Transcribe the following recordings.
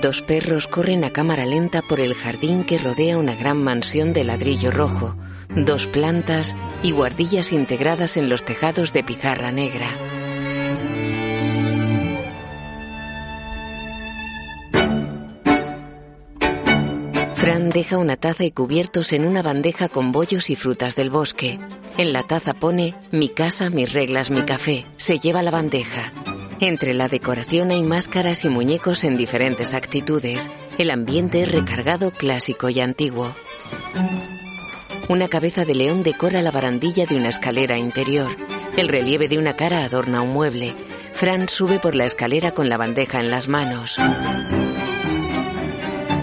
Dos perros corren a cámara lenta por el jardín que rodea una gran mansión de ladrillo rojo, dos plantas y guardillas integradas en los tejados de pizarra negra. Fran deja una taza y cubiertos en una bandeja con bollos y frutas del bosque. En la taza pone mi casa, mis reglas, mi café. Se lleva la bandeja. Entre la decoración hay máscaras y muñecos en diferentes actitudes. El ambiente es recargado, clásico y antiguo. Una cabeza de león decora la barandilla de una escalera interior. El relieve de una cara adorna un mueble. Fran sube por la escalera con la bandeja en las manos.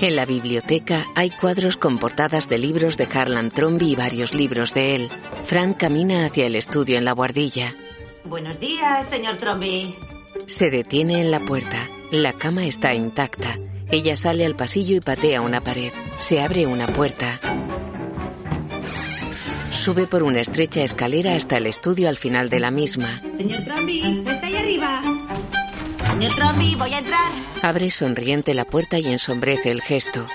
En la biblioteca hay cuadros con portadas de libros de Harlan Trombi y varios libros de él. Frank camina hacia el estudio en la guardilla. Buenos días, señor Trombi. Se detiene en la puerta. La cama está intacta. Ella sale al pasillo y patea una pared. Se abre una puerta. Sube por una estrecha escalera hasta el estudio al final de la misma. Señor Trombi, está ahí arriba. Señor Trombi, voy a entrar. Abre sonriente la puerta y ensombrece el gesto.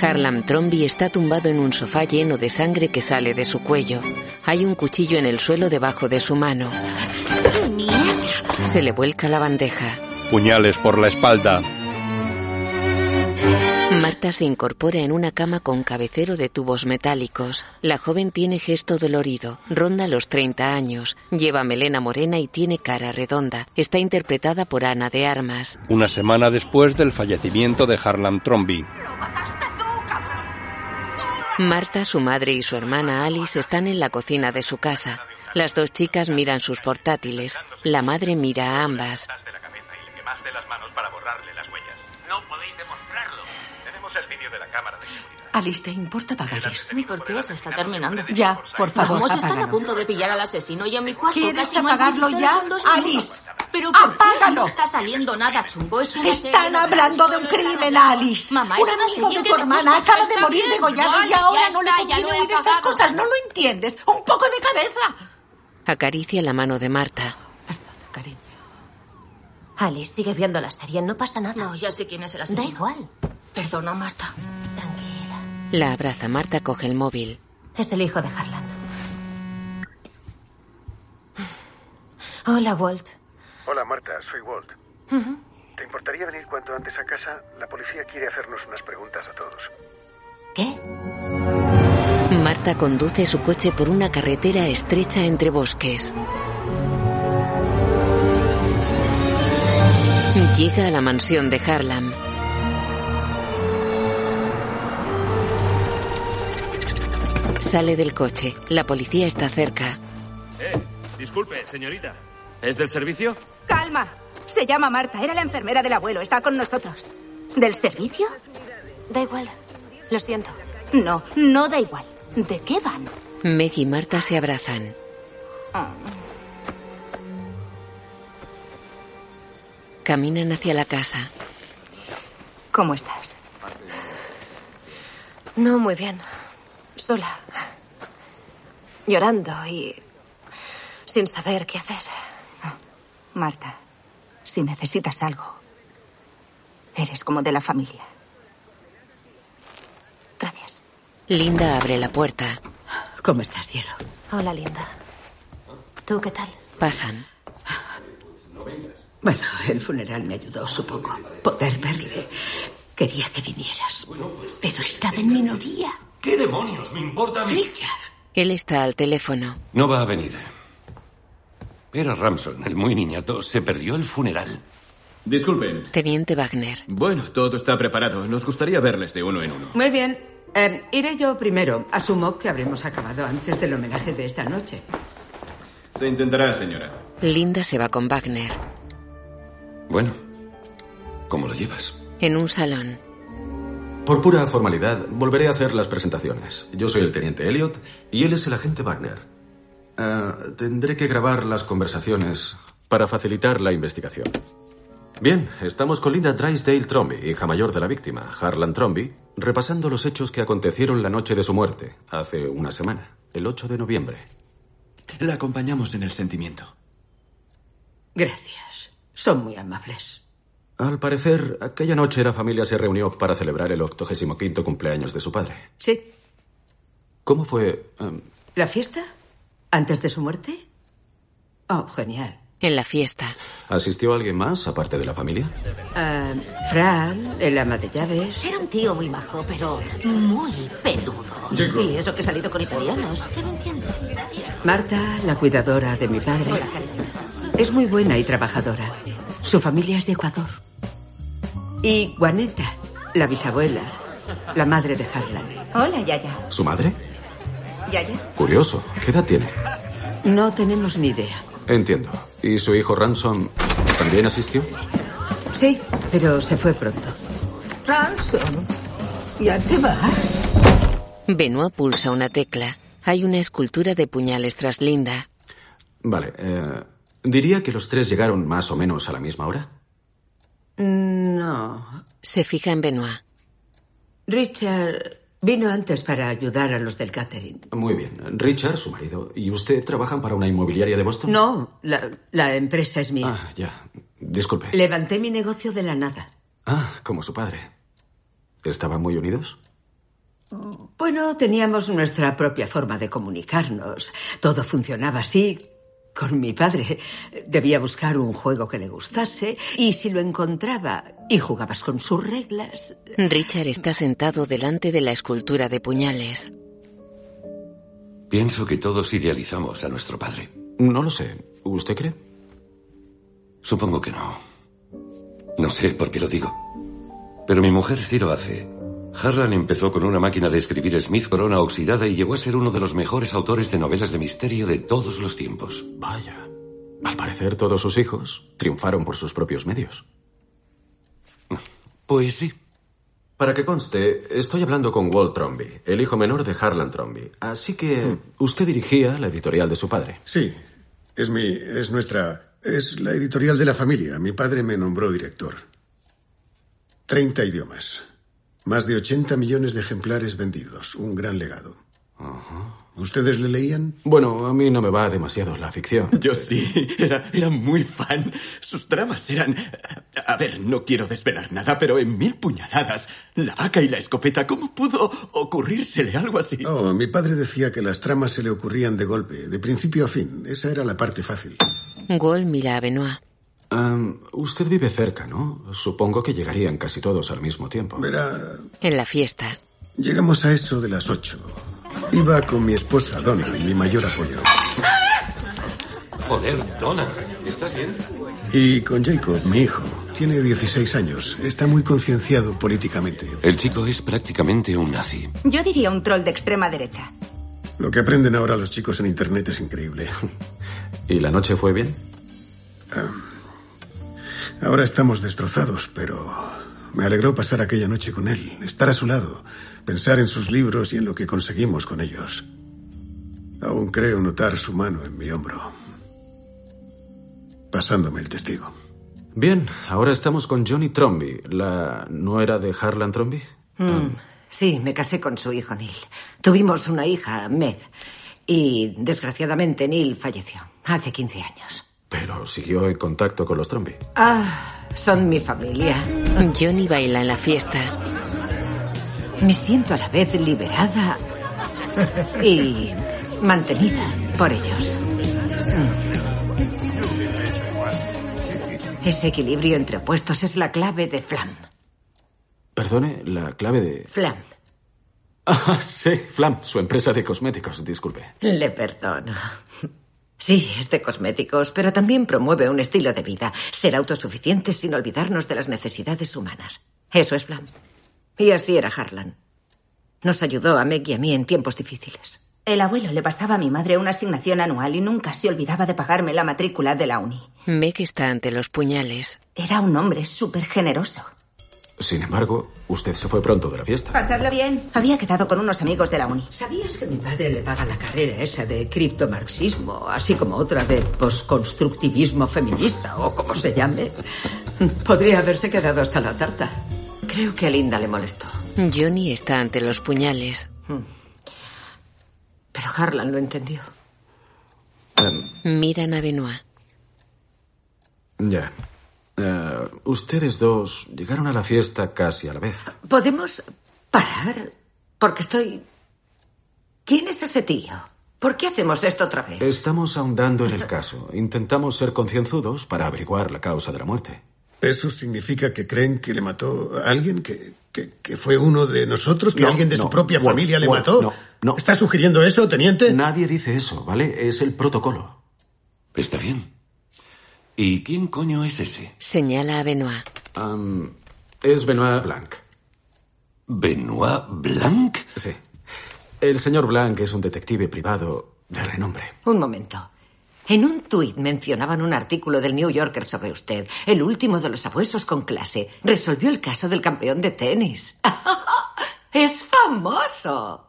Harlan Trombi está tumbado en un sofá lleno de sangre que sale de su cuello. Hay un cuchillo en el suelo debajo de su mano. Se le vuelca la bandeja. Puñales por la espalda. Marta se incorpora en una cama con cabecero de tubos metálicos. La joven tiene gesto dolorido, ronda los 30 años, lleva melena morena y tiene cara redonda. Está interpretada por Ana de Armas. Una semana después del fallecimiento de Harlan Trombi. Marta, su madre y su hermana Alice están en la cocina de su casa. Las dos chicas miran sus portátiles. La madre mira a ambas. de las manos para borrarle las huellas. No podéis demostrarlo. Tenemos el vídeo de la cámara de seguridad. Alice, ¿te importa pagar eso? ¿Por qué? Se está terminando. Ya, por favor, Vamos, están a apágalo. punto de pillar al asesino y en mi cuarto ¿Quieres casi no hay apagarlo visores, ya, son dos minutos. Alice? Pero ¿por qué ¡Apágalo! no está saliendo nada chungo? Es una serie Están hablando de un solo crimen, están hablando. Alice. Mamá, un es una amigo serie de que tu me hermana gusta, acaba está de morir bien. degollado Vale, y ahora ya no le está, ya conviene lo he oír esas apagado. cosas. No lo entiendes. Un poco de cabeza. Acaricia la mano de Marta. Perdona, cariño. Alice, sigue viendo la serie, no pasa nada. No, ya sé quién es el da asesino. igual. Perdona, Marta. Tranquila. La abraza. Marta coge el móvil. Es el hijo de Harlan. Hola, Walt. Hola Marta, soy Walt. ¿Te importaría venir cuanto antes a casa? La policía quiere hacernos unas preguntas a todos. ¿Qué? Marta conduce su coche por una carretera estrecha entre bosques. Llega a la mansión de Harlem. Sale del coche. La policía está cerca. Eh, disculpe, señorita. ¿Es del servicio? Calma. Se llama Marta, era la enfermera del abuelo, está con nosotros. ¿Del servicio? Da igual. Lo siento. No, no da igual. ¿De qué van? Meg y Marta se abrazan. Caminan hacia la casa. ¿Cómo estás? No, muy bien. Sola. Llorando y. sin saber qué hacer. Marta, si necesitas algo, eres como de la familia. Gracias. Linda abre la puerta. ¿Cómo estás, cielo? Hola, linda. ¿Tú qué tal? Pasan. Bueno, el funeral me ayudó, supongo, poder verle. Quería que vinieras, pero estaba en minoría. ¿Qué demonios? Me importa a Richard. Él está al teléfono. No va a venir. Era Ramson, el muy niñato. Se perdió el funeral. Disculpen. Teniente Wagner. Bueno, todo está preparado. Nos gustaría verles de uno en uno. Muy bien. Eh, iré yo primero. Asumo que habremos acabado antes del homenaje de esta noche. Se intentará, señora. Linda se va con Wagner. Bueno, ¿cómo lo llevas? En un salón. Por pura formalidad, volveré a hacer las presentaciones. Yo soy el teniente Elliot y él es el agente Wagner. Ah, tendré que grabar las conversaciones para facilitar la investigación. Bien, estamos con Linda Drysdale Tromby, hija mayor de la víctima, Harlan Tromby, repasando los hechos que acontecieron la noche de su muerte, hace una semana, el 8 de noviembre. La acompañamos en el sentimiento. Gracias. Son muy amables. Al parecer, aquella noche la familia se reunió para celebrar el 85 cumpleaños de su padre. Sí. ¿Cómo fue? em, ¿La fiesta? ¿Antes de su muerte? Oh, genial. En la fiesta. ¿Asistió alguien más aparte de la familia? Em, Ah, Fran, el ama de llaves. Era un tío muy majo, pero muy peludo. Chico. Y eso que he salido con italianos. ¿Qué no entiendo? Marta, la cuidadora de mi padre. Es muy buena y trabajadora. Su familia es de Ecuador. Y Juaneta, la bisabuela, la madre de Harlan. Hola, Yaya. ¿Su madre? Yaya. Curioso. ¿Qué edad tiene? No tenemos ni idea. Entiendo. ¿Y su hijo Ransom también asistió? Sí, pero se fue pronto. Ransom. Ah, Ya te vas. Benoit pulsa una tecla. Hay una escultura de puñales tras Linda. Vale. eh, diría que los tres llegaron más o menos a la misma hora. No. Se fija en Benoit. Richard vino antes para ayudar a los del catering. Muy bien. Richard, su marido, y usted trabajan para una inmobiliaria de Boston. No, la, la empresa es mía. Ah, ya. Disculpe. Levanté mi negocio de la nada. Ah, como su padre. ¿Estaban muy unidos? Bueno, teníamos nuestra propia forma de comunicarnos. Todo funcionaba así. Con mi padre debía buscar un juego que le gustase y si lo encontraba y jugabas con sus reglas, Richard está sentado delante de la escultura de puñales. Pienso que todos idealizamos a nuestro padre. No lo sé. ¿Usted cree? Supongo que no. No sé por qué lo digo. Pero mi mujer sí lo hace. Harlan empezó con una máquina de escribir Smith Corona oxidada y llegó a ser uno de los mejores autores de novelas de misterio de todos los tiempos. Vaya. Al parecer todos sus hijos triunfaron por sus propios medios. Pues sí. Para que conste, estoy hablando con Walt Tromby, el hijo menor de Harlan Tromby. Así que usted dirigía la editorial de su padre. Sí, es mi. es nuestra. es la editorial de la familia. Mi padre me nombró director. 30 idiomas. Más de 80 millones de ejemplares vendidos. Un gran legado. ¿Ustedes le leían? Bueno, a mí no me va demasiado la ficción. Yo sí, era, era muy fan. Sus tramas eran... A ver, no quiero desvelar nada, pero en mil puñaladas, la vaca y la escopeta, ¿cómo pudo ocurrírsele algo así? Oh, mi padre decía que las tramas se le ocurrían de golpe, de principio a fin. Esa era la parte fácil. Gold mira a Benoit. Am, usted vive cerca, ¿no? Supongo que llegarían casi todos al mismo tiempo. Verá, En la fiesta. llegamos a este eso de las ocho. Iba con mi esposa Donna, mi mayor apoyo, Joder, Donna, ¿estás bien? y con Jacob, mi hijo. Tiene 16 años, está muy concienciado políticamente. El chico es prácticamente un nazi. Yo diría un troll de extrema derecha. Lo que aprenden ahora los chicos en Internet es increíble. ¿Y la noche fue bien? Ahora estamos destrozados, pero me alegró pasar aquella noche con él, estar a su lado, pensar en sus libros y en lo que conseguimos con ellos. Aún creo notar su mano en mi hombro, pasándome el testigo. Bien, ahora estamos con Johnny Tromby, la nuera de Harlan Tromby. Mm, Sí, me casé con su hijo Neil. Tuvimos una hija, Meg, y desgraciadamente Neil falleció hace 15 años. Pero siguió en contacto con los Tromby. Ah, son mi familia. Johnny baila en la fiesta. Me siento a la vez liberada y mantenida por ellos. Mm. Ese equilibrio entre opuestos es la clave de Flam. Perdone, la clave de... Flam, Ah, sí, Flam, su empresa de cosméticos, disculpe. le perdono. Sí, es de cosméticos, pero también promueve un estilo de vida, ser autosuficientes sin olvidarnos de las necesidades humanas. Eso es Flam. Y así era Harlan. Nos ayudó a Meg y a mí en tiempos difíciles. El abuelo le pasaba a mi madre una asignación anual y nunca se olvidaba de pagarme la matrícula de la uni. Meg está ante los puñales. Era un hombre súper generoso. Sin embargo, usted se fue pronto de la fiesta. Pasarla bien. Había quedado con unos amigos de la uni. ¿Sabías que mi padre le paga la carrera esa de criptomarxismo, así como otra de posconstructivismo feminista o como se llame? Podría haberse quedado hasta la tarta. Creo que a Linda le molestó. Hmm. Johnny está ante los puñales. Pero Harlan lo entendió. Em, Miran a Benoit. ya. Eh, ustedes dos llegaron a la fiesta casi a la vez. ¿Podemos parar? Porque estoy... ¿Quién es ese tío? ¿Por qué hacemos esto otra vez? Estamos ahondando en el caso. Intentamos ser concienzudos para averiguar la causa de la muerte. ¿Eso significa que creen que le mató a alguien? ¿Que, que, que fue uno de nosotros? ¿Que alguien de su propia familia le mató? No, no. ¿Está sugiriendo eso, teniente? Nadie dice eso, ¿vale? Es el protocolo. Está bien. ¿Y quién coño es ese? Señala a Benoit. Am, es Benoit Blanc. ¿Benoit Blanc? Sí. El señor Blanc es un detective privado de renombre. Un momento. En un tuit mencionaban un artículo del New Yorker sobre usted, el último de los abuesos con clase. Resolvió el caso del campeón de tenis. ¡Es famoso!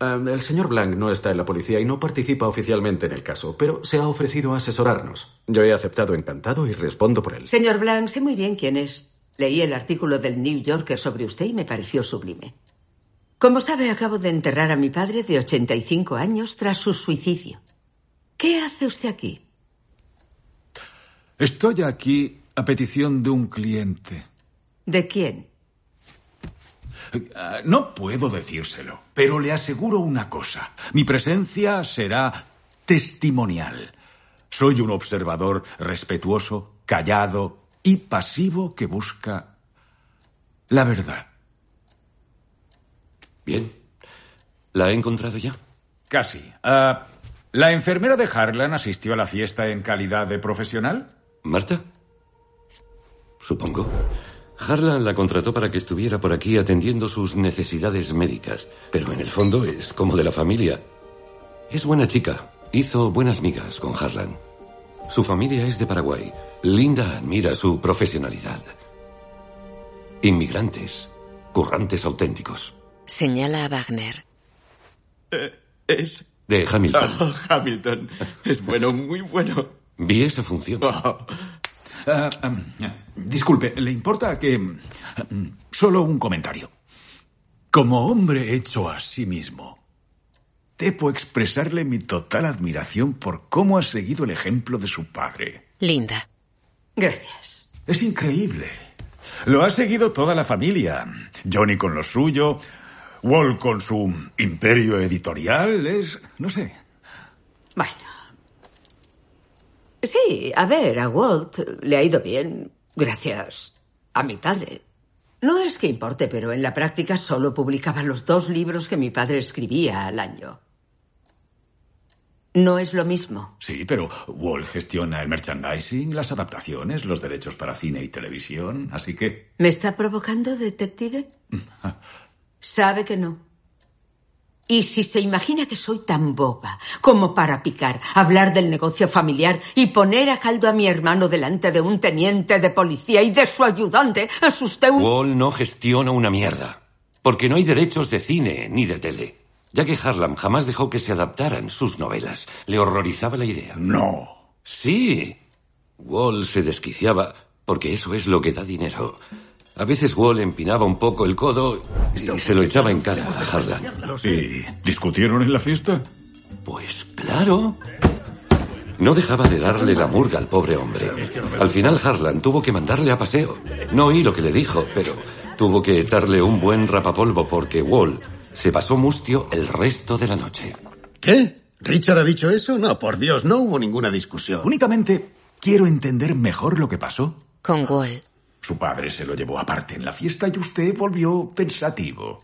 Am, el señor Blanc no está en la policía y no participa oficialmente en el caso, pero se ha ofrecido a asesorarnos. Yo he aceptado encantado y respondo por él. Señor Blanc, sé muy bien quién es. Leí el artículo del New Yorker sobre usted y me pareció sublime. Como sabe, acabo de enterrar a mi padre de 85 años tras su suicidio. ¿Qué hace usted aquí? Estoy aquí a petición de un cliente. ¿De quién? Ah, No puedo decírselo, pero le aseguro una cosa. Mi presencia será testimonial. Soy un observador respetuoso, callado y pasivo que busca la verdad. Bien. ¿La he encontrado ya? Casi. Ah, ¿La enfermera de Harlan asistió a la fiesta en calidad de profesional? ¿Marta? Supongo. Harlan la contrató para que estuviera por aquí atendiendo sus necesidades médicas, pero en el fondo es como de la familia. Es buena chica, hizo buenas migas con Harlan. Su familia es de Paraguay. Linda admira su profesionalidad. Inmigrantes, currantes auténticos. Señala a Wagner. Eh, Es. De Hamilton. Oh, Hamilton. Es bueno, muy bueno. Vi esa función. Ah, ah, disculpe, ¿le importa que... mm, Solo un comentario. Como hombre hecho a sí mismo, debo expresarle mi total admiración por cómo ha seguido el ejemplo de su padre. Linda. Gracias. Es increíble. Lo ha seguido toda la familia. Johnny con lo suyo, Wall con su imperio editorial, es... no sé. Bueno. Sí, a ver, a Walt le ha ido bien, gracias a mi padre. No es que importe, pero en la práctica solo publicaba los dos libros que mi padre escribía al año. No es lo mismo. Sí, pero Wall gestiona el merchandising, las adaptaciones, los derechos para cine y televisión, así que... ¿Me está provocando, detective? Sabe que no. Y si se imagina que soy tan boba como para picar, hablar del negocio familiar y poner a caldo a mi hermano delante de un teniente de policía y de su ayudante, es usted un... Wall no gestiona una mierda. Porque no hay derechos de cine ni de tele. Ya que Harlan jamás dejó que se adaptaran sus novelas. Le horrorizaba la idea. No. Sí. Wall se desquiciaba porque eso es lo que da dinero. A veces Wall empinaba un poco el codo y se lo echaba en cara a Harlan. ¿Y discutieron en la fiesta? Pues claro. No dejaba de darle la murga al pobre hombre. Al final Harlan tuvo que mandarle a paseo. No oí lo que le dijo, pero tuvo que echarle un buen rapapolvo porque Wall se pasó mustio el resto de la noche. ¿Qué? ¿Richard ha dicho eso? No, por Dios, no hubo ninguna discusión. Únicamente quiero entender mejor lo que pasó. Con Wall. Su padre se lo llevó aparte en la fiesta y usted volvió pensativo.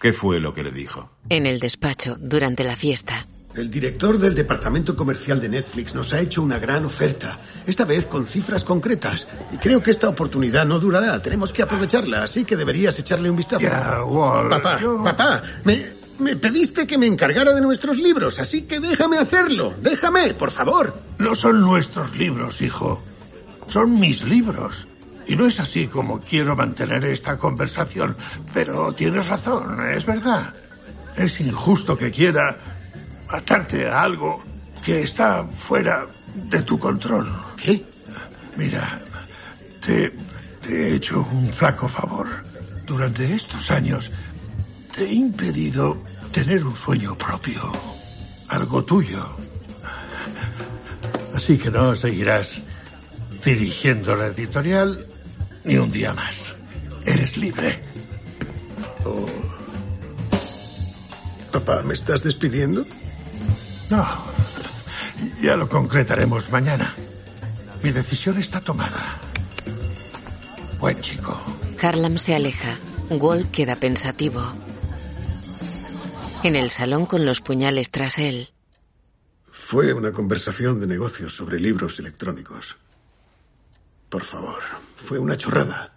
¿Qué fue lo que le dijo? En el despacho, durante la fiesta. El director del departamento comercial de Netflix nos ha hecho una gran oferta, esta vez con cifras concretas. Y creo que esta oportunidad no durará, tenemos que aprovecharla, así que deberías echarle un vistazo. Ya, Wall, papá, yo- papá, me, me pediste que me encargara de nuestros libros, así que déjame hacerlo, déjame, por favor. No son nuestros libros, hijo. Son mis libros. Y no es así como quiero mantener esta conversación. Pero tienes razón, es verdad. Es injusto que quiera atarte a algo que está fuera de tu control. ¿Qué? Mira, te, te he hecho un flaco favor. Durante estos años te he impedido tener un sueño propio. Algo tuyo. Así que no seguirás dirigiendo la editorial ni un día más. Eres libre. Oh. Papá, ¿me estás despidiendo? No, ya lo concretaremos mañana. Mi decisión está tomada. Buen chico. Harlan se aleja. Walt queda pensativo. En el salón con los puñales tras él. Fue una conversación de negocios sobre libros electrónicos. Por favor, fue una chorrada.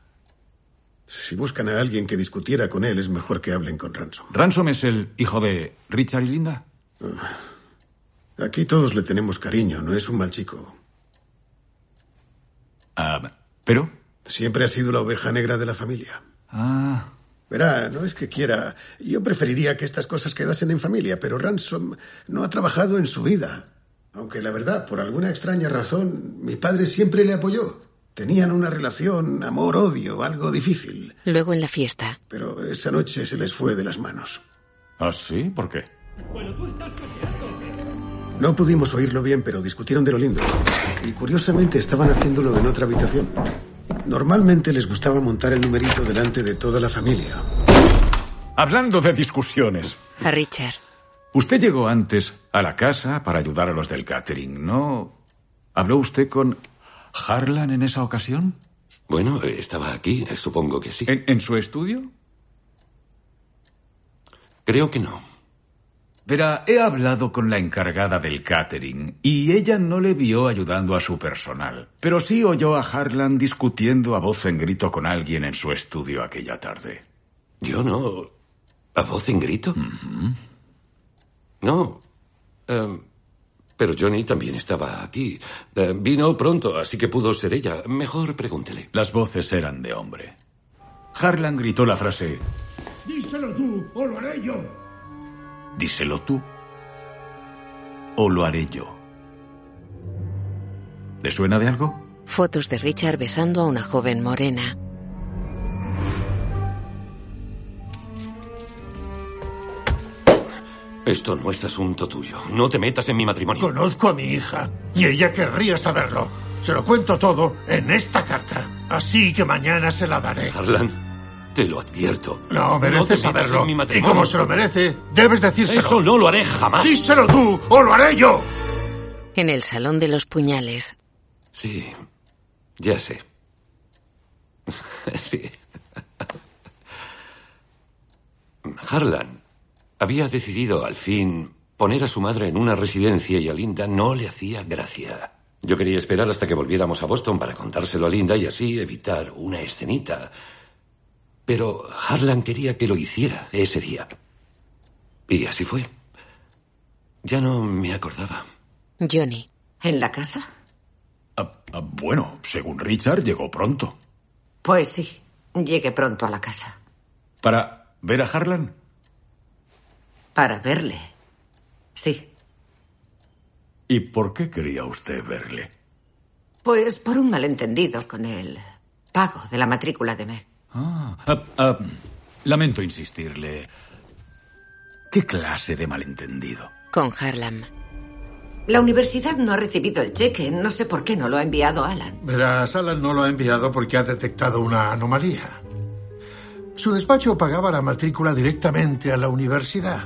Si buscan a alguien que discutiera con él, es mejor que hablen con Ransom. ¿Ransom es el hijo de Richard y Linda? Aquí todos le tenemos cariño, no es un mal chico. Ah, ¿Pero? Siempre ha sido la oveja negra de la familia. Ah. Verá, no es que quiera. Yo preferiría que estas cosas quedasen en familia, pero Ransom no ha trabajado en su vida. Aunque la verdad, por alguna extraña razón, mi padre siempre le apoyó. Tenían una relación amor-odio, algo difícil. Luego en la fiesta. Pero esa noche se les fue de las manos. ¿Ah, sí? ¿Por qué? No pudimos oírlo bien, pero discutieron de lo lindo. Y curiosamente estaban haciéndolo en otra habitación. Normalmente les gustaba montar el numerito delante de toda la familia. Hablando de discusiones. A Richard. Usted llegó antes a la casa para ayudar a los del catering, ¿no? ¿Habló usted con Harlan en esa ocasión? Bueno, eh, estaba aquí, eh, supongo que sí. ¿En, en su estudio? Creo que no. Verá, he hablado con la encargada del catering y ella no le vio ayudando a su personal, pero sí oyó a Harlan discutiendo a voz en grito con alguien en su estudio aquella tarde. Yo no. ¿A voz en grito? No. Em, pero Johnny también estaba aquí. Eh, vino pronto, así que pudo ser ella. Mejor pregúntele. Las voces eran de hombre. Harlan gritó la frase, Díselo tú o lo haré yo. díselo tú o lo haré yo. ¿Le suena de algo? Fotos de Richard besando a una joven morena. Esto no es asunto tuyo. No te metas en mi matrimonio. Conozco a mi hija y ella querría saberlo. Se lo cuento todo en esta carta. Así que mañana se la daré. Harlan, te lo advierto. No te merece metas saberlo. en mi y matrimonio. como se lo merece, debes decírselo. Eso no lo haré jamás. Díselo tú o lo haré yo. En el salón de los puñales. Sí, ya sé. sí. Harlan había decidido al fin poner a su madre en una residencia y a Linda no le hacía gracia. Yo quería esperar hasta que volviéramos a Boston para contárselo a Linda y así evitar una escenita. Pero Harlan quería que lo hiciera ese día. Y así fue. Ya no me acordaba. Johnny. ¿En la casa? Ah, bueno, según Richard, llegó pronto. Pues sí, llegué pronto a la casa. ¿Para ver a Harlan? Para verle. Sí. ¿Y por qué quería usted verle? Pues por un malentendido con el pago de la matrícula de Meg. Ah, ah, ah, lamento insistirle. ¿Qué clase de malentendido? Con Harlan. La universidad no ha recibido el cheque. No sé por qué no lo ha enviado Alan. Verás, Alan no lo ha enviado porque ha detectado una anomalía. Su despacho pagaba la matrícula directamente a la universidad,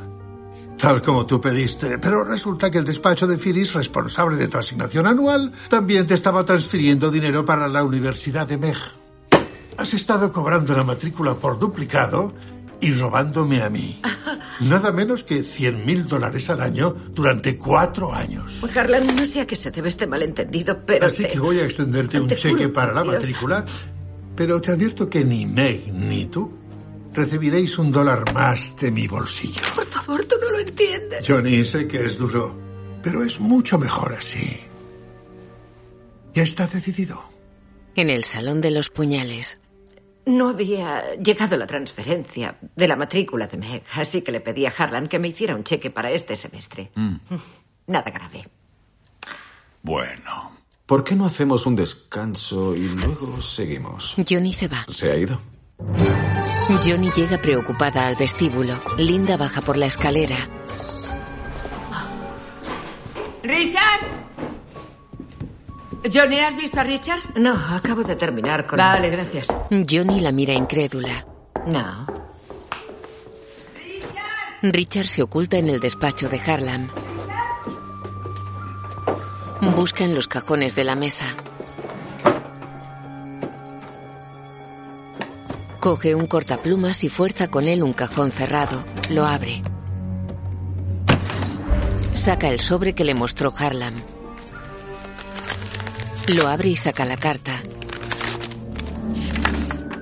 tal como tú pediste, pero resulta que el despacho de Firis, responsable de tu asignación anual, también te estaba transfiriendo dinero para la Universidad de Meg. Has estado cobrando la matrícula por duplicado y robándome a mí. Nada menos que 100 mil dólares al año durante cuatro años. Harlan, no sé a qué se debe este malentendido, pero Así te- que voy a extenderte un te juro cheque para la por Dios. matrícula, pero te advierto que ni Meg ni tú recibiréis un dólar más de mi bolsillo. Por favor, tú no lo entiendes. Johnny, sé que es duro, pero es mucho mejor así. Ya está decidido. En el salón de los puñales. No había llegado la transferencia de la matrícula de Meg, así que le pedí a Harlan que me hiciera un cheque para este semestre. Nada grave. Bueno. ¿Por qué no hacemos un descanso y luego seguimos? Johnny se va. ¿Se ha ido? Johnny llega preocupada al vestíbulo. Linda baja por la escalera. ¡Richard! Johnny, ¿has visto a Richard? No, acabo de terminar con... Vale, Max. gracias. Johnny la mira incrédula. No. Richard se oculta en el despacho de Harlan. Busca en los cajones de la mesa. Coge un cortaplumas y fuerza con él un cajón cerrado. Lo abre. Saca el sobre que le mostró Harlan. Lo abre y saca la carta.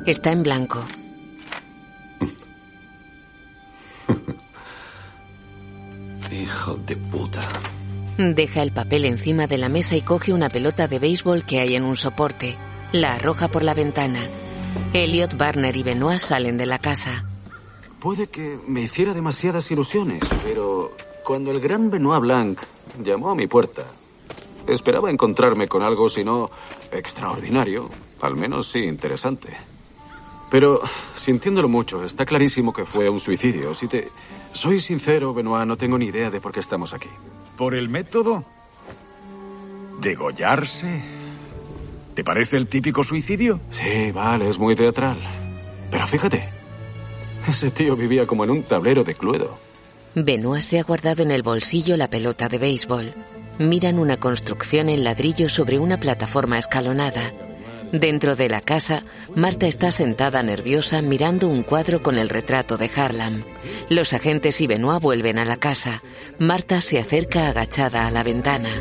Está en blanco. Hijo de puta. Deja el papel encima de la mesa y coge una pelota de béisbol que hay en un soporte. La arroja por la ventana. Elliot, Barner y Benoit salen de la casa. Puede que me hiciera demasiadas ilusiones, pero cuando el gran Benoit Blanc llamó a mi puerta, esperaba encontrarme con algo, si no extraordinario, al menos sí interesante. Pero, sintiéndolo mucho, está clarísimo que fue un suicidio. Si te soy sincero, Benoit, no tengo ni idea de por qué estamos aquí. ¿Por el método? ¿Degollarse? ¿Te parece el típico suicidio? Sí, vale, es muy teatral. Pero fíjate, ese tío vivía como en un tablero de Cluedo. Benoit se ha guardado en el bolsillo la pelota de béisbol. Miran una construcción en ladrillo sobre una plataforma escalonada. Dentro de la casa, Marta está sentada nerviosa mirando un cuadro con el retrato de Harlan. Los agentes y Benoit vuelven a la casa. Marta se acerca agachada a la ventana.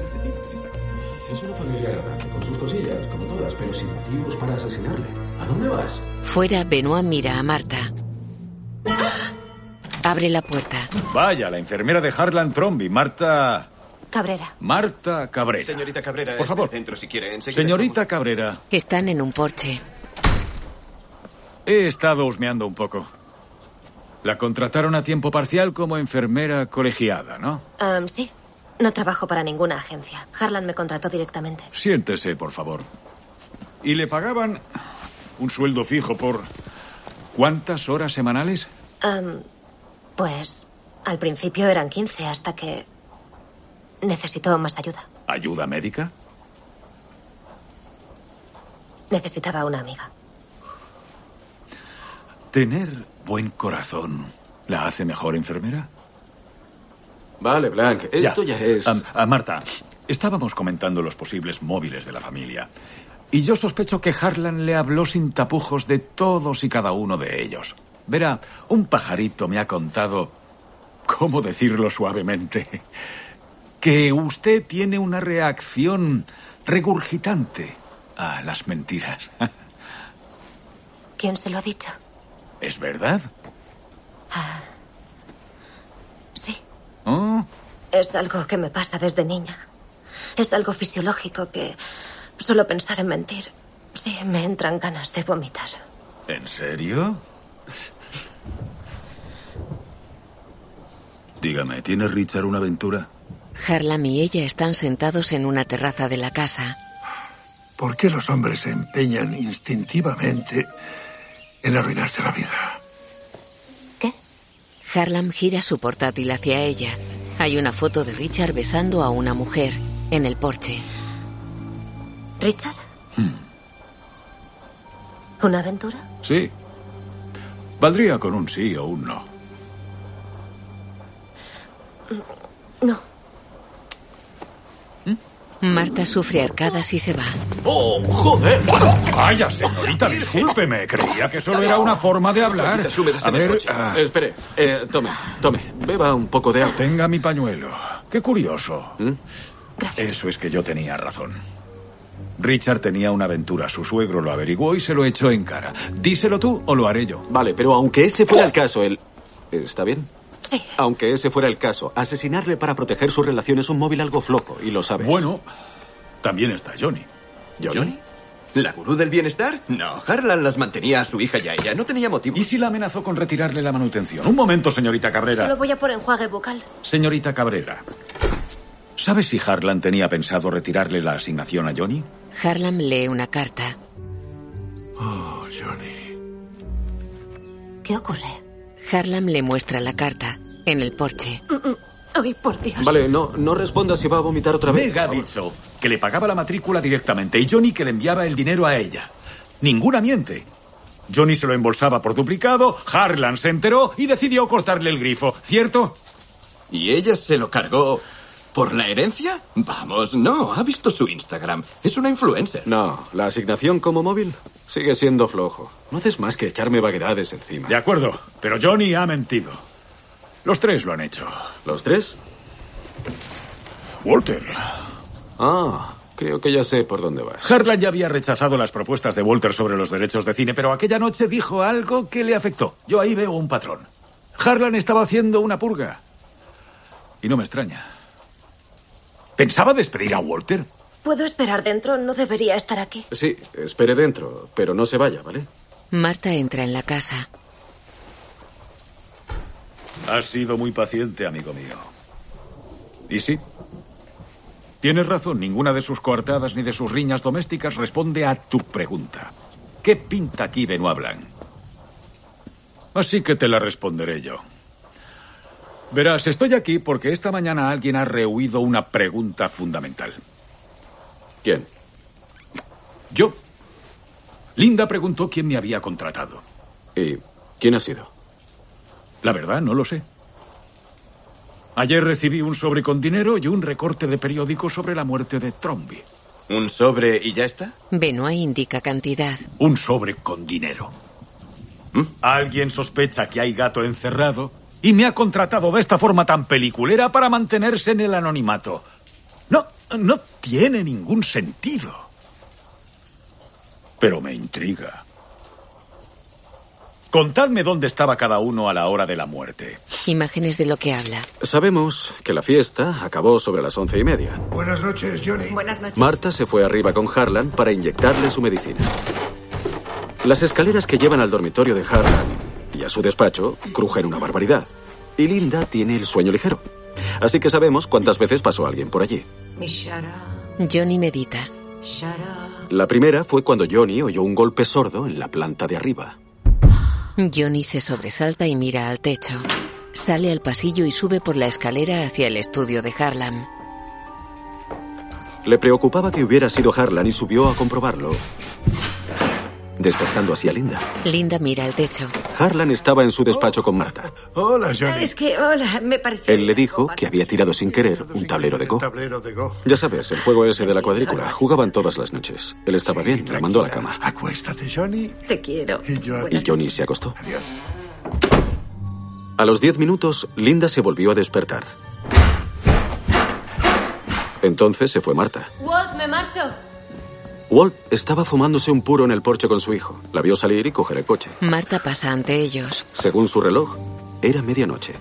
Es una familia agradable, con sus cosillas, como todas, pero sin motivos para asesinarle. ¿A dónde vas? Fuera, Benoit mira a Marta. Abre la puerta. Vaya, la enfermera de Harlan Trombi, Marta. Cabrera. Marta Cabrera. Señorita Cabrera, Por favor. dentro si quiere. Enseguida Señorita Cabrera, Están en un porche. he estado husmeando un poco. La contrataron a tiempo parcial como enfermera colegiada, ¿no? Am, Um, sí. No trabajo para ninguna agencia. Harlan me contrató directamente. Siéntese, por favor. ¿Y le pagaban un sueldo fijo por cuántas horas semanales? Am, Um, pues al principio eran 15 hasta que necesitó más ayuda. ¿Ayuda médica? Necesitaba una amiga. ¿Tener buen corazón la hace mejor enfermera? Vale, Blanc, esto ya, es. Am- ah, Marta, estábamos comentando los posibles móviles de la familia. Y yo sospecho que Harlan le habló sin tapujos de todos y cada uno de ellos. Verá, un pajarito me ha contado, ¿cómo decirlo suavemente? Que usted tiene una reacción regurgitante a las mentiras. ¿Quién se lo ha dicho? ¿Es verdad? Ah, sí. ¿Oh? Es algo que me pasa desde niña. Es algo fisiológico que solo pensar en mentir. Sí, me entran ganas de vomitar. ¿En serio? Dígame, ¿tiene Richard una aventura? Harlan y ella están sentados en una terraza de la casa. ¿Por qué los hombres se empeñan instintivamente en arruinarse la vida? Harlan gira su portátil hacia ella. Hay una foto de Richard besando a una mujer en el porche. ¿Richard? ¿Una aventura? Sí. Valdría con un sí o un no. No. Marta sufre arcadas y se va. ¡Oh, joder! Vaya, señorita, discúlpeme. Creía que solo era una forma de hablar. A ver, ah, Espere, eh, tome, tome. Beba un poco de agua. tenga mi pañuelo. Qué curioso. ¿Mm? Eso es que yo tenía razón. Richard tenía una aventura. Su suegro lo averiguó y se lo echó en cara. Díselo tú o lo haré yo. Vale, pero aunque ese fuera el caso, él... ¿Está bien? Sí. Aunque ese fuera el caso, asesinarle para proteger su relación es un móvil algo flojo, y lo sabes. Bueno, también está Johnny. ¿Johnny? ¿La gurú del bienestar? No, Harlan las mantenía a su hija y a ella. No tenía motivo. ¿Y si la amenazó con retirarle la manutención? Un momento, señorita Cabrera. Solo voy a por enjuague bucal. Señorita Cabrera, ¿sabe si Harlan tenía pensado retirarle la asignación a Johnny? Harlan lee una carta. Oh, Johnny. ¿Qué ocurre? Mm, Harlan le muestra la carta en el porche. Ay, por Dios. Vale, no, no responda si va a vomitar otra vez. Meg ha dicho que le pagaba la matrícula directamente y Johnny que le enviaba el dinero a ella. Ninguna miente. Johnny se lo embolsaba por duplicado, Harlan se enteró y decidió cortarle el grifo, ¿cierto? ¿Y ella se lo cargó por la herencia? Vamos, no, ha visto su Instagram. Es una influencer. No, la asignación como móvil sigue siendo flojo. No haces más que echarme vaguedades encima. De acuerdo, pero Johnny ha mentido. Los tres lo han hecho. ¿Los tres? Walter. Ah, creo que ya sé por dónde vas. Harlan ya había rechazado las propuestas de Walter sobre los derechos de cine, pero aquella noche dijo algo que le afectó. Yo ahí veo un patrón. Harlan estaba haciendo una purga. Y no me extraña. Pensaba despedir a Walter. Puedo esperar dentro, no debería estar aquí. Sí, espere dentro, pero no se vaya, ¿vale? Marta entra en la casa. Has sido muy paciente, amigo mío. ¿Y sí? Tienes razón, ninguna de sus coartadas ni de sus riñas domésticas responde a tu pregunta. ¿Qué pinta aquí Benoit Blanc? Así que te la responderé yo. Verás, estoy aquí porque esta mañana alguien ha rehuido una pregunta fundamental. ¿Quién? Yo. Linda preguntó quién me había contratado. ¿Y quién ha sido? La verdad, no lo sé. Ayer recibí un sobre con dinero y un recorte de periódico sobre la muerte de Trombi. ¿Un sobre y ya está? Benoit indica cantidad. Un sobre con dinero. ¿Mm? Alguien sospecha que hay gato encerrado y me ha contratado de esta forma tan peliculera para mantenerse en el anonimato. No, no tiene ningún sentido. Pero me intriga. Contadme dónde estaba cada uno a la hora de la muerte. Imágenes de lo que habla. Sabemos que la fiesta acabó sobre las once y media. Buenas noches, Johnny. Buenas noches. Marta se fue arriba con Harlan para inyectarle su medicina. Las escaleras que llevan al dormitorio de Harlan y a su despacho crujen una barbaridad. Y Linda tiene el sueño ligero. Así que sabemos cuántas veces pasó alguien por allí. Johnny medita. La primera fue cuando Johnny oyó un golpe sordo en la planta de arriba. Johnny se sobresalta y mira al techo. Sale al pasillo y sube por la escalera hacia el estudio de Harlan. Le preocupaba que hubiera sido Harlan y subió a comprobarlo, despertando así a Linda. Linda mira al techo. Harlan estaba en su despacho con Marta. Hola, Johnny. Es que, hola, me parece. Él le dijo que había tirado sin querer un tablero de Go. Tablero de Go. Ya sabes, el juego ese de la cuadrícula. Jugaban todas las noches. Él estaba bien, la mandó a la cama. Acuéstate, Johnny. Te quiero. Y yo Y Johnny se acostó. Adiós. A los diez minutos, Linda se volvió a despertar. Entonces se fue Marta. Walt, me marcho. Walt estaba fumándose un puro en el porche con su hijo. La vio salir y coger el coche. Marta pasa ante ellos. Según su reloj, era medianoche.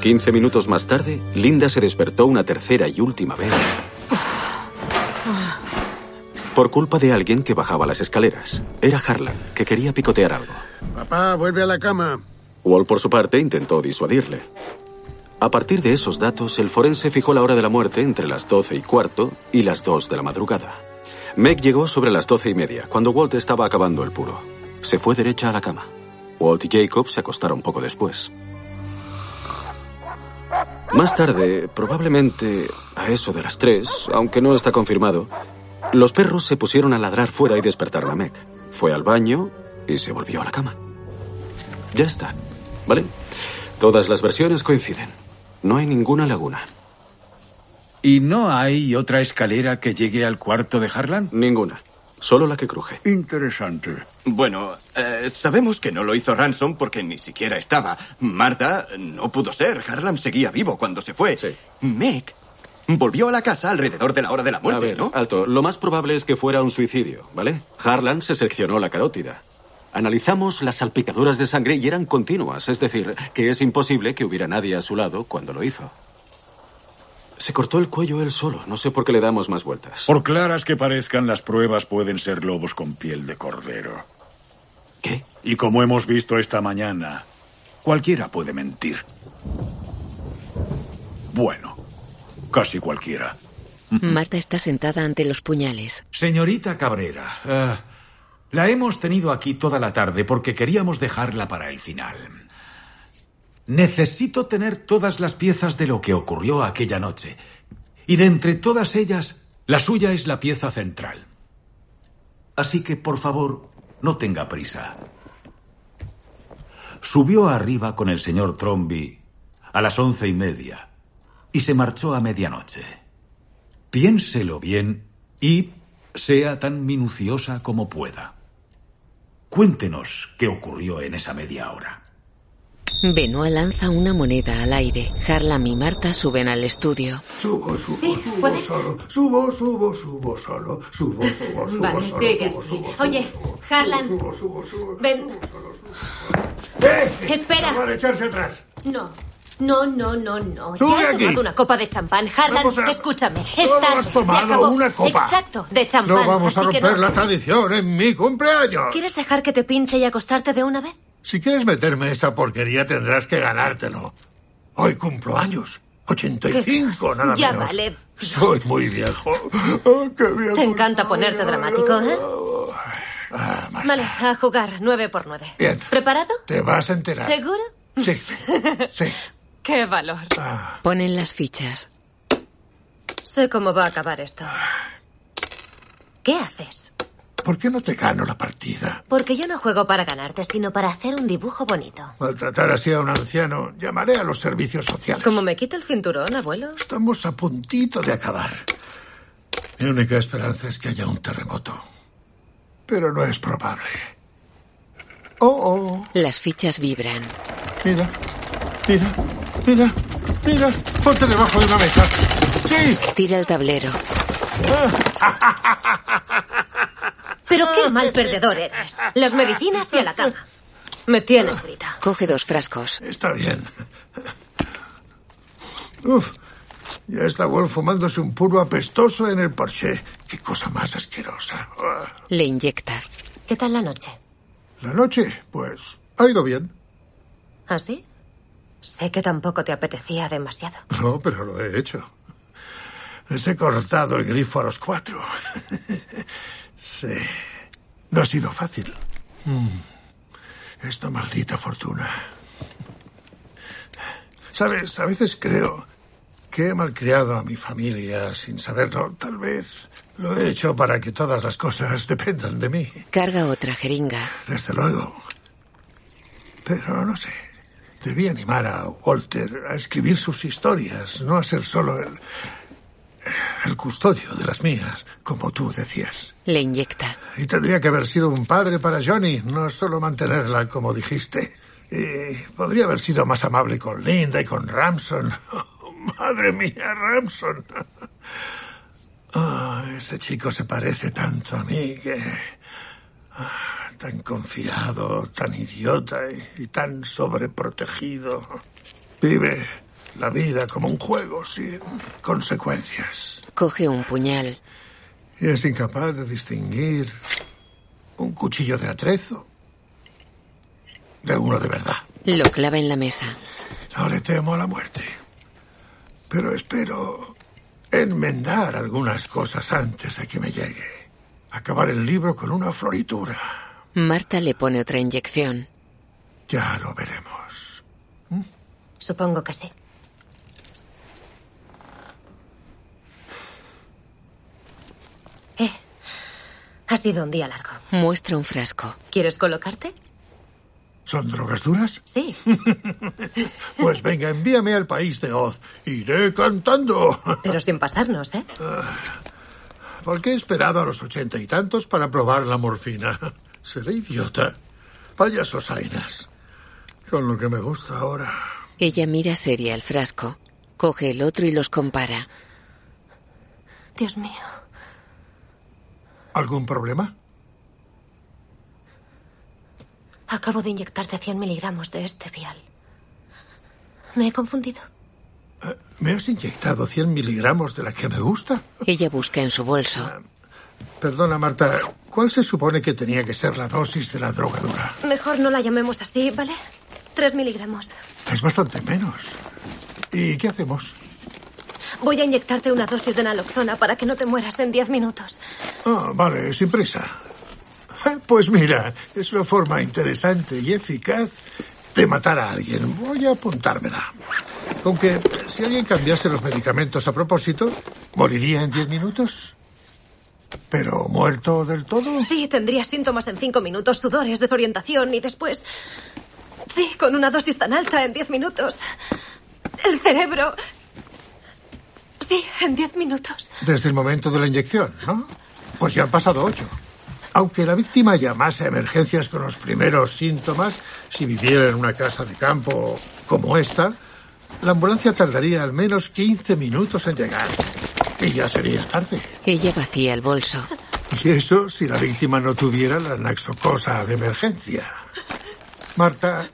Quince minutos más tarde, Linda se despertó una tercera y última vez. Por culpa de alguien que bajaba las escaleras. Era Harlan, que quería picotear algo. Papá, vuelve a la cama. Wall, por su parte, intentó disuadirle. A partir de esos datos, el forense fijó la hora de la muerte entre las 12 y cuarto y las 2 de la madrugada. Meg llegó sobre las 12 y media, cuando Walt estaba acabando el puro. Se fue derecha a la cama. Walt y Jacob se acostaron poco después. Más tarde, probablemente a eso de las 3, aunque no está confirmado, los perros se pusieron a ladrar fuera y despertaron a Meg. Fue al baño y se volvió a la cama. Ya está, ¿vale? Todas las versiones coinciden. No hay ninguna laguna. ¿Y no hay otra escalera que llegue al cuarto de Harlan? Ninguna. Solo la que cruje. Interesante. Bueno, eh, sabemos que no lo hizo Ransom porque ni siquiera estaba. Marta no pudo ser. Harlan seguía vivo cuando se fue. Meg volvió a la casa alrededor de la hora de la a muerte, ver, ¿no? alto. Lo más probable es que fuera un suicidio, ¿vale? Harlan se seccionó la carótida. Analizamos las salpicaduras de sangre y eran continuas, es decir, que es imposible que hubiera nadie a su lado cuando lo hizo. Se cortó el cuello él solo, no sé por qué le damos más vueltas. Por claras que parezcan, las pruebas pueden ser lobos con piel de cordero. ¿Qué? Y como hemos visto esta mañana, cualquiera puede mentir. Bueno, casi cualquiera. Marta está sentada ante los puñales. Señorita Cabrera, ah, eh, La hemos tenido aquí toda la tarde porque queríamos dejarla para el final. Necesito tener todas las piezas de lo que ocurrió aquella noche. Y de entre todas ellas, la suya es la pieza central. Así que, por favor, no tenga prisa. Subió arriba con el señor Tromby a las once y media y se marchó a medianoche. Piénselo bien y sea tan minuciosa como pueda. Cuéntenos qué ocurrió en esa media hora. Benoit lanza una moneda al aire. Harlan y Marta suben al estudio. Subo, subo, subo solo. Subo, subo, subo solo. Subo, subo, subo Vale, solo. sigue. Subo, subo, subo, Oye, subo, Harlan. Subo, subo, subo. Ven. ¡Eh! Espera. Para echarse atrás. No. No, no, no, no. Sube ya he aquí. tomado una copa de champán. Harlan, Vamos a- escúchame. Es Solo tarde. has Se tomado acabó. una copa. Exacto, de champán. No vamos a así que romper no. la tradición en mi cumpleaños. ¿Quieres dejar que te pinche y acostarte de una vez? Si quieres meterme esa porquería tendrás que ganártelo. Hoy cumplo años. 85, nada ya menos. vale. Soy muy viejo. Te encanta ponerte dramático, ¿eh? vale, a jugar. Nueve por nueve. Bien. ¿Preparado? Te vas a enterar. ¿Seguro? Sí. Qué valor. Ah. Ponen las fichas. Sé cómo va a acabar esto. ¿Qué haces? ¿Por qué no te gano la partida? Porque yo no juego para ganarte, sino para hacer un dibujo bonito. Maltratar así a un anciano, llamaré a los servicios sociales. Como me quito el cinturón, abuelo. Estamos a puntito de acabar. Mi única esperanza es que haya un terremoto. Pero no es probable. Oh, oh. Las fichas vibran. Mira, mira, mira, mira. Ponte debajo de una mesa. Sí. Tira el tablero. Pero qué mal perdedor eres. Las medicinas y a la cama. Me tienes frita. Coge dos frascos. Está bien. Uf. Ya está Wolf fumándose un puro apestoso en el Porsche. Qué cosa más asquerosa. Ah. Le inyecta. ¿Qué tal la noche? La noche, pues, ha ido bien. ¿Así? Sé que tampoco te apetecía demasiado. No, pero lo he hecho. Les he cortado el grifo a los cuatro. sí. No ha sido fácil. Mm. Esta maldita fortuna. Sabes, a veces creo que he malcriado a mi familia sin saberlo. Tal vez lo he hecho para que todas las cosas dependan de mí. Carga otra jeringa. Desde luego. Pero no sé. Debí animar a Walter a escribir sus historias, no a ser solo el. el custodio de las mías, como tú decías. Le inyecta. Y tendría que haber sido un padre para Johnny, no solo mantenerla como dijiste. Y podría haber sido más amable con Linda y con Ramson. Oh, madre mía, Ramson. Ah, ese chico se parece tanto a mí que... ah, tan confiado, tan idiota y, y tan sobreprotegido. Vive la vida como un juego sin consecuencias. Coge un puñal. Y es incapaz de distinguir un cuchillo de atrezo de uno de verdad. Lo clava en la mesa. No le temo a la muerte. Pero espero enmendar algunas cosas antes de que me llegue. Acabar el libro con una floritura. Marta le pone otra inyección. Ya lo veremos. Supongo que sí. Eh, ha sido un día largo. Muestra un frasco. ¿Quieres colocarte? ¿Son drogas duras? Sí. Pues venga, envíame al país de Oz. Iré cantando. Pero sin pasarnos, ¿eh? ¿Por qué he esperado a los ochenta y tantos para probar la morfina? Seré idiota. Vaya sosainas. Con lo que me gusta ahora. Ella mira seria el frasco. Coge el otro y los compara. Dios mío. ¿Algún problema? Acabo de inyectarte 100 miligramos de este vial. Me he confundido. ¿Me has inyectado 100 miligramos de la que me gusta? Ah, Ella busca en su bolso. Perdona, Marta, ¿cuál se supone que tenía que ser la dosis de la droga dura? Mejor no la llamemos así, ¿vale? 3 miligramos. Es bastante menos. ¿Y qué hacemos? Voy a inyectarte una dosis de naloxona para que no te mueras en 10 minutos. Ah, vale, sin prisa. Pues mira, es una forma interesante y eficaz de matar a alguien. Voy a apuntármela. Aunque, si alguien cambiase los medicamentos a propósito, moriría en diez minutos. Pero muerto del todo. Sí, tendría síntomas en cinco minutos, sudores, desorientación y después... Sí, con una dosis tan alta en diez minutos. El cerebro... Sí, en diez minutos. Desde el momento de la inyección, ¿no? Pues ya han pasado ocho. Aunque la víctima llamase a emergencias con los primeros síntomas, si viviera en una casa de campo como esta, la ambulancia tardaría al menos 15 minutos en llegar. Y ya sería tarde. Ella vacía el bolso. Y eso si la víctima no tuviera la naxocosa de emergencia. Marta,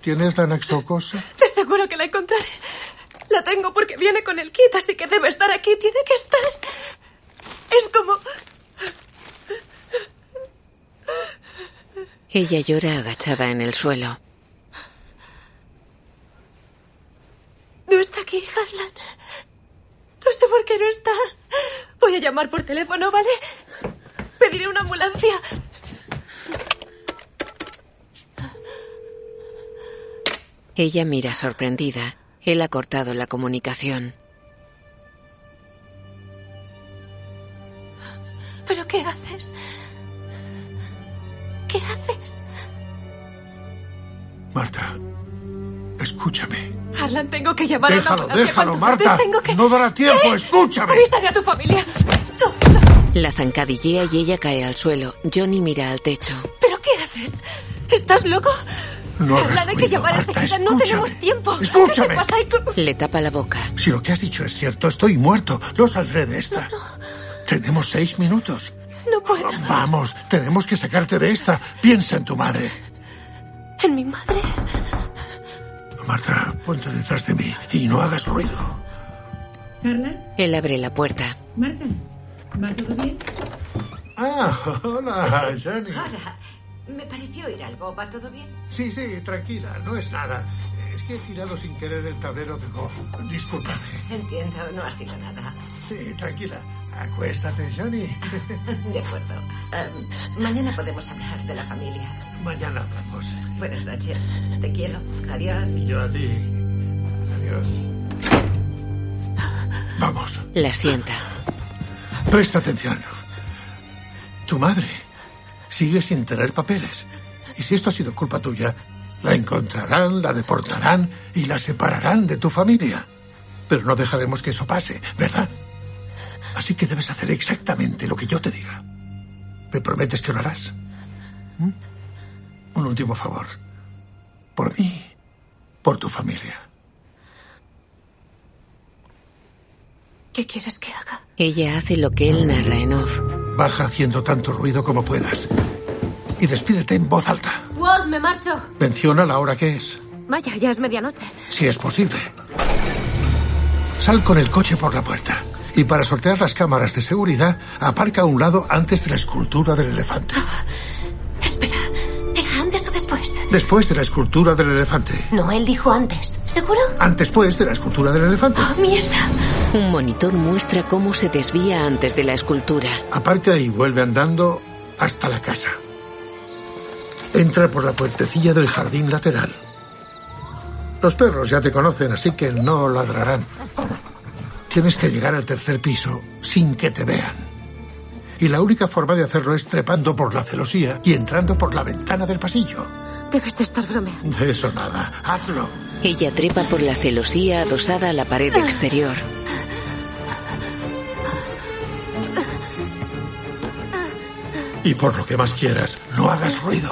¿tienes la naxocosa? Te aseguro que la encontraré. La tengo porque viene con el kit, así que debe estar aquí. Tiene que estar. Es como... Ella llora agachada en el suelo. No está aquí, Harlan. No sé por qué no está. Voy a llamar por teléfono, ¿vale? Pediré una ambulancia. Ella mira sorprendida. Él ha cortado la comunicación. ¿Pero qué haces? ¿Qué haces? Marta, escúchame. Harlan, tengo que llamar a una Déjalo, ambulancia déjalo, cuanto antes. Marta. Tengo que... No dará tiempo, ¿Eh? ¿Qué? escúchame. Avísale a tu familia. La zancadillea y ella cae al suelo. Johnny mira al techo. ¿Pero qué haces? ¿Estás loco? No hagas Harlan, hay que ruido, llamar Marta, enseguida. No tenemos tiempo. Escúchame. ¿Qué te pasa? Hay que- Le tapa la boca. Si lo que has dicho es cierto, estoy muerto. No saldré de esta. Tenemos seis minutos. No puedo. Vamos, tenemos que sacarte de esta. Piensa en tu madre. ¿En mi madre? Marta, ponte detrás de mí y no hagas ruido. Carla, Él abre la puerta. Marta, ¿va todo bien? Ah, hola, Johnny. Hola. Me pareció oír algo. ¿Va todo bien? Sí, sí, tranquila, no es nada. Es que he tirado sin querer el tablero de golf. Discúlpame. Entiendo, no ha sido nada. Sí, tranquila. Acuéstate, Johnny. De acuerdo. Em, mañana podemos hablar de la familia. Mañana hablamos. Buenas noches. Te quiero. Adiós. Y yo a ti. Adiós. Vamos, La sienta. presta atención. Tu madre sigue sin tener papeles. Y si esto ha sido culpa tuya, la encontrarán, la deportarán y la separarán de tu familia. Pero no dejaremos que eso pase, ¿verdad? Así que debes hacer exactamente lo que yo te diga. ¿Me prometes que lo harás? ¿Mm? Un último favor. Por mí, por tu familia. ¿Qué quieres que haga? Ella hace lo que él narra en off. Baja haciendo tanto ruido como puedas. Y despídete en voz alta. Walt, me marcho. Menciona la hora que es, Vaya, ya es medianoche. si es posible. Sal con el coche por la puerta. Y para sortear las cámaras de seguridad, aparca a un lado antes de la escultura del elefante. Espera, ¿era antes o después? Después de la escultura del elefante. No, él dijo antes. ¿Seguro? Antes, pues, de la escultura del elefante. ¡Ah, ¡Mierda! Un monitor muestra cómo se desvía antes de la escultura. Aparca y vuelve andando hasta la casa. Entra por la puertecilla del jardín lateral. Los perros ya te conocen, así que no ladrarán. Tienes que llegar al tercer piso sin que te vean. Y la única forma de hacerlo es trepando por la celosía y entrando por la ventana del pasillo. Debes de estar bromeando. De eso nada. Hazlo. Ella trepa por la celosía adosada a la pared exterior. Y por lo que más quieras, no hagas ruido.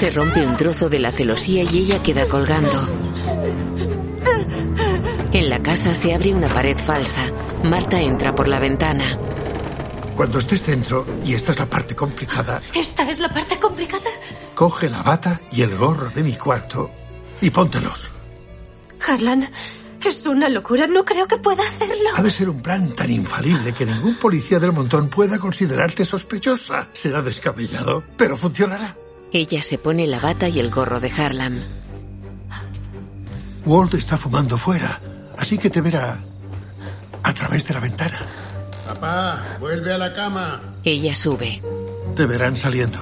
Se rompe un trozo de la celosía y ella queda colgando. En la casa se abre una pared falsa. Marta entra por la ventana. Cuando estés dentro, y esta es la parte complicada, ¿Esta es la parte complicada? coge la bata y el gorro de mi cuarto y póntelos. Harlan, es una locura. No creo que pueda hacerlo. Ha de ser un plan tan infalible que ningún policía del montón pueda considerarte sospechosa. Será descabellado, pero funcionará. Ella se pone la bata y el gorro de Harlem. Walt está fumando fuera, así que te verá a través de la ventana. Papá, vuelve a la cama. Ella sube. te verán saliendo.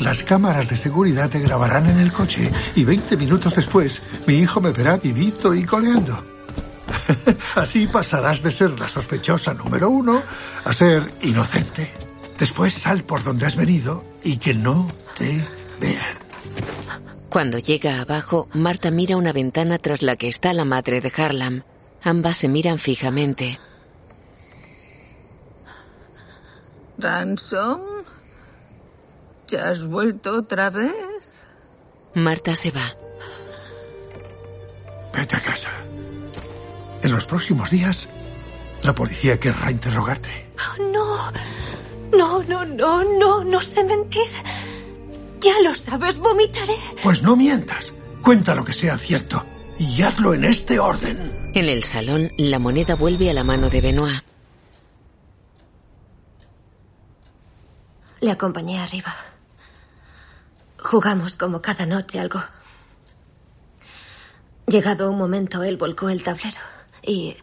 Las cámaras de seguridad te grabarán en el coche y 20 minutos después mi hijo me verá vivito y coleando. Así pasarás de ser la sospechosa número uno a ser inocente. Después sal por donde has venido y que no te vean. Cuando llega abajo, Marta mira una ventana tras la que está la madre de Harlan. Ambas se miran fijamente. ¿Ransom? ¿Ya has vuelto otra vez? Marta se va. Vete a casa. En los próximos días, la policía querrá interrogarte. Oh, No, no, no, no, no, no sé mentir. Ya lo sabes, vomitaré. Pues no mientas. Cuenta lo que sea cierto y hazlo en este orden. En el salón, la moneda vuelve a la mano de Benoit. Le acompañé arriba. Jugamos como cada noche algo. Llegado un momento, él volcó el tablero y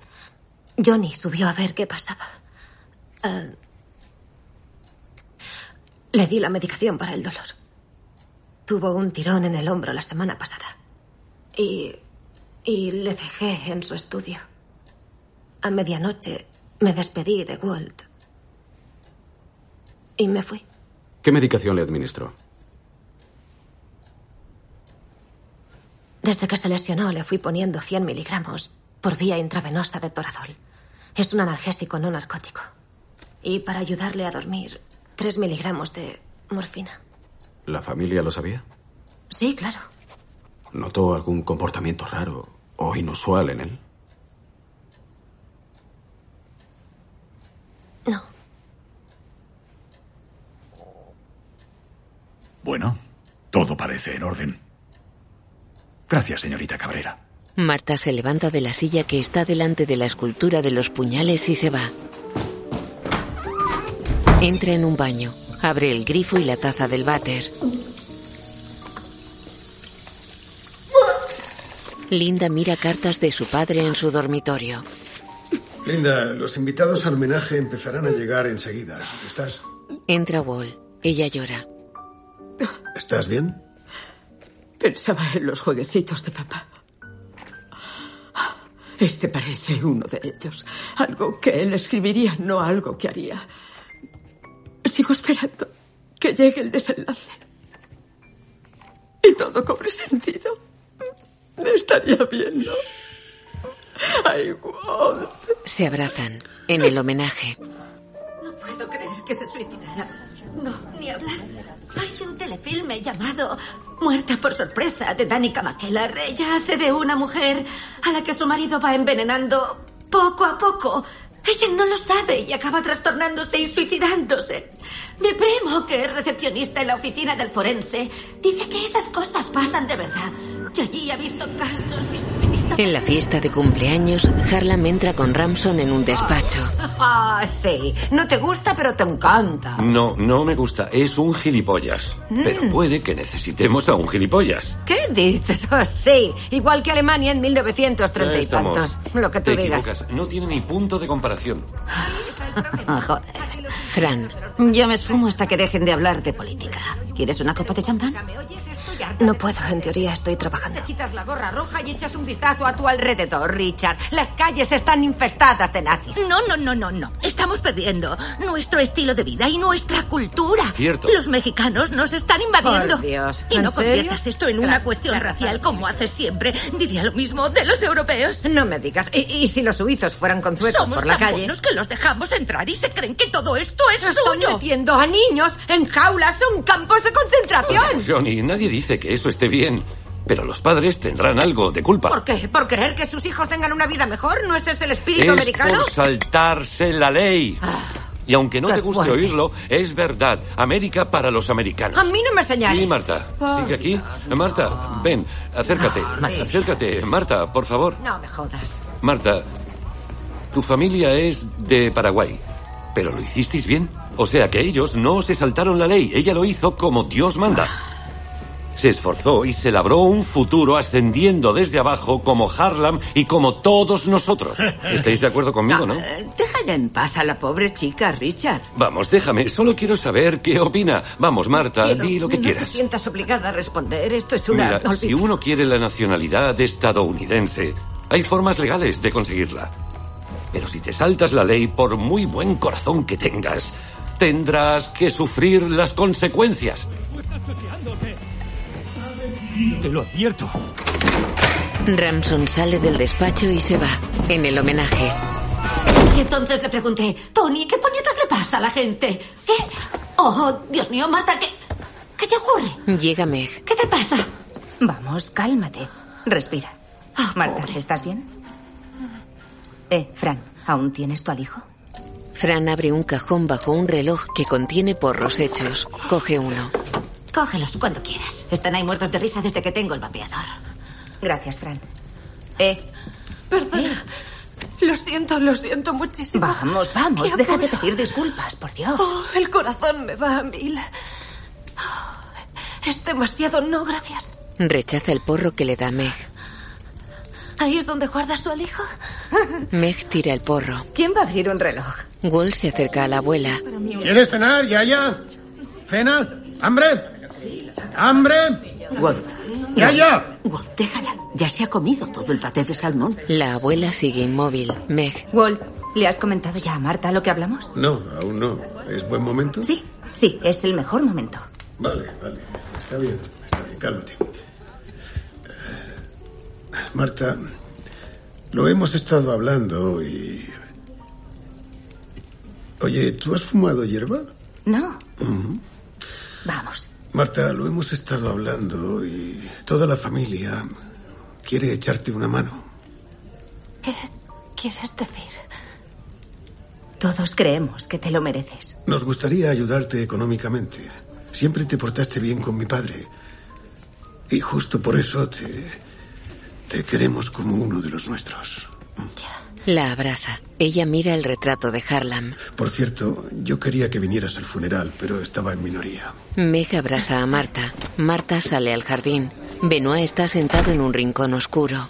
Johnny subió a ver qué pasaba. Ah, le di la medicación para el dolor. Tuvo un tirón en el hombro la semana pasada. Y. y le dejé en su estudio. A medianoche me despedí de Walt. Y me fui. ¿Qué medicación le administró? Desde que se lesionó le fui poniendo 100 miligramos por vía intravenosa de toradol. Es un analgésico no narcótico. Y para ayudarle a dormir, 3 miligramos de morfina. ¿La familia lo sabía? Sí, claro. ¿Notó algún comportamiento raro o inusual en él? Bueno, todo parece en orden. Gracias, señorita Cabrera. Marta se levanta de la silla que está delante de la escultura de los puñales y se va. Entra en un baño, abre el grifo y la taza del váter. Linda mira cartas de su padre en su dormitorio. Linda, los invitados al homenaje empezarán a llegar enseguida. ¿Estás, Entra Wall. Ella llora. estás bien? Pensaba en los jueguecitos de papá. Este parece uno de ellos. Algo que él escribiría, no algo que haría. Sigo esperando que llegue el desenlace. Y todo cobre sentido. Estaría bien, ¿no? Ay, Walt. Se abrazan en el homenaje. No puedo creer que se suicidará. No, ni hablar. Hay un telefilme llamado Muerta por sorpresa de Danica McKellar. Ella hace de una mujer a la que su marido va envenenando poco a poco. Ella no lo sabe y acaba trastornándose y suicidándose. Mi primo, que es recepcionista en la oficina del forense, dice que esas cosas pasan de verdad. Que allí ha visto casos infinitos. En la fiesta de cumpleaños, Harlan entra con Ramson en un despacho. Ah, sí. No te gusta, pero te encanta. No, no me gusta. Es un gilipollas. Mm. Pero puede que necesitemos a un gilipollas. ¿Qué dices? Oh, sí. Igual que Alemania en 1930 Ahí y tantos. estamos. Lo que tú Te digas. equivocas. No tiene ni punto de comparación. Joder. Fran. Yo me esfumo hasta que dejen de hablar de política. ¿Quieres una copa de champán? No puedo, en teoría estoy trabajando. Quitas la gorra roja y echas un vistazo a tu alrededor, Richard. Las calles están infestadas de nazis. No, no, no, no, no. Estamos perdiendo nuestro estilo de vida y nuestra cultura. Cierto. Los mexicanos nos están invadiendo. Por Dios, Y ¿en no serio? conviertas esto en una Claro, cuestión claro, racial claro. como haces siempre. Diría lo mismo de los europeos. No me digas. ¿Y, y si los suizos fueran con zuecos Somos por la tan calle? buenos que los dejamos entrar y se creen que todo esto es Están suyo. metiendo a niños en jaulas, son campos de concentración. Johnny, nadie dice que eso esté bien. Pero los padres tendrán algo de culpa. ¿Por qué? ¿Por creer que sus hijos tengan una vida mejor? ¿No ese es el espíritu es americano? Ah, por saltarse la ley. y aunque no qué te guste fuerte. oírlo, es verdad. América para los americanos. A mí no me señales. Sí, Marta. Por Sigue aquí. Marta, ven, acércate. madre acércate, Marta, por favor. No me jodas. Marta, tu familia es de Paraguay, pero lo hicisteis bien. O sea que ellos no se saltaron la ley, ella lo hizo como Dios manda. se esforzó y se labró un futuro ascendiendo desde abajo como Harlem y como todos nosotros. ¿Estáis de acuerdo conmigo, no? Eh, Deja ya en paz a la pobre chica, Richard. Vamos, déjame, solo quiero saber qué opina. Vamos, Marta, Quiero- di lo que no quieras. te sientas obligada a responder. Esto es una... Mira, olvi- si uno quiere la nacionalidad estadounidense, hay formas legales de conseguirla. Pero si te saltas la ley, por muy buen corazón que tengas, tendrás que sufrir las consecuencias. Te lo advierto. Ramson sale del despacho y se va. En el homenaje, Y entonces le pregunté, Tony, ¿qué puñetas le pasa a la gente? ¿Qué? Oh, Dios mío, Marta, ¿qué, qué te ocurre? llega Meg. ¿Qué te pasa? Vamos, cálmate. Respira. Ah, Marta, ¿estás bien? Eh, Fran, ¿aún tienes tú al hijo? Fran abre un cajón bajo un reloj que contiene porros hechos. Coge uno. Cógelos cuando quieras. Están ahí muertos de risa desde que tengo el vapeador. Gracias, Fran. Eh. Perdona. Lo siento, lo siento muchísimo. Vamos, vamos, Qué deja de apuro. pedir disculpas, por Dios. Oh, el corazón me va a mil. Oh, Es demasiado, no, gracias. Rechaza el porro que le da Meg. Ahí es donde guarda su al hijo. Meg tira el porro. ¿Quién va a abrir un reloj? Wall se acerca a la abuela. ¿Quieres cenar, Yaya? ¿Cena? ¿Hambre? ¿Hambre? Walt. ¡Yaya! Walt, déjala. Ya se ha comido todo el paté de salmón. La abuela sigue inmóvil. Meg. Walt, ¿le has comentado ya a Marta lo que hablamos? No, aún no. ¿Es buen momento? Sí. Sí, es el mejor momento. Vale, vale. Está bien, está bien, cálmate. Eh, Marta, lo hemos estado hablando y... Oye, ¿tú has fumado hierba? No, Mm. Ujú. vamos. Marta, lo hemos estado hablando y toda la familia quiere echarte una mano. ¿Qué quieres decir? Todos creemos que te lo mereces. Nos gustaría ayudarte económicamente. Siempre te portaste bien con mi padre. Y justo por eso te, te queremos como uno de los nuestros. La abraza. Ella mira el retrato de Harlan. Por cierto, yo quería que vinieras al funeral, pero estaba en minoría. Meg abraza a Marta. Marta sale al jardín. Benoit está sentado en un rincón oscuro.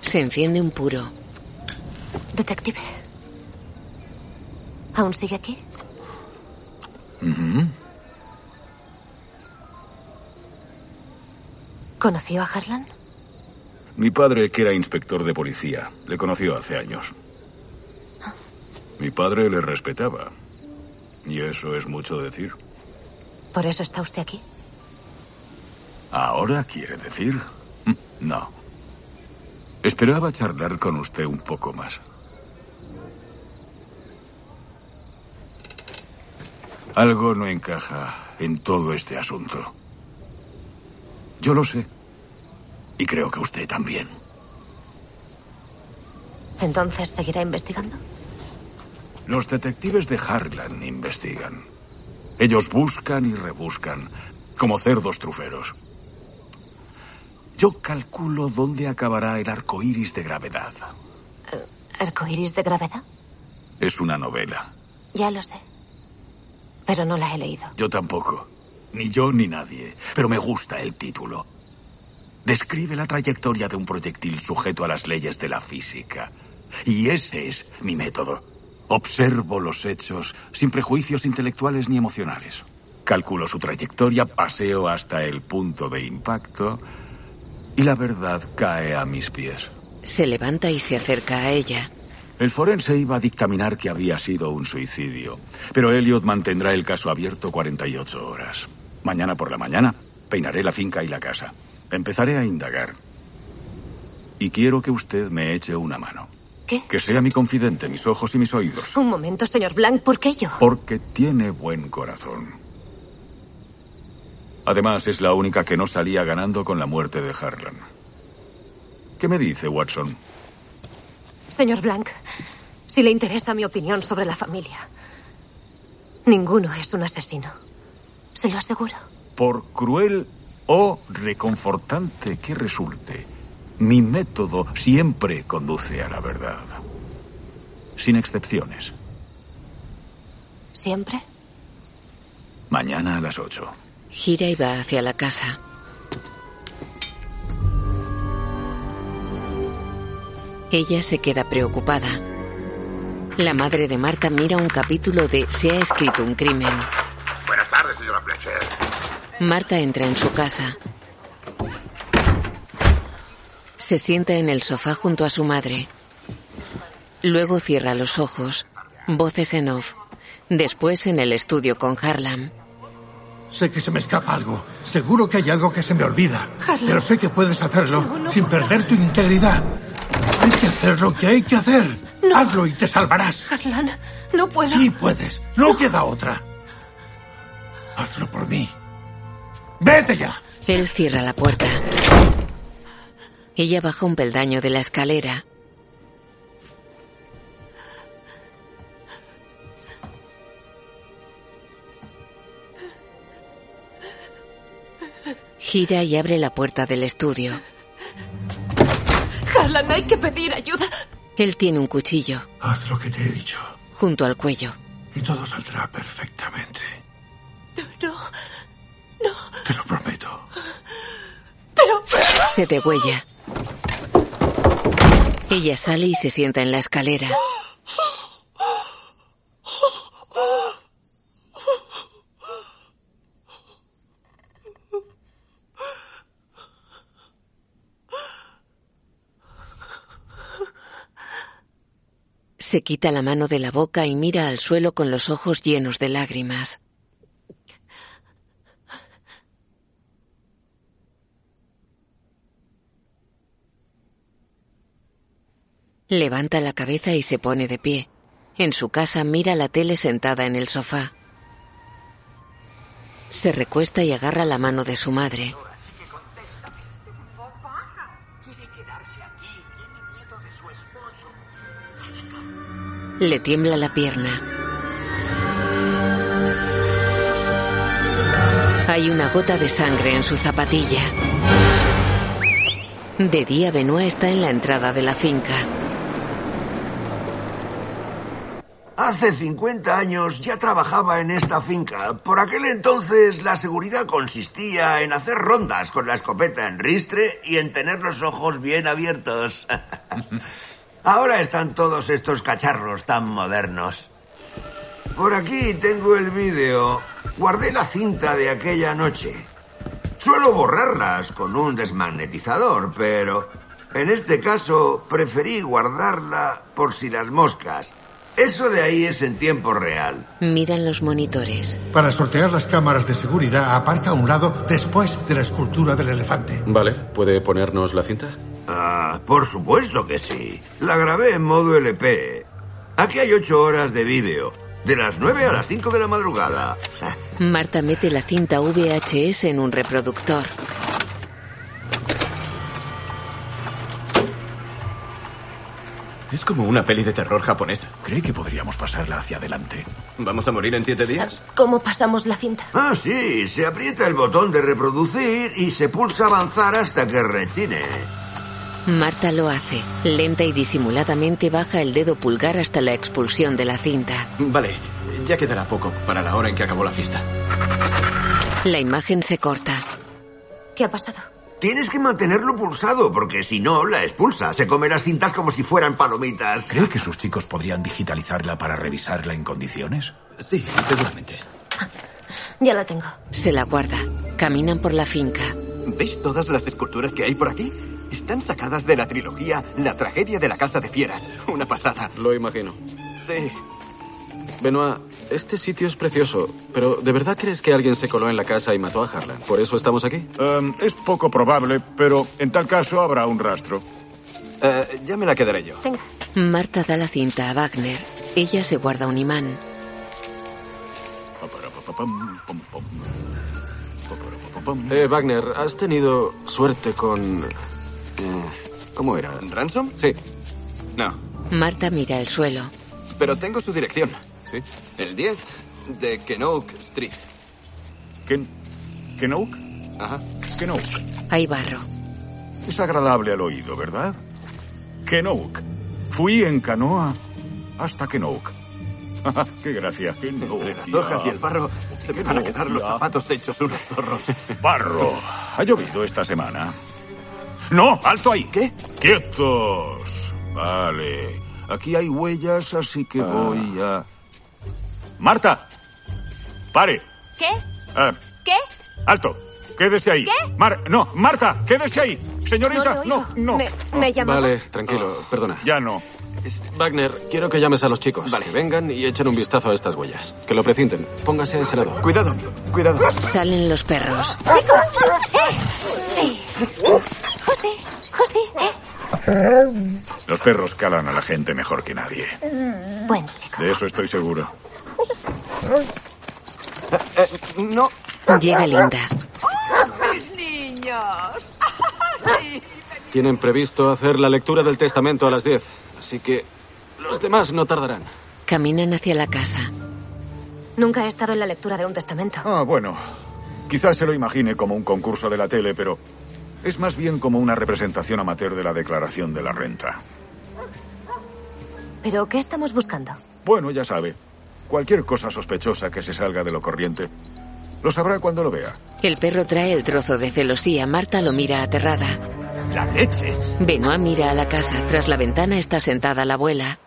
Se enciende un puro. Detective. ¿Aún sigue aquí? ¿Conoció a Harlan? Mi padre, que era inspector de policía, le conoció hace años. Mi padre le respetaba. Y eso es mucho decir. ¿Por eso está usted aquí? ¿Ahora quiere decir? "Mm, No. Esperaba charlar con usted un poco más. Algo no encaja en todo este asunto. Yo lo sé. Y creo que usted también. Entonces seguirá investigando. Los detectives de Harlan investigan. Ellos buscan y rebuscan, como cerdos truferos. Yo calculo dónde acabará el arco iris de gravedad. ¿Arcoiris de gravedad? Es una novela. Ya lo sé. Pero no la he leído. Yo tampoco. Ni yo ni nadie. Pero me gusta el título. Describe la trayectoria de un proyectil sujeto a las leyes de la física. Y ese es mi método. Observo los hechos sin prejuicios intelectuales ni emocionales. Calculo su trayectoria, paseo hasta el punto de impacto y la verdad cae a mis pies. Se levanta y se acerca a ella. El forense iba a dictaminar que había sido un suicidio, pero Elliot mantendrá el caso abierto 48 horas. Mañana por la mañana peinaré la finca y la casa. Empezaré a indagar. Y quiero que usted me eche una mano. ¿Qué? Que sea mi confidente, mis ojos y mis oídos. Un momento, señor Blank, ¿por qué yo? Porque tiene buen corazón. Además, es la única que no salía ganando con la muerte de Harlan. ¿Qué me dice, Watson? Señor Blank, si le interesa mi opinión sobre la familia. Ninguno es un asesino. Se lo aseguro. Por cruel o reconfortante que resulte, mi método siempre conduce a la verdad. Sin excepciones. ¿Siempre? Mañana a las 8. Gira y va hacia la casa. Ella se queda preocupada. La madre de Marta mira un capítulo de Se ha escrito un crimen. Buenas tardes, señora Fletcher. Marta entra en su casa. Se sienta en el sofá junto a su madre. Luego cierra los ojos. Voces en off. Después en el estudio con Harlan. Sé que se me escapa algo. Seguro que hay algo que se me olvida. Pero sé que puedes hacerlo sin perder tu integridad. Hay que hacer lo que hay que hacer. Hazlo y te salvarás. Harlan, no puedo. Sí puedes. No, queda otra. Hazlo por mí. ¡Vete ya! Él cierra la puerta. Ella baja un peldaño de la escalera. Gira y abre la puerta del estudio. Harlan, hay que pedir ayuda. Él tiene un cuchillo Haz lo que te he dicho junto al cuello. y todo saldrá perfectamente. No, Te lo prometo. pero... Se degüella. Ella sale y se sienta en la escalera. Se quita la mano de la boca y mira al suelo con los ojos llenos de lágrimas. Levanta la cabeza y se pone de pie. En su casa mira la tele sentada en el sofá. Se recuesta y agarra la mano de su madre. Le tiembla la pierna. Hay una gota de sangre en su zapatilla. De día, Benoit está en la entrada de la finca. Hace 50 años ya trabajaba en esta finca. Por aquel entonces la seguridad consistía en hacer rondas con la escopeta en ristre y en tener los ojos bien abiertos. Ahora están todos estos cacharros tan modernos. Por aquí tengo el vídeo. Guardé la cinta de aquella noche. Suelo borrarlas con un desmagnetizador, pero en este caso preferí guardarla por si las moscas. Eso de ahí es en tiempo real. Miran los monitores. Para sortear las cámaras de seguridad, aparca a un lado después de la escultura del elefante. Vale, ¿puede ponernos la cinta? Ah, por supuesto que sí. La grabé en modo LP. Aquí hay ocho horas de vídeo. De las 9 a las 5 de la madrugada. Marta mete la cinta VHS en un reproductor. Es como una peli de terror japonesa. ¿Cree que podríamos pasarla hacia adelante? ¿Vamos a morir en siete días? ¿Cómo pasamos la cinta? Ah, sí, se aprieta el botón de reproducir y se pulsa avanzar hasta que rechine. Marta lo hace. Lenta y disimuladamente baja el dedo pulgar hasta la expulsión de la cinta. Vale, ya quedará poco para la hora en que acabó la fiesta. La imagen se corta. ¿Qué ha pasado? Tienes que mantenerlo pulsado, porque si no, la expulsa. Se come las cintas como si fueran palomitas. ¿Cree que sus chicos podrían digitalizarla para revisarla en condiciones? Sí, seguramente. Ya la tengo. Se la guarda. Caminan por la finca. ¿Veis todas las esculturas que hay por aquí? Están sacadas de la trilogía La tragedia de la casa de fieras. Una pasada. Lo imagino. Sí. Benoit, este sitio es precioso, pero ¿de verdad crees que alguien se coló en la casa y mató a Harlan? ¿Por eso estamos aquí? Em, es poco probable, pero en tal caso habrá un rastro. Eh, ya me la quedaré yo. Marta da la cinta a Wagner. Ella se guarda un imán. Eh, Wagner, ¿has tenido suerte con... eh, ¿Cómo era? ¿Ransom? Sí. No, Marta mira el suelo. pero tengo su dirección. Sí. El 10 de Kenoak Street. ¿Ken... ¿Kenoak? Ajá. Kenoak. Hay barro. Es agradable al oído, ¿verdad? Kenoak. Fui en canoa hasta Kenoak. Ah, Qué gracia. Qué Gracias, Barro. Se me van a quedar los zapatos hechos unos zorros. Barro, ha llovido esta semana. No, alto ahí. ¿Qué? Quietos. Vale. Aquí hay huellas, así Ah. que voy a... Marta. Pare. ¿Qué? Ah, ¿Qué? alto. Quédese ahí. ¿Qué? Mar- no, Marta, quédese ahí. Señorita, No lo no, oigo. no. Me- me llamaba. Vale, tranquilo, perdona. Ya no. Wagner, quiero que llames a los chicos. Que vengan y echen un vistazo a estas huellas. Que lo precinten. Póngase ese lado. Cuidado, cuidado. Salen los perros. ¡Nico! ¡Eh! ¡Sí! ¡José! ¡José! ¿eh? Los perros calan a la gente mejor que nadie. ¡Eh! Bueno, De eso estoy seguro. No. Llega Linda. ¡Mis niños! Tienen previsto hacer la lectura del testamento a las 10. Así que los demás no tardarán. Caminan hacia la casa. Nunca he estado en la lectura de un testamento. Ah, bueno. Quizás se lo imagine como un concurso de la tele, pero es más bien como una representación amateur de la declaración de la renta. ¿Pero qué estamos buscando? Bueno, ya sabe. Cualquier cosa sospechosa que se salga de lo corriente, lo sabrá cuando lo vea. El perro trae el trozo de celosía. Marta lo mira aterrada. La leche. Benoit mira a la casa. Tras la ventana está sentada la abuela.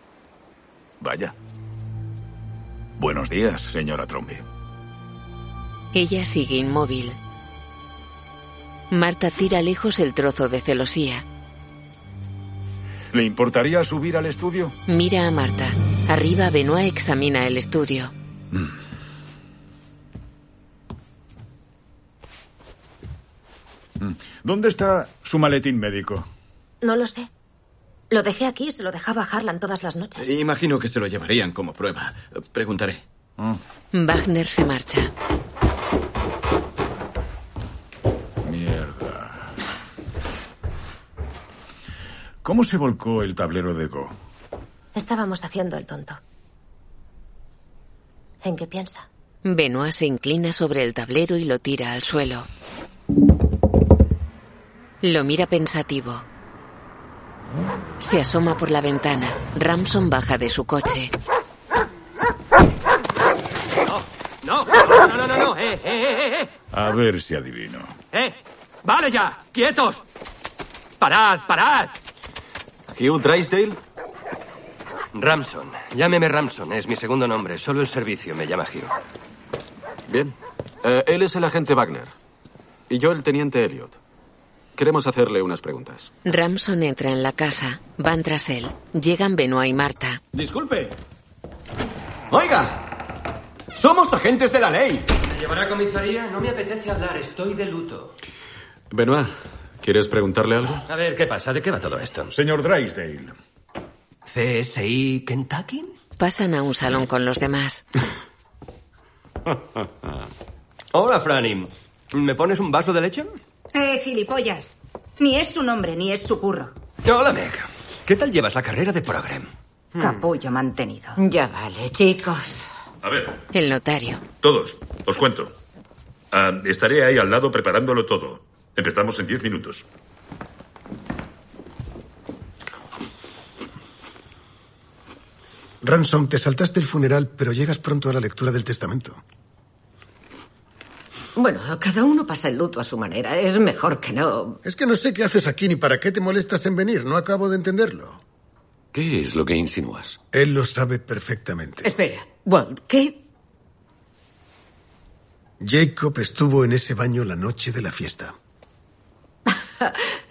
Vaya. Buenos días, señora Trombi. Ella sigue inmóvil. Marta tira lejos el trozo de celosía. ¿Le importaría subir al estudio? Mira a Marta. Arriba Benoit examina el estudio. Mm. Mm. ¿Dónde está su maletín médico? No lo sé. Lo dejé aquí, se lo dejaba a Harlan todas las noches. Imagino que se lo llevarían como prueba. Preguntaré. Wagner se marcha. Mierda. ¿Cómo se volcó el tablero de Go? Estábamos haciendo el tonto. ¿En qué piensa? Benoit se inclina sobre el tablero y lo tira al suelo. Lo mira pensativo. Se asoma por la ventana. Ramson baja de su coche. No, no, no, no, no, no. Eh, eh, eh, eh, A ver si adivino. eh, eh. Vale ya, quietos. Parad, parad. Hugh Drysdale. Ramson. Llámeme Ramson, es mi segundo nombre. Solo el servicio me llama Hugh. Bien. Eh, él es el agente Wagner. Y yo el teniente Elliot. Queremos hacerle unas preguntas. Ramson entra en la casa. Van tras él. Llegan Benoit y Marta. Disculpe. Oiga, somos agentes de la ley. ¿Me llevará a comisaría? No me apetece hablar, estoy de luto. Benoit, ¿quieres preguntarle algo? A ver, ¿qué pasa? ¿De qué va todo esto? Señor Drysdale. ¿CSI Kentucky? Pasan a un salón con los demás. Hola, Franny. ¿Me pones un vaso de leche? Eh, gilipollas. Ni es su nombre, ni es su curro. Hola, Meg. ¿Qué tal llevas la carrera de program? Capullo mantenido. Mm. Ya vale, chicos. A ver, El notario. todos, os cuento. Ah, estaré ahí al lado preparándolo todo. Empezamos en diez minutos. Ransom, te saltaste el funeral, pero llegas pronto a la lectura del testamento. Bueno, cada uno pasa el luto a su manera. Es mejor que no. Es que no sé qué haces aquí ni para qué te molestas en venir. No acabo de entenderlo. ¿Qué es lo que insinúas? Él lo sabe perfectamente. Espera, Walt, ¿qué? Jacob estuvo en ese baño la noche de la fiesta.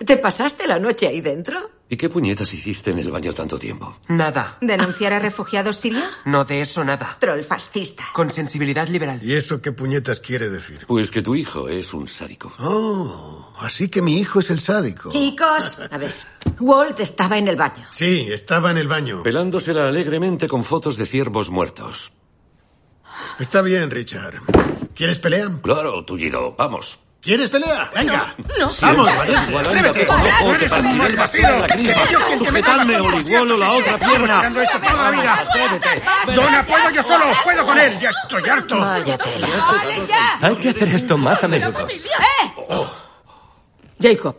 ¿Te pasaste la noche ahí dentro? ¿Y qué puñetas hiciste en el baño tanto tiempo? Nada. ¿Denunciar a refugiados sirios? No de eso nada. Troll fascista. Con sensibilidad liberal. ¿Y eso qué puñetas quiere decir? Pues que tu hijo es un sádico. Oh, así que mi hijo es el sádico. Chicos, a ver. Walt estaba en el baño. Sí, estaba en el baño. Pelándosela alegremente con fotos de ciervos muertos. Está bien, Richard. ¿Quieres pelea? Claro, tullido. Vamos. ¿Quieres pelea? Venga. No. Vamos, Siempre valiente. igualando Atrévete. con ojo, que partiré el vacío de la criba. Sujetadme, Olihuelo, la otra pierna. Dona, puedo yo solo, puedo con él. Ya estoy harto. Hay que hacer esto más a menudo. eh, Jacob,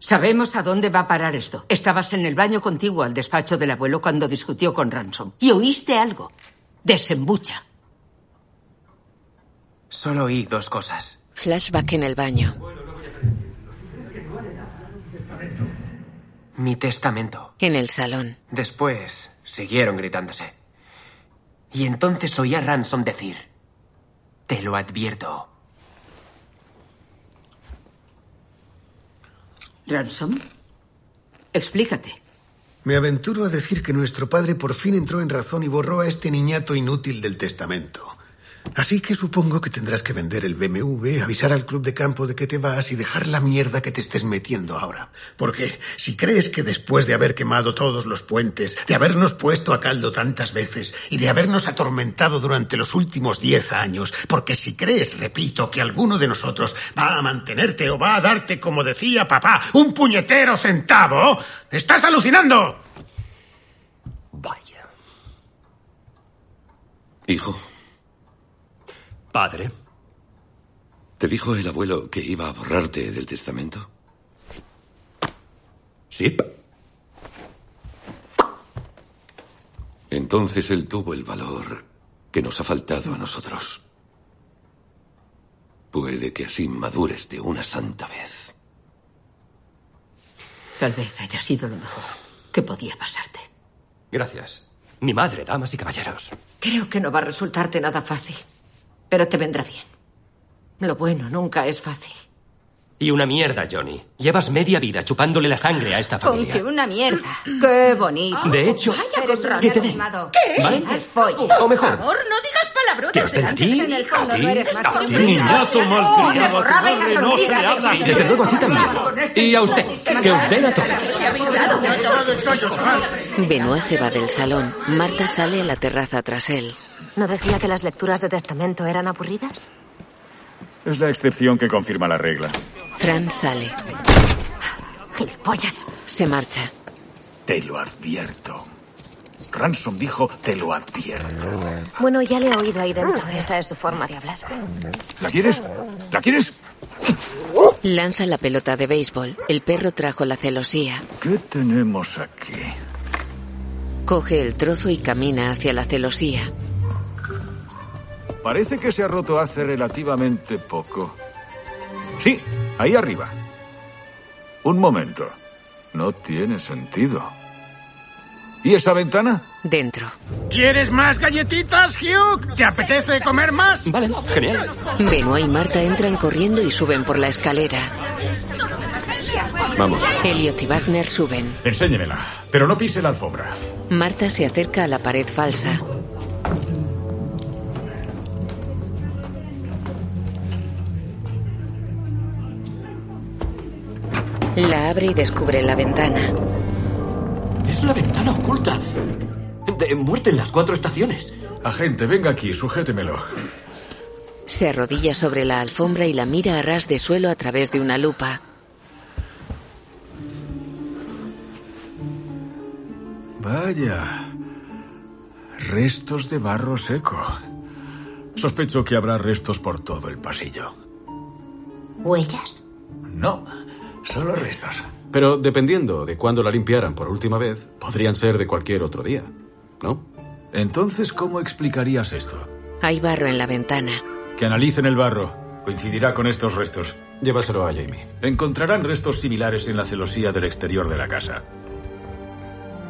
sabemos a dónde va a parar esto. Estabas en el baño contiguo al despacho del abuelo cuando discutió con Ransom. Y oíste algo. Desembucha. Solo oí dos cosas. Flashback en el baño. Mi testamento. En el salón. Después siguieron gritándose. Y entonces oí a Ransom decir, te lo advierto, ¿Ransom? Explícate. Me aventuro a decir que nuestro padre por fin entró en razón y borró a este niñato inútil del testamento. Así que supongo que tendrás que vender el BMW, avisar al club de campo de que te vas y dejar la mierda que te estés metiendo ahora. Porque si crees que después de haber quemado todos los puentes, de habernos puesto a caldo tantas veces y de habernos atormentado durante los últimos diez años, porque si crees, repito, que alguno de nosotros va a mantenerte o va a darte, como decía papá, un puñetero centavo, estás alucinando. Hijo, Padre. ¿te dijo el abuelo que iba a borrarte del testamento? Sí. Entonces él tuvo el valor que nos ha faltado a nosotros. Puede que así madures de una santa vez. Tal vez haya sido lo mejor que podía pasarte. Gracias. Mi madre, damas y caballeros. Creo que no va a resultarte nada fácil, pero te vendrá bien. Lo bueno nunca es fácil. Y una mierda, Johnny. Llevas media vida chupándole la sangre a esta Con familia. Ah. que una mierda. Qué bonito. De hecho, Vaya con ¿Qué te rabia den? animado. ¿Qué? ¿Vale? Sientes folla. O mejor. Por favor, no digas palabrotas Que os den a delante ti, de mí. En el fondo a ti, no eres más a que un ti, brillante. niñato No, malcriado, te a tu borraba y madre la no se sonrisa habla. que Y desde luego a ti también. Con este Y a usted, niño. que os den a todos. Benoit se va del salón. Marta sale a la terraza tras él. ¿No decía que las lecturas de testamento eran aburridas? Es la excepción que confirma la regla. Fran sale. Gilipollas. Se marcha. Te lo advierto. Ransom dijo, te lo advierto. Bueno, ya le he oído ahí dentro. Esa es su forma de hablar. ¿La quieres? ¿La quieres? Lanza la pelota de béisbol. El perro trajo la celosía. ¿Qué tenemos aquí? Coge el trozo y camina hacia la celosía. Parece que se ha roto hace relativamente poco. Sí, ahí arriba. Un momento. No tiene sentido. ¿Y esa ventana? Dentro. ¿Quieres más galletitas, Hugh? ¿Te apetece comer más? Vale, genial. Benoit y Marta entran corriendo y suben por la escalera. Vamos. Elliot y Wagner suben. Enséñemela, pero no pise la alfombra. Marta se acerca a la pared falsa. La abre y descubre la ventana. Es la ventana oculta. De muerte en las cuatro estaciones. Agente, venga aquí, sujétemelo. Se arrodilla sobre la alfombra y la mira a ras de suelo a través de una lupa. Vaya. Restos de barro seco. Sospecho que habrá restos por todo el pasillo. ¿Huellas? No, solo restos. Pero dependiendo de cuándo la limpiaran por última vez, podrían ser de cualquier otro día, ¿no? Entonces, ¿cómo explicarías esto? Hay barro en la ventana. Que analicen el barro. Coincidirá con estos restos. Llévaselo a Jamie. Encontrarán restos similares en la celosía del exterior de la casa.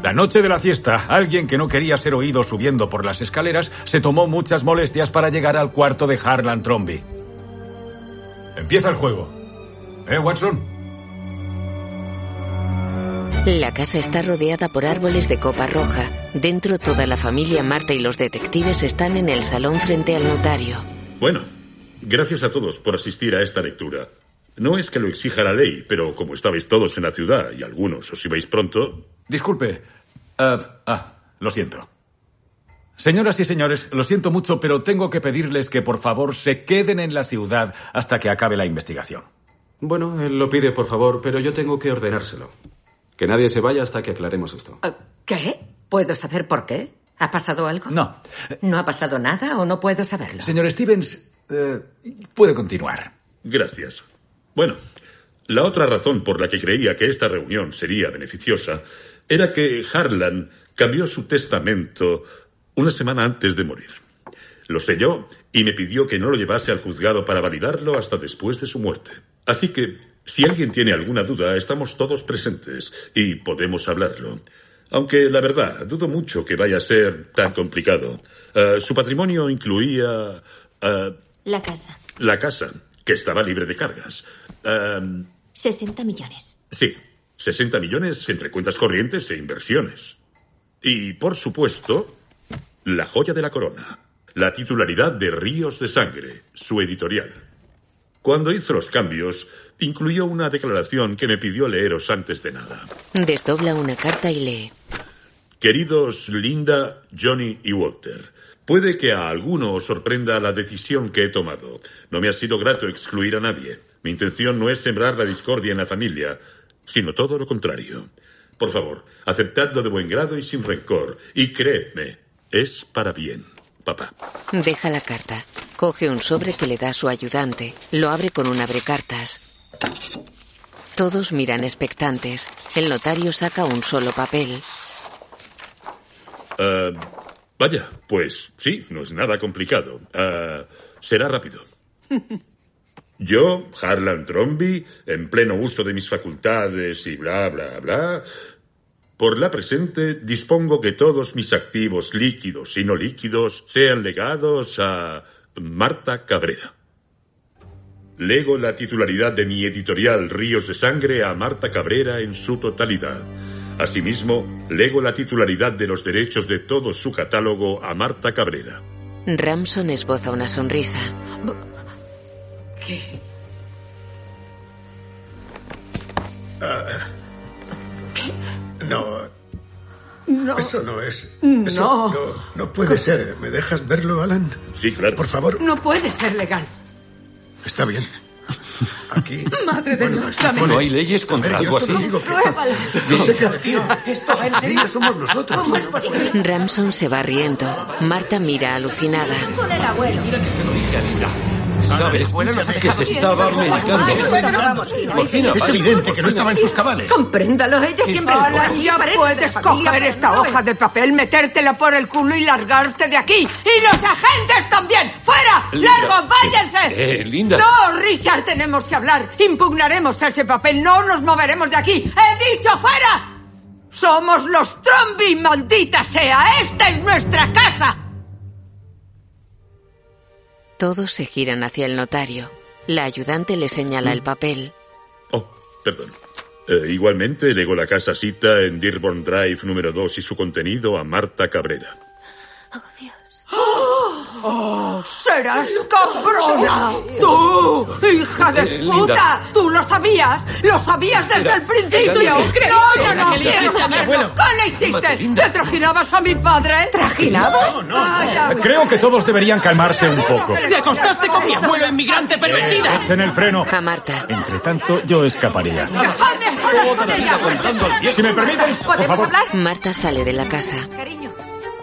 La noche de la fiesta, alguien que no quería ser oído subiendo por las escaleras se tomó muchas molestias para llegar al cuarto de Harlan Tromby. Empieza el juego. ¿Eh, Watson? La casa está rodeada por árboles de copa roja. Dentro toda la familia Marta y los detectives están en el salón frente al notario. Bueno, gracias a todos por asistir a esta lectura. No es que lo exija la ley, pero como estabais todos en la ciudad y algunos os ibais pronto. Disculpe. Ah, ah, lo siento. Señoras y señores, lo siento mucho, pero tengo que pedirles que por favor se queden en la ciudad hasta que acabe la investigación. Bueno, él lo pide, por favor, pero yo tengo que ordenárselo. Que nadie se vaya hasta que aclaremos esto. ¿Qué? ¿Puedo saber por qué? ¿Ha pasado algo? No. ¿No ha pasado nada o no puedo saberlo? Señor Stevens, eh, puede continuar. Gracias. Bueno, la otra razón por la que creía que esta reunión sería beneficiosa era que Harlan cambió su testamento una semana antes de morir. Lo selló y me pidió que no lo llevase al juzgado para validarlo hasta después de su muerte. Así que, si alguien tiene alguna duda, estamos todos presentes y podemos hablarlo. Aunque, la verdad, dudo mucho que vaya a ser tan complicado. Eh, su patrimonio incluía eh, La casa. la casa, que estaba libre de cargas. Eh, 60 millones. Sí, 60 millones entre cuentas corrientes e inversiones. Y, por supuesto, la joya de la corona, la titularidad de Ríos de Sangre, su editorial. Cuando hizo los cambios, incluyó una declaración que me pidió leeros antes de nada. Desdobla una carta y lee. Queridos Linda, Johnny y Walter, puede que a alguno os sorprenda la decisión que he tomado. No me ha sido grato excluir a nadie. Mi intención no es sembrar la discordia en la familia, sino todo lo contrario. Por favor, aceptadlo de buen grado y sin rencor. Y créeme, es para bien, papá. Deja la carta. Coge un sobre que le da su ayudante. Lo abre con un abrecartas. Todos miran expectantes. El notario saca un solo papel. Ah, vaya, pues sí, no es nada complicado. Ah, será rápido. Yo, Harlan Tromby, en pleno uso de mis facultades y bla, bla, bla, por la presente dispongo que todos mis activos líquidos y no líquidos sean legados a Marta Cabrera. Lego la titularidad de mi editorial Ríos de Sangre a Marta Cabrera en su totalidad. Asimismo, lego la titularidad de los derechos de todo su catálogo a Marta Cabrera. Ramson esboza una sonrisa. ¿Qué? Ah. No. No. Eso no es. Mm, No. eso no. No puede ser. ¿Me dejas verlo, Alan? Sí, claro. Por favor. No puede ser legal. Está bien. Aquí. Madre de Dios, amén. Bueno, hay leyes A ver, contra yo algo así. solo digo que- Pruébalo. No sé qué decir. Esto en serio somos nosotros. ¿Cómo es posible? Ramson se va riendo. Marta mira alucinada. Con el abuelo. Mira que se lo dije a Anita. ¿Sabes? que se estaba medicando. Morfina, Es vale, evidente que no estaba en sus cabales. Compréndalo, ella siempre- Alan, ya Parece de puedes familia, coger pero esta no hoja de papel, metértela por el culo y largarte de aquí. ¡Y los agentes también! ¡Fuera! Linda, ¡Largo, váyanse! eh, eh, Linda. No, Richard, tenemos que hablar. Impugnaremos ese papel. No nos moveremos de aquí. ¡He dicho fuera! ¡Somos los Trombi, maldita sea! ¡Esta es nuestra casa! Todos se giran hacia el notario. La ayudante le señala el papel. Perdón. Eh, igualmente, legó la casa cita en Dearborn Drive número 2 y su contenido a Marta Cabrera. ¡Oh! ¡Serás cabrona! ¡Tú, hija de Eh, Linda. puta! ¡Tú lo sabías! ¡Lo sabías desde Mira, el principio! Linda, ¡No, Linda, no, no! que le quiero hiciste a mi saberlo. abuelo. ¿Qué le hiciste? ¿Te trajinabas a mi padre? ¿Trajinabas? No, no. Ay, ya, Creo que todos deberían calmarse un poco. Te acostaste con mi abuelo inmigrante pervertida! ¡Echen el freno! A Marta. Entre tanto, yo escaparía. pues, Si me permiten, por ¿Podemos favor. hablar? Marta sale de la casa.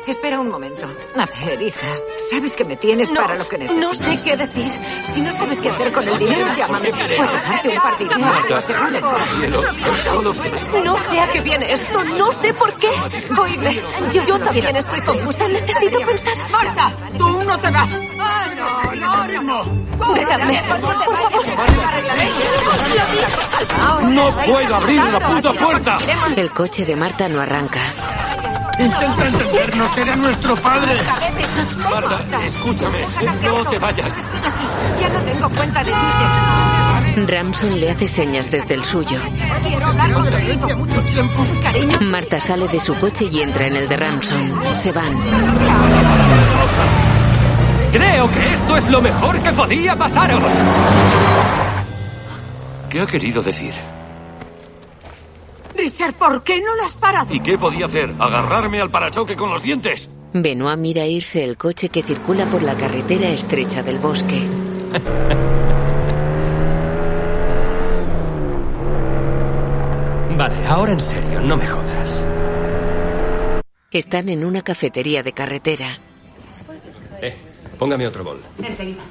Espera un momento. A ver, hija, sabes que me tienes para lo que necesitas. No sé qué decir. Si no sabes qué hacer con el dinero, llámame. Puedo darte un par de ideas. Marta, cielo, todo- No sé a qué viene esto, no sé por qué. Oíme, yo, yo también estoy confusa, necesito pensar. ¡Marta! ¡Tú no te vas! no, no, no. Dejadme, por favor. ¡No puedo abrir la puta puerta! El coche de Marta no arranca. Intenta entendernos, era nuestro padre. Marta, escúchame, no te vayas. Ya no tengo cuenta de ti. Ramson le hace señas desde el suyo. Quiero hablar contigo. mucho tiempo. Cariño, Marta sale de su coche y entra en el de Ramson. Se van. Creo que esto es lo mejor que podía pasaros. ¿Qué ha querido decir? Richard, ¿por qué no lo has parado? ¿Y qué podía hacer? ¿Agarrarme al parachoque con los dientes? Benoit mira irse el coche que circula por la carretera estrecha del bosque. Vale, ahora en serio, no me jodas. Están en una cafetería de carretera. Eh, póngame otro bol. Enseguida.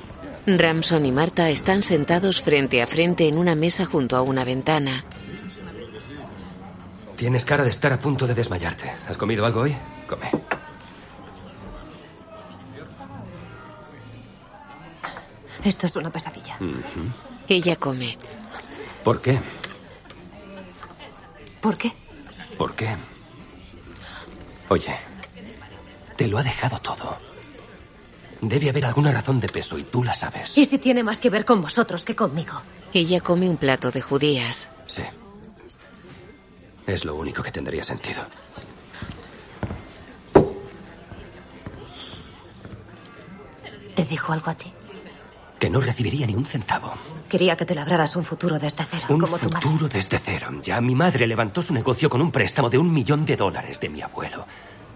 Ramson y Marta están sentados frente a frente en una mesa junto a una ventana. Tienes cara de estar a punto de desmayarte. ¿Has comido algo hoy? Come. Esto es una pesadilla. Ella come. ¿Por qué? ¿Por qué? ¿Por qué? Oye, te lo ha dejado todo. Debe haber alguna razón de peso y tú la sabes. ¿Y si tiene más que ver con vosotros que conmigo? Ella come un plato de judías. Sí. Es lo único que tendría sentido. ¿Te dijo algo a ti? Que no recibiría ni un centavo. Quería que te labraras un futuro desde cero, Un como tu madre. futuro desde cero. Ya mi madre levantó su negocio con un préstamo de un millón de dólares de mi abuelo.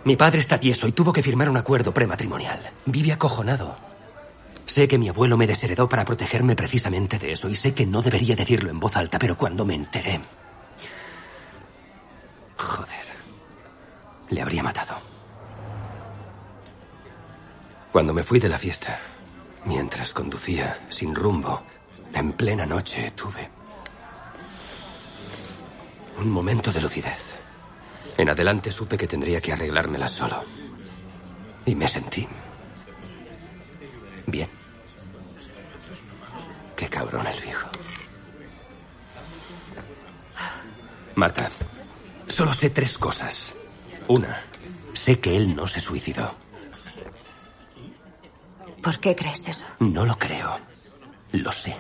Mi padre está tieso y tuvo que firmar un acuerdo prematrimonial. Vive acojonado. Sé que mi abuelo me desheredó para protegerme precisamente de eso y sé que no debería decirlo en voz alta, pero cuando me enteré... Joder. Le habría matado. Cuando me fui de la fiesta, mientras conducía sin rumbo, en plena noche tuve un momento de lucidez. En adelante supe que tendría que arreglármelas solo. Y me sentí bien. Qué cabrón el viejo. Marta, solo sé tres cosas. Una, sé que él no se suicidó. ¿Por qué crees eso? No lo creo. Lo sé.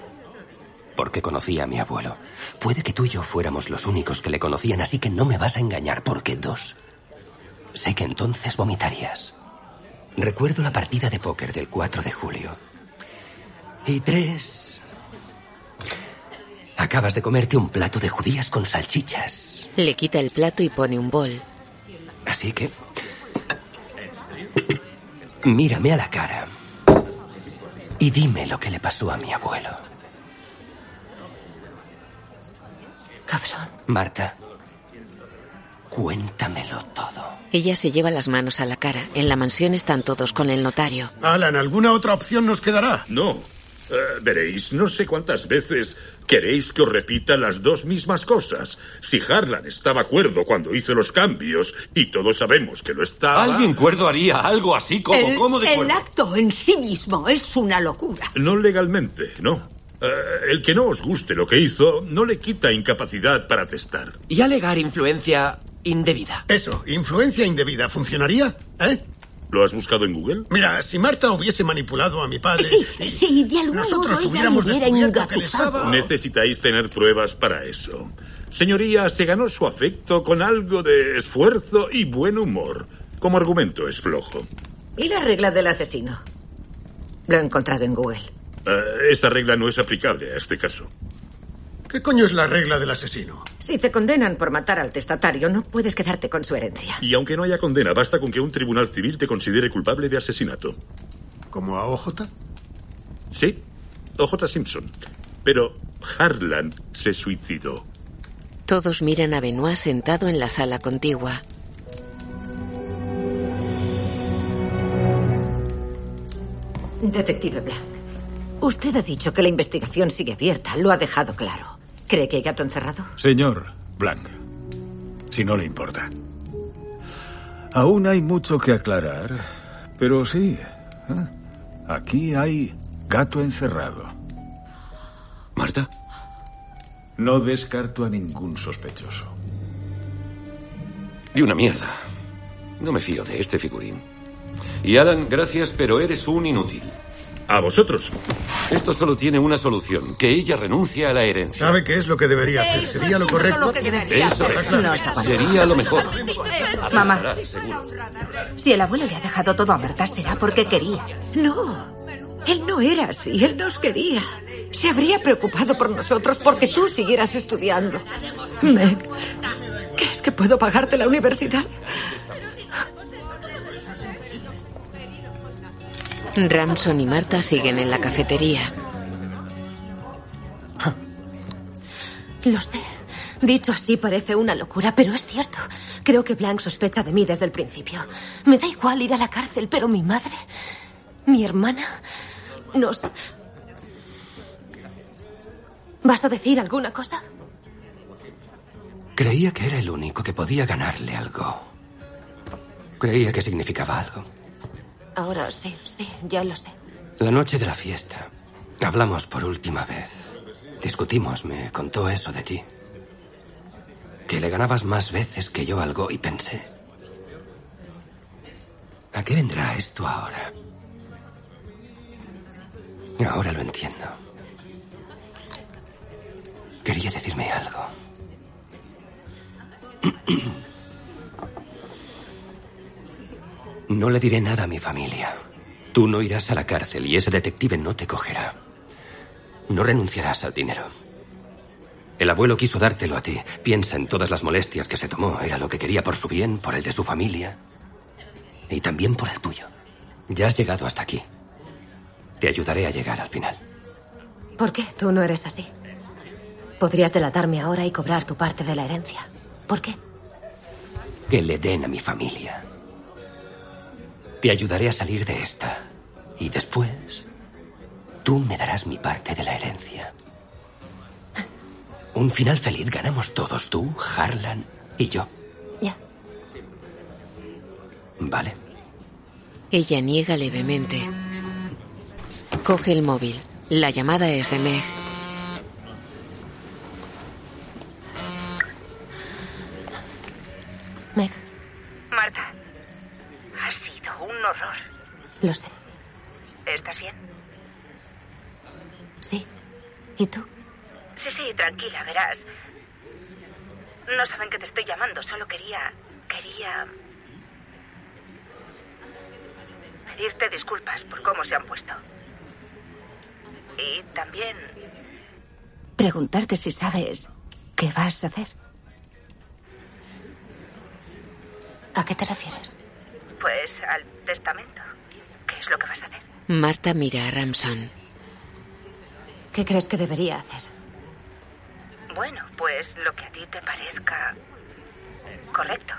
Porque conocí a mi abuelo. Puede que tú y yo fuéramos los únicos que le conocían, así que no me vas a engañar, porque dos. Sé que entonces vomitarías. Recuerdo la partida de póker del 4 de julio. Y tres. Acabas de comerte un plato de judías con salchichas. Le quita el plato y pone un bol. Así que. Mírame a la cara. Y dime lo que le pasó a mi abuelo. Cabrón. Marta, cuéntamelo todo. Ella se lleva las manos a la cara. En la mansión están todos con el notario. Alan, ¿alguna otra opción nos quedará? No. Eh, veréis, no sé cuántas veces queréis que os repita las dos mismas cosas. Si Harlan estaba cuerdo cuando hice los cambios, y todos sabemos que lo estaba... ¿Alguien cuerdo haría algo así? ¿Cómo? El- ¿Cómo de el cuerdo? acto en sí mismo es una locura. No legalmente, no. Eh, el que no os guste lo que hizo no le quita incapacidad para testar. Y alegar influencia indebida. Eso, influencia indebida, ¿funcionaría? ¿Eh? ¿Lo has buscado en Google? Mira, si Marta hubiese manipulado a mi padre... Sí, sí, de algún Nosotros modo ella hubiéramos lo hubiera descubierto que le engatusado. Necesitáis tener pruebas para eso. Señoría, se ganó su afecto con algo de esfuerzo y buen humor. Como argumento es flojo. ¿Y la regla del asesino? Lo he encontrado en Google. Eh, esa regla no es aplicable a este caso. ¿Qué coño es la regla del asesino? Si te condenan por matar al testatario, no puedes quedarte con su herencia. Y aunque no haya condena, basta con que un tribunal civil te considere culpable de asesinato. ¿Como a OJ? Sí, OJ Simpson. Pero Harlan se suicidó. Todos miran a Benoit sentado en la sala contigua. Detective Black, usted ha dicho que la investigación sigue abierta. Lo ha dejado claro. ¿Cree que hay gato encerrado? Señor Blank, si no le importa. Aún hay mucho que aclarar, pero sí, ¿eh? aquí hay gato encerrado. ¿Marta? No descarto a ningún sospechoso. Y una mierda. No me fío de este figurín. Y Alan, gracias, pero eres un inútil. A vosotros. Esto solo tiene una solución, que ella renuncie a la herencia. ¿Sabe qué es lo que debería hacer? ¿Sería lo correcto? Eso es. Sería lo mejor. Mamá, Seguro. si el abuelo le ha dejado todo a Marta será porque quería. No. Él no era así. Él nos quería. Se habría preocupado por nosotros porque tú siguieras estudiando. Meg, ¿crees que puedo pagarte la universidad? Ramson y Marta siguen en la cafetería. Lo sé. Dicho así parece una locura, pero es cierto. Creo que Blanc sospecha de mí desde el principio. Me da igual ir a la cárcel, pero mi madre, mi hermana, nos... ¿Vas a decir alguna cosa? Creía que era el único que podía ganarle algo. Creía que significaba algo. Ahora sí, sí, ya lo sé. La noche de la fiesta. Hablamos por última vez. Discutimos, me contó eso de ti. Que le ganabas más veces que yo algo y pensé. ¿A qué vendrá esto ahora? Ahora lo entiendo. Quería decirme algo. No le diré nada a mi familia. Tú no irás a la cárcel y ese detective no te cogerá. No renunciarás al dinero. El abuelo quiso dártelo a ti. Piensa en todas las molestias que se tomó. Era lo que quería por su bien, por el de su familia y también por el tuyo. Ya has llegado hasta aquí. Te ayudaré a llegar al final. ¿Por qué tú no eres así? Podrías delatarme ahora y cobrar tu parte de la herencia. ¿Por qué? Que le den a mi familia. Te ayudaré a salir de esta. Y después, tú me darás mi parte de la herencia. Un final feliz ganamos todos, tú, Harlan y yo. Ya. Vale. Ella niega levemente. Coge el móvil. La llamada es de Meg. Meg, Marta, ha sido un horror. lo sé. ¿Estás bien? Sí. ¿Y tú? Sí, sí, tranquila, verás. No saben que te estoy llamando, solo quería... Quería... Pedirte disculpas por cómo se han puesto. Y también... Preguntarte si sabes qué vas a hacer. ¿A qué te refieres? Pues al testamento. ¿Qué es lo que vas a hacer? Marta mira a Ramson. ¿Qué crees que debería hacer? Bueno, pues lo que a ti te parezca correcto.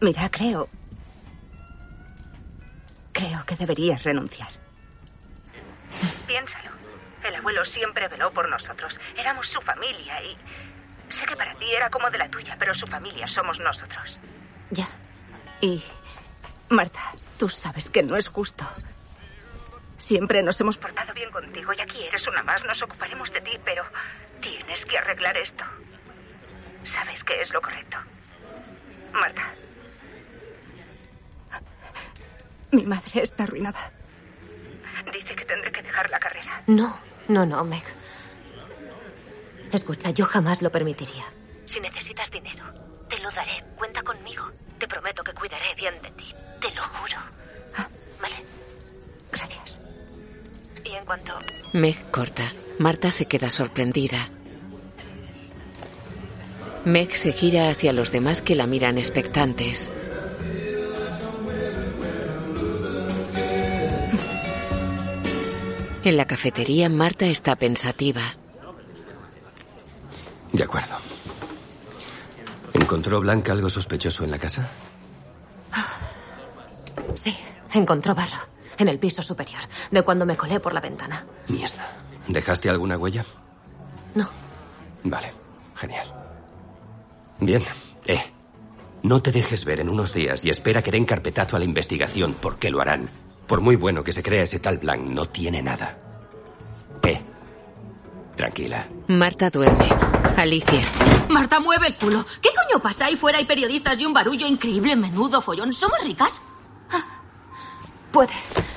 Mira, creo. Creo que deberías renunciar. Piénsalo. El abuelo siempre veló por nosotros. Éramos su familia y... Sé que para ti era como de la tuya, pero su familia somos nosotros. Ya. Y. Marta, tú sabes que no es justo. Siempre nos hemos portado. Todo bien contigo y aquí eres una más. Nos ocuparemos de ti, pero tienes que arreglar esto. Sabes que es lo correcto. Marta, Mi madre está arruinada. dice que tendré que dejar la carrera. No, no, no, Meg. Escucha, yo jamás lo permitiría. Si necesitas dinero, te lo daré. Eh, Cuenta conmigo. Te prometo que cuidaré bien de ti. Te lo juro. Vale. Gracias. Y en cuanto... Meg corta. Marta se queda sorprendida. Meg se gira hacia los demás que la miran expectantes. En la cafetería, Marta está pensativa. De acuerdo. ¿Encontró Blanca algo sospechoso en la casa? Sí, encontró barro en el piso superior, de cuando me colé por la ventana. Mierda. ¿Dejaste alguna huella? No. Vale, genial. Bien, eh. No te dejes ver en unos días y espera que den carpetazo a la investigación, porque lo harán. Por muy bueno que se crea ese tal Blanc, no tiene nada. Eh. Tranquila. Marta duerme. Alicia. Marta, mueve el culo. ¿Qué coño pasa ahí fuera? Hay periodistas y un barullo increíble, menudo follón. ¿Somos ricas? Ah. Puede.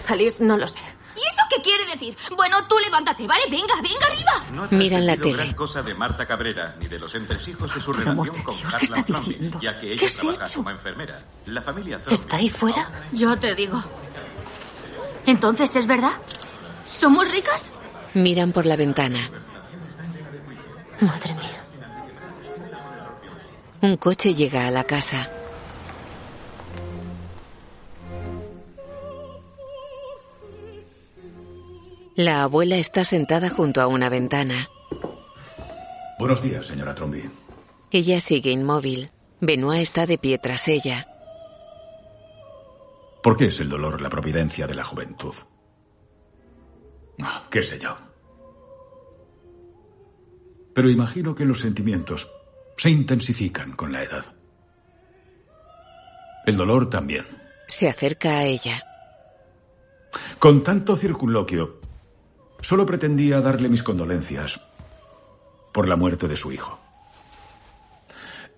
Alice, no lo sé. ¿Y eso qué quiere decir? Bueno, tú levántate, ¿vale? Venga, venga arriba. No ha Miran la transmitido tele. gran cosa de Marta Cabrera ni de los entresijos de su Por el amor relación de con Dios, Carla ¿qué estás Zambia, diciendo? ya que ¿Qué ella has trabaja hecho? como enfermera. La familia Zorn ¿Está ahí fuera? Yo te digo. Entonces, ¿es verdad? ¿Somos ricas? Miran por la ventana. Madre mía. Un coche llega a la casa. La abuela está sentada junto a una ventana. Buenos días, señora Trombi. Ella sigue inmóvil. Benoit está de pie tras ella. ¿Por qué es el dolor la providencia de la juventud? Ah, ¿Qué sé yo? Pero imagino que los sentimientos se intensifican con la edad. El dolor también. Se acerca a ella. Con tanto circunloquio, solo pretendía darle mis condolencias por la muerte de su hijo.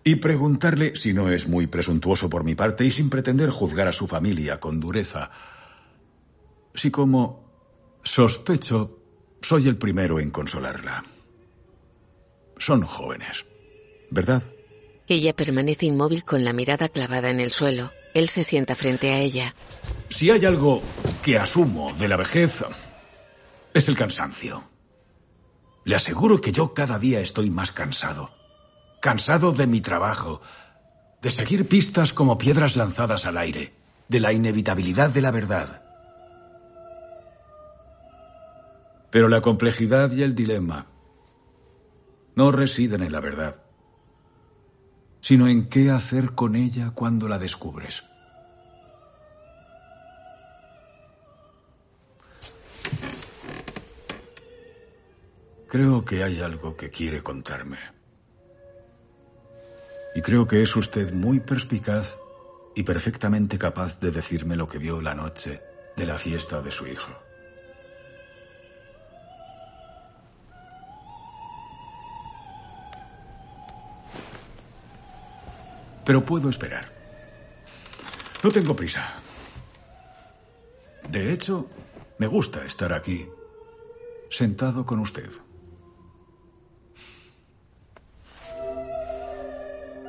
Y preguntarle, si no es muy presuntuoso por mi parte y sin pretender juzgar a su familia con dureza, si como sospecho soy el primero en consolarla. Son jóvenes, ¿verdad? Ella permanece inmóvil con la mirada clavada en el suelo. Él se sienta frente a ella. Si hay algo que asumo de la vejez, es el cansancio. Le aseguro que yo cada día estoy más cansado. Cansado de mi trabajo, de seguir pistas como piedras lanzadas al aire, de la inevitabilidad de la verdad. Pero la complejidad y el dilema no residen en la verdad, sino en qué hacer con ella cuando la descubres. Creo que hay algo que quiere contarme. Y creo que es usted muy perspicaz y perfectamente capaz de decirme lo que vio la noche de la fiesta de su hijo. Pero puedo esperar. No tengo prisa. De hecho, me gusta estar aquí, sentado con usted.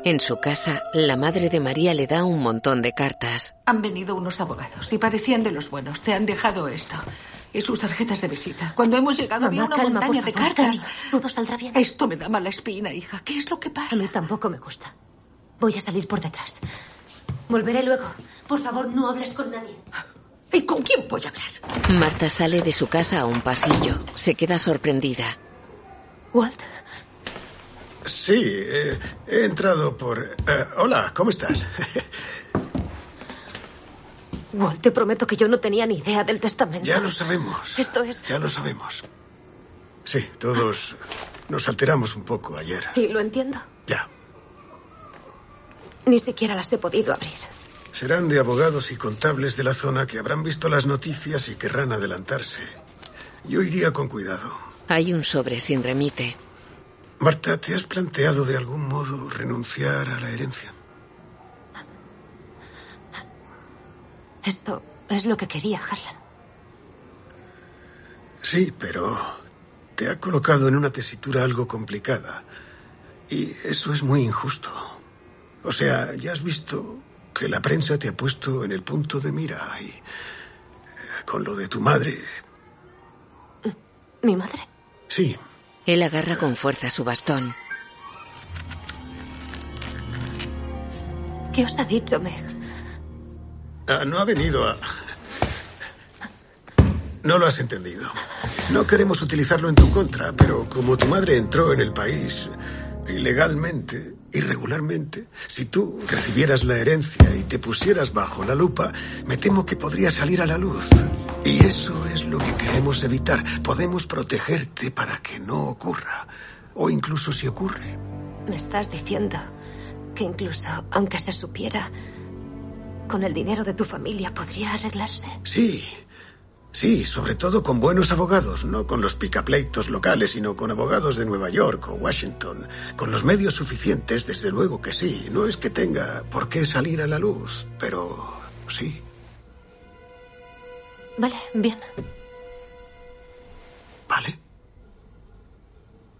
En su casa, la madre de María le da un montón de cartas. Han venido unos abogados y parecían de los buenos. Te han dejado esto. Y sus tarjetas de visita. Cuando hemos llegado había Mamá, una calma, montaña por de favor, cartas. calma. Todo saldrá bien. Esto me da mala espina, hija. ¿Qué es lo que pasa? A mí tampoco me gusta. Voy a salir por detrás. Volveré luego. Por favor, no hables con nadie. ¿Y con quién voy a hablar? Marta sale de su casa a un pasillo. Se queda sorprendida. Walt, Sí, eh, he entrado por... eh, hola, ¿cómo estás? Walt, te prometo que yo no tenía ni idea del testamento. Ya lo sabemos. Esto es... Ya lo sabemos. Sí, todos nos alteramos un poco ayer. Y lo entiendo. Ya. Ni siquiera las he podido abrir. Serán de abogados y contables de la zona que habrán visto las noticias y querrán adelantarse. Yo iría con cuidado. Hay un sobre sin remite. Marta, ¿te has planteado de algún modo renunciar a la herencia? Esto es lo que quería Harlan. Sí, pero te ha colocado en una tesitura algo complicada. Y eso es muy injusto. O sea, ya has visto que la prensa te ha puesto en el punto de mira y eh, con lo de tu madre. ¿Mi madre? Sí, Él agarra con fuerza su bastón. ¿Qué os ha dicho Meg? Ah, no ha venido a... No lo has entendido. No queremos utilizarlo en tu contra, pero como tu madre entró en el país ilegalmente, irregularmente, si tú recibieras la herencia y te pusieras bajo la lupa, me temo que podría salir a la luz. Y eso es lo que queremos evitar. Podemos protegerte para que no ocurra. O incluso si ocurre. Me estás diciendo que incluso aunque se supiera, con el dinero de tu familia podría arreglarse. Sí, sí, sobre todo con buenos abogados, no con los picapleitos locales, sino con abogados de Nueva York o Washington. Con los medios suficientes, desde luego que sí. No es que tenga por qué salir a la luz, pero sí. Vale, bien. ¿Vale?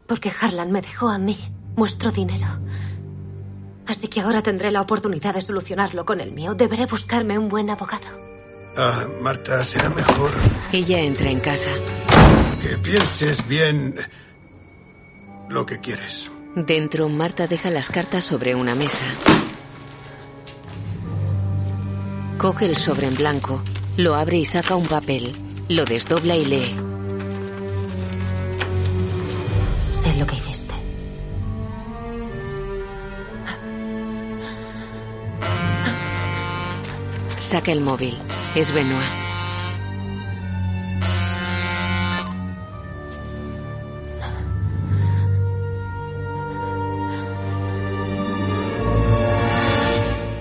Porque Harlan me dejó a mí vuestro dinero. Así que ahora tendré la oportunidad de solucionarlo con el mío. Deberé buscarme un buen abogado. Ah, Marta, será mejor Ella entra en casa. que pienses bien lo que quieres. Dentro, Marta deja las cartas sobre una mesa. Coge el sobre en blanco, lo abre y saca un papel. Lo desdobla y lee. Sé lo que hiciste. Saca el móvil. Es Benoit.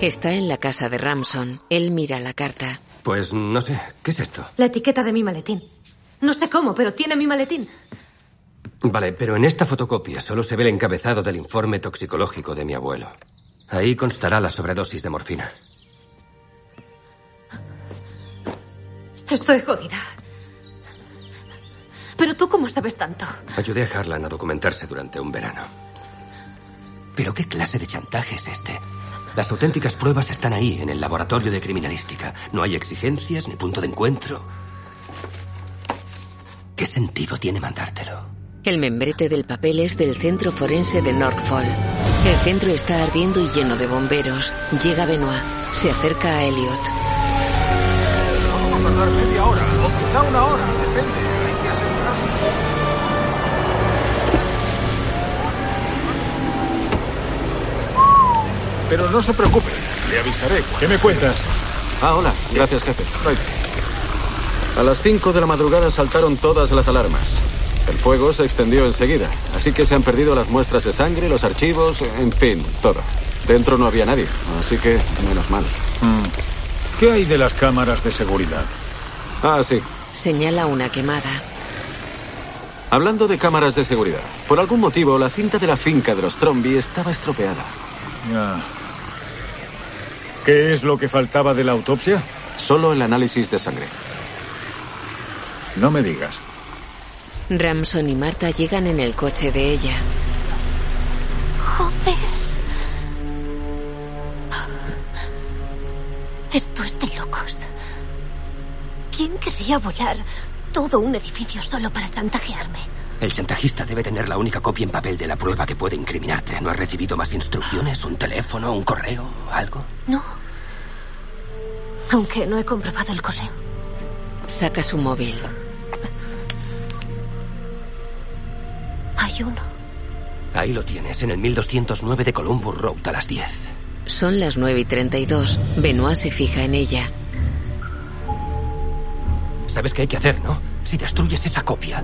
Está en la casa de Ramson. Él mira la carta. Pues no sé, ¿qué es esto? La etiqueta de mi maletín. No sé cómo, pero tiene mi maletín. Vale, pero en esta fotocopia solo se ve el encabezado del informe toxicológico de mi abuelo. Ahí constará la sobredosis de morfina. Estoy jodida. Pero tú cómo sabes tanto. Ayudé a Harlan a documentarse durante un verano. Pero ¿qué clase de chantaje es este? Las auténticas pruebas están ahí, en el laboratorio de criminalística. No hay exigencias ni punto de encuentro. ¿Qué sentido tiene mandártelo? El membrete del papel es del centro forense de Norfolk. El centro está ardiendo y lleno de bomberos. Llega Benoit. Se acerca a Elliot. Vamos a tardar media hora o quizá una hora, depende. Hay que asegurarse. Pero no se preocupe, le avisaré. ¿Qué me cuentas? Ah, hola. Gracias, jefe. A las 5 de la madrugada saltaron todas las alarmas. El fuego se extendió enseguida, así que se han perdido las muestras de sangre, los archivos, en fin, todo. Dentro no había nadie, así que menos mal. ¿Qué hay de las cámaras de seguridad? Ah, sí. Señala una quemada. Hablando de cámaras de seguridad, por algún motivo la cinta de la finca de los Trombi estaba estropeada. Ah. ¿Qué es lo que faltaba de la autopsia? Solo el análisis de sangre. No me digas. Ramson y Marta llegan en el coche de ella. Joder. Esto es de locos. ¿Quién querría volar todo un edificio solo para chantajearme? El chantajista debe tener la única copia en papel de la prueba que puede incriminarte. ¿No has recibido más instrucciones? ¿Un teléfono? ¿Un correo? ¿Algo? No. Aunque no he comprobado el correo. Saca su móvil. Hay uno. Ahí lo tienes, en el 1209 de Columbus Road a las 10. Son las 9 y 32. Benoit se fija en ella. Sabes qué hay que hacer, ¿no? Si destruyes esa copia,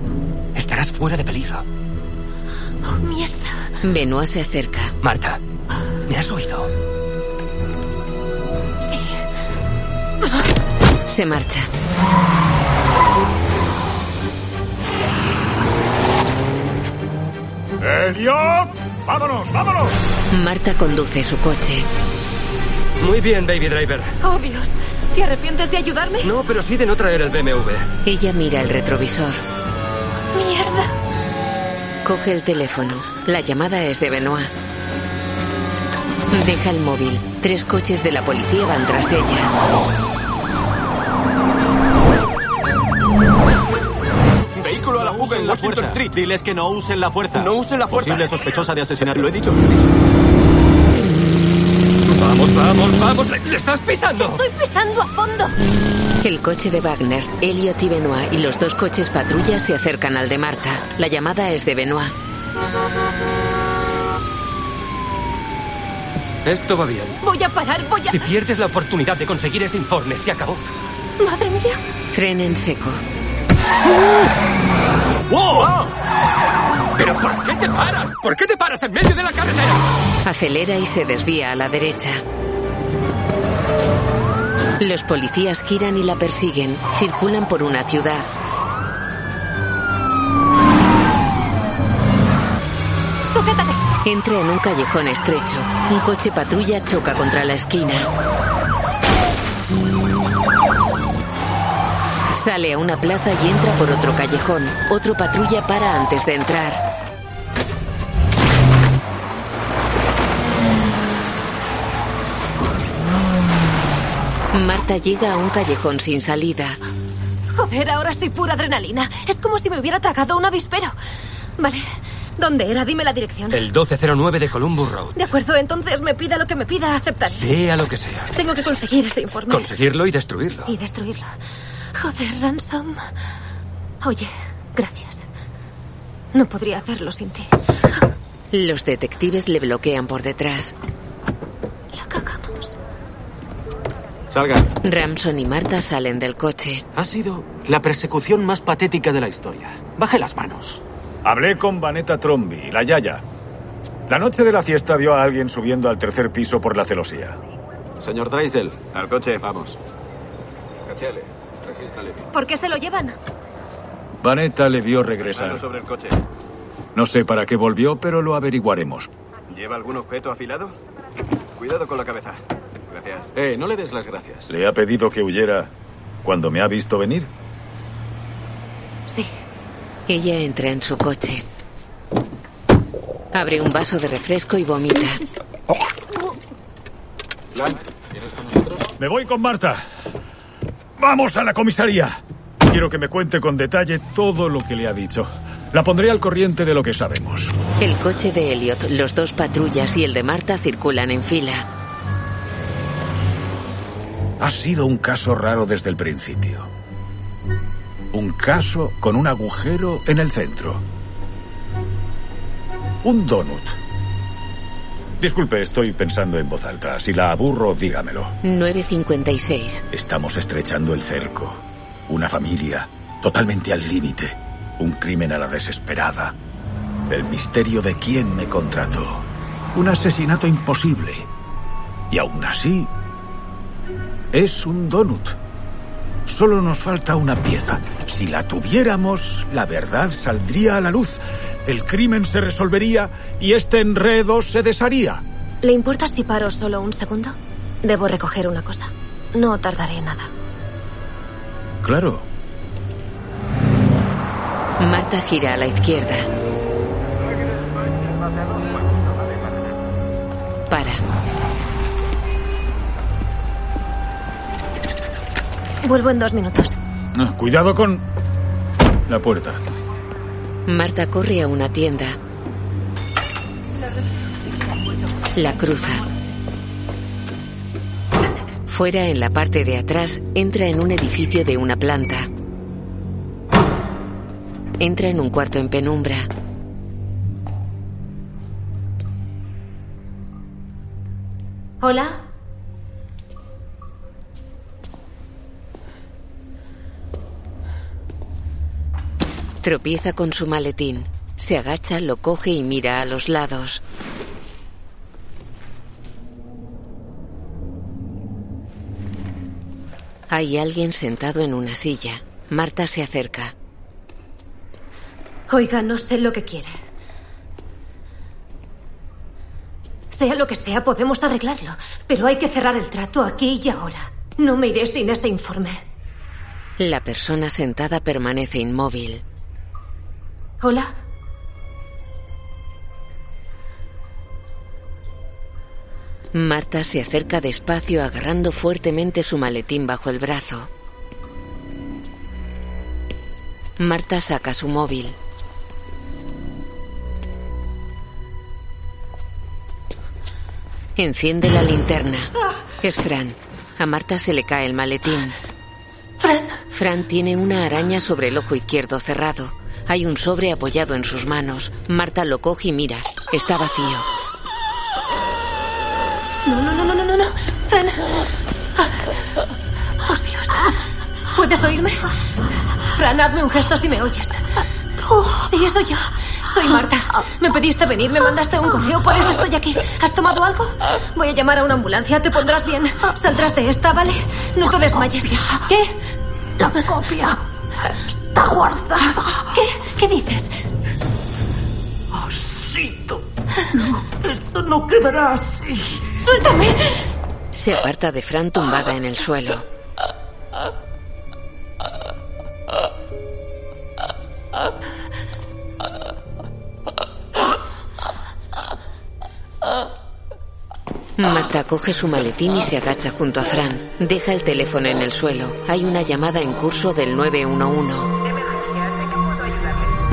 estarás fuera de peligro. Oh, mierda. Benoit se acerca. Marta, ¿me has oído? Se marcha. ¡Elliot! ¡Vámonos, vámonos! Marta conduce su coche. Muy bien, baby driver. Oh, Dios. ¿Te arrepientes de ayudarme? No, pero sí de no traer el BMW. Ella mira el retrovisor. Mierda. Coge el teléfono. La llamada es de Benoit. Deja el móvil. Tres coches de la policía van tras ella. Vehículo a la fuga en la Washington fuerza. Street. Diles que no usen la fuerza. No usen la fuerza. Posible sospechosa de asesinato. Lo he dicho, lo he dicho. Vamos, vamos, vamos. ¡Le, le estás pisando! Estoy pisando a fondo. El coche de Wagner, Elliot y Benoit y los dos coches patrulla se acercan al de Marta. La llamada es de Benoit. Esto va bien. Voy a parar, voy a... Si pierdes la oportunidad de conseguir ese informe, se acabó. Madre mía. Frena en seco. ¡Wow! ¿Pero por qué te paras? ¿Por qué te paras en medio de la carretera? Acelera y se desvía a la derecha. Los policías giran y la persiguen. Circulan por una ciudad. ¡Sujétate! Entra en un callejón estrecho. Un coche patrulla choca contra la esquina. Sale a una plaza y entra por otro callejón. Otro patrulla para antes de entrar. Marta llega a un callejón sin salida. Joder, ahora soy pura adrenalina. Es como si me hubiera tragado un avispero. Vale. ¿Dónde era? Dime la dirección. El 1209 de Columbus Road. De acuerdo, entonces me pida lo que me pida, aceptaré. Sea lo que sea. Tengo que conseguir ese informe. Conseguirlo y destruirlo. Y destruirlo. Joder, Ransom. Oye, gracias. No podría hacerlo sin ti. Los detectives le bloquean por detrás. La cagamos. Salgan. Ramson y Marta salen del coche. Ha sido la persecución más patética de la historia. Baje las manos. Hablé con Vanetta Trombi, la Yaya. La noche de la fiesta vio a alguien subiendo al tercer piso por la celosía. Señor Drysdale, al coche. Vamos. Cachale, regístrale. ¿Por qué se lo llevan? Vanetta le vio regresar. sobre el coche. No sé para qué volvió, pero lo averiguaremos. ¿Lleva algún objeto afilado? Cuidado con la cabeza. Gracias. Eh, no le des las gracias. ¿Le ha pedido que huyera cuando me ha visto venir? Sí. Ella entra en su coche. Abre un vaso de refresco y vomita. Me voy con Marta. Vamos a la comisaría. Quiero que me cuente con detalle todo lo que le ha dicho. La pondré al corriente de lo que sabemos. El coche de Elliot, los dos patrullas y el de Marta circulan en fila. Ha sido un caso raro desde el principio. Un caso con un agujero en el centro. Un donut. Disculpe, estoy pensando en voz alta. Si la aburro, dígamelo. 956. Estamos estrechando el cerco. Una familia totalmente al límite. Un crimen a la desesperada. El misterio de quién me contrató. Un asesinato imposible. Y aún así, es un donut. Solo nos falta una pieza. Si la tuviéramos, la verdad saldría a la luz. El crimen se resolvería y este enredo se desharía. ¿Le importa si paro solo un segundo? Debo recoger una cosa. No tardaré nada. Claro. Marta gira a la izquierda. Para. Vuelvo en dos minutos. Ah, Cuidado con la puerta. Marta corre a una tienda. La cruza. Fuera, en la parte de atrás, entra en un edificio de una planta. Entra en un cuarto en penumbra. ¿Hola? Tropieza con su maletín. Se agacha, lo coge y mira a los lados. Hay alguien sentado en una silla. Marta se acerca. Oiga, no sé lo que quiere. Sea lo que sea, podemos arreglarlo. Pero hay que cerrar el trato aquí y ahora. No me iré sin ese informe. La persona sentada permanece inmóvil. ¿Hola? Marta se acerca despacio agarrando fuertemente su maletín bajo el brazo. Marta saca su móvil. Enciende la linterna. Es Fran. A Marta se le cae el maletín. Fran. Fran tiene una araña sobre el ojo izquierdo cerrado. Hay un sobre apoyado en sus manos. Marta lo coge y mira. Está vacío. No, no, no, no, no, no, no. Fran. Ah, Por Dios. ¿Puedes oírme? Fran, hazme un gesto si me oyes. Sí, soy yo. Soy Marta. Me pediste venir, me mandaste un correo, por eso estoy aquí. ¿Has tomado algo? Voy a llamar a una ambulancia, te pondrás bien. Saldrás de esta, ¿vale? No te desmayes. ¿Qué? La copia está guardada. ¿Qué? ¿Qué dices? Osito. Esto no quedará así. ¡Suéltame! Se aparta de Fran tumbada en el suelo. Marta coge su maletín y se agacha junto a Fran. Deja el teléfono en el suelo. Hay una llamada en curso del 911.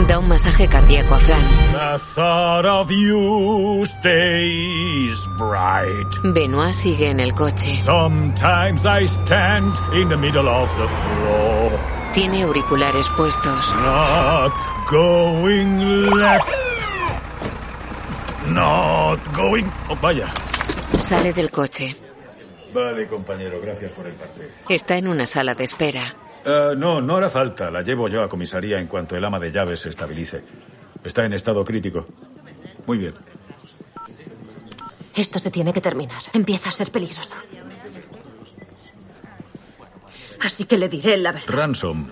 Da un masaje cardíaco a Fran. The thought of you stays bright. Benoit sigue en el coche. Sometimes I stand in the middle of the floor. Tiene auriculares puestos. Not going left. Not going. Oh, vaya. Sale del coche. Vale, compañero, gracias por el parte. Está en una sala de espera. Eh, Ah, no, no hará falta. La llevo yo a comisaría en cuanto el ama de llaves se estabilice. Está en estado crítico. Muy bien. Esto se tiene que terminar. Empieza a ser peligroso. Así que le diré la verdad. Ransom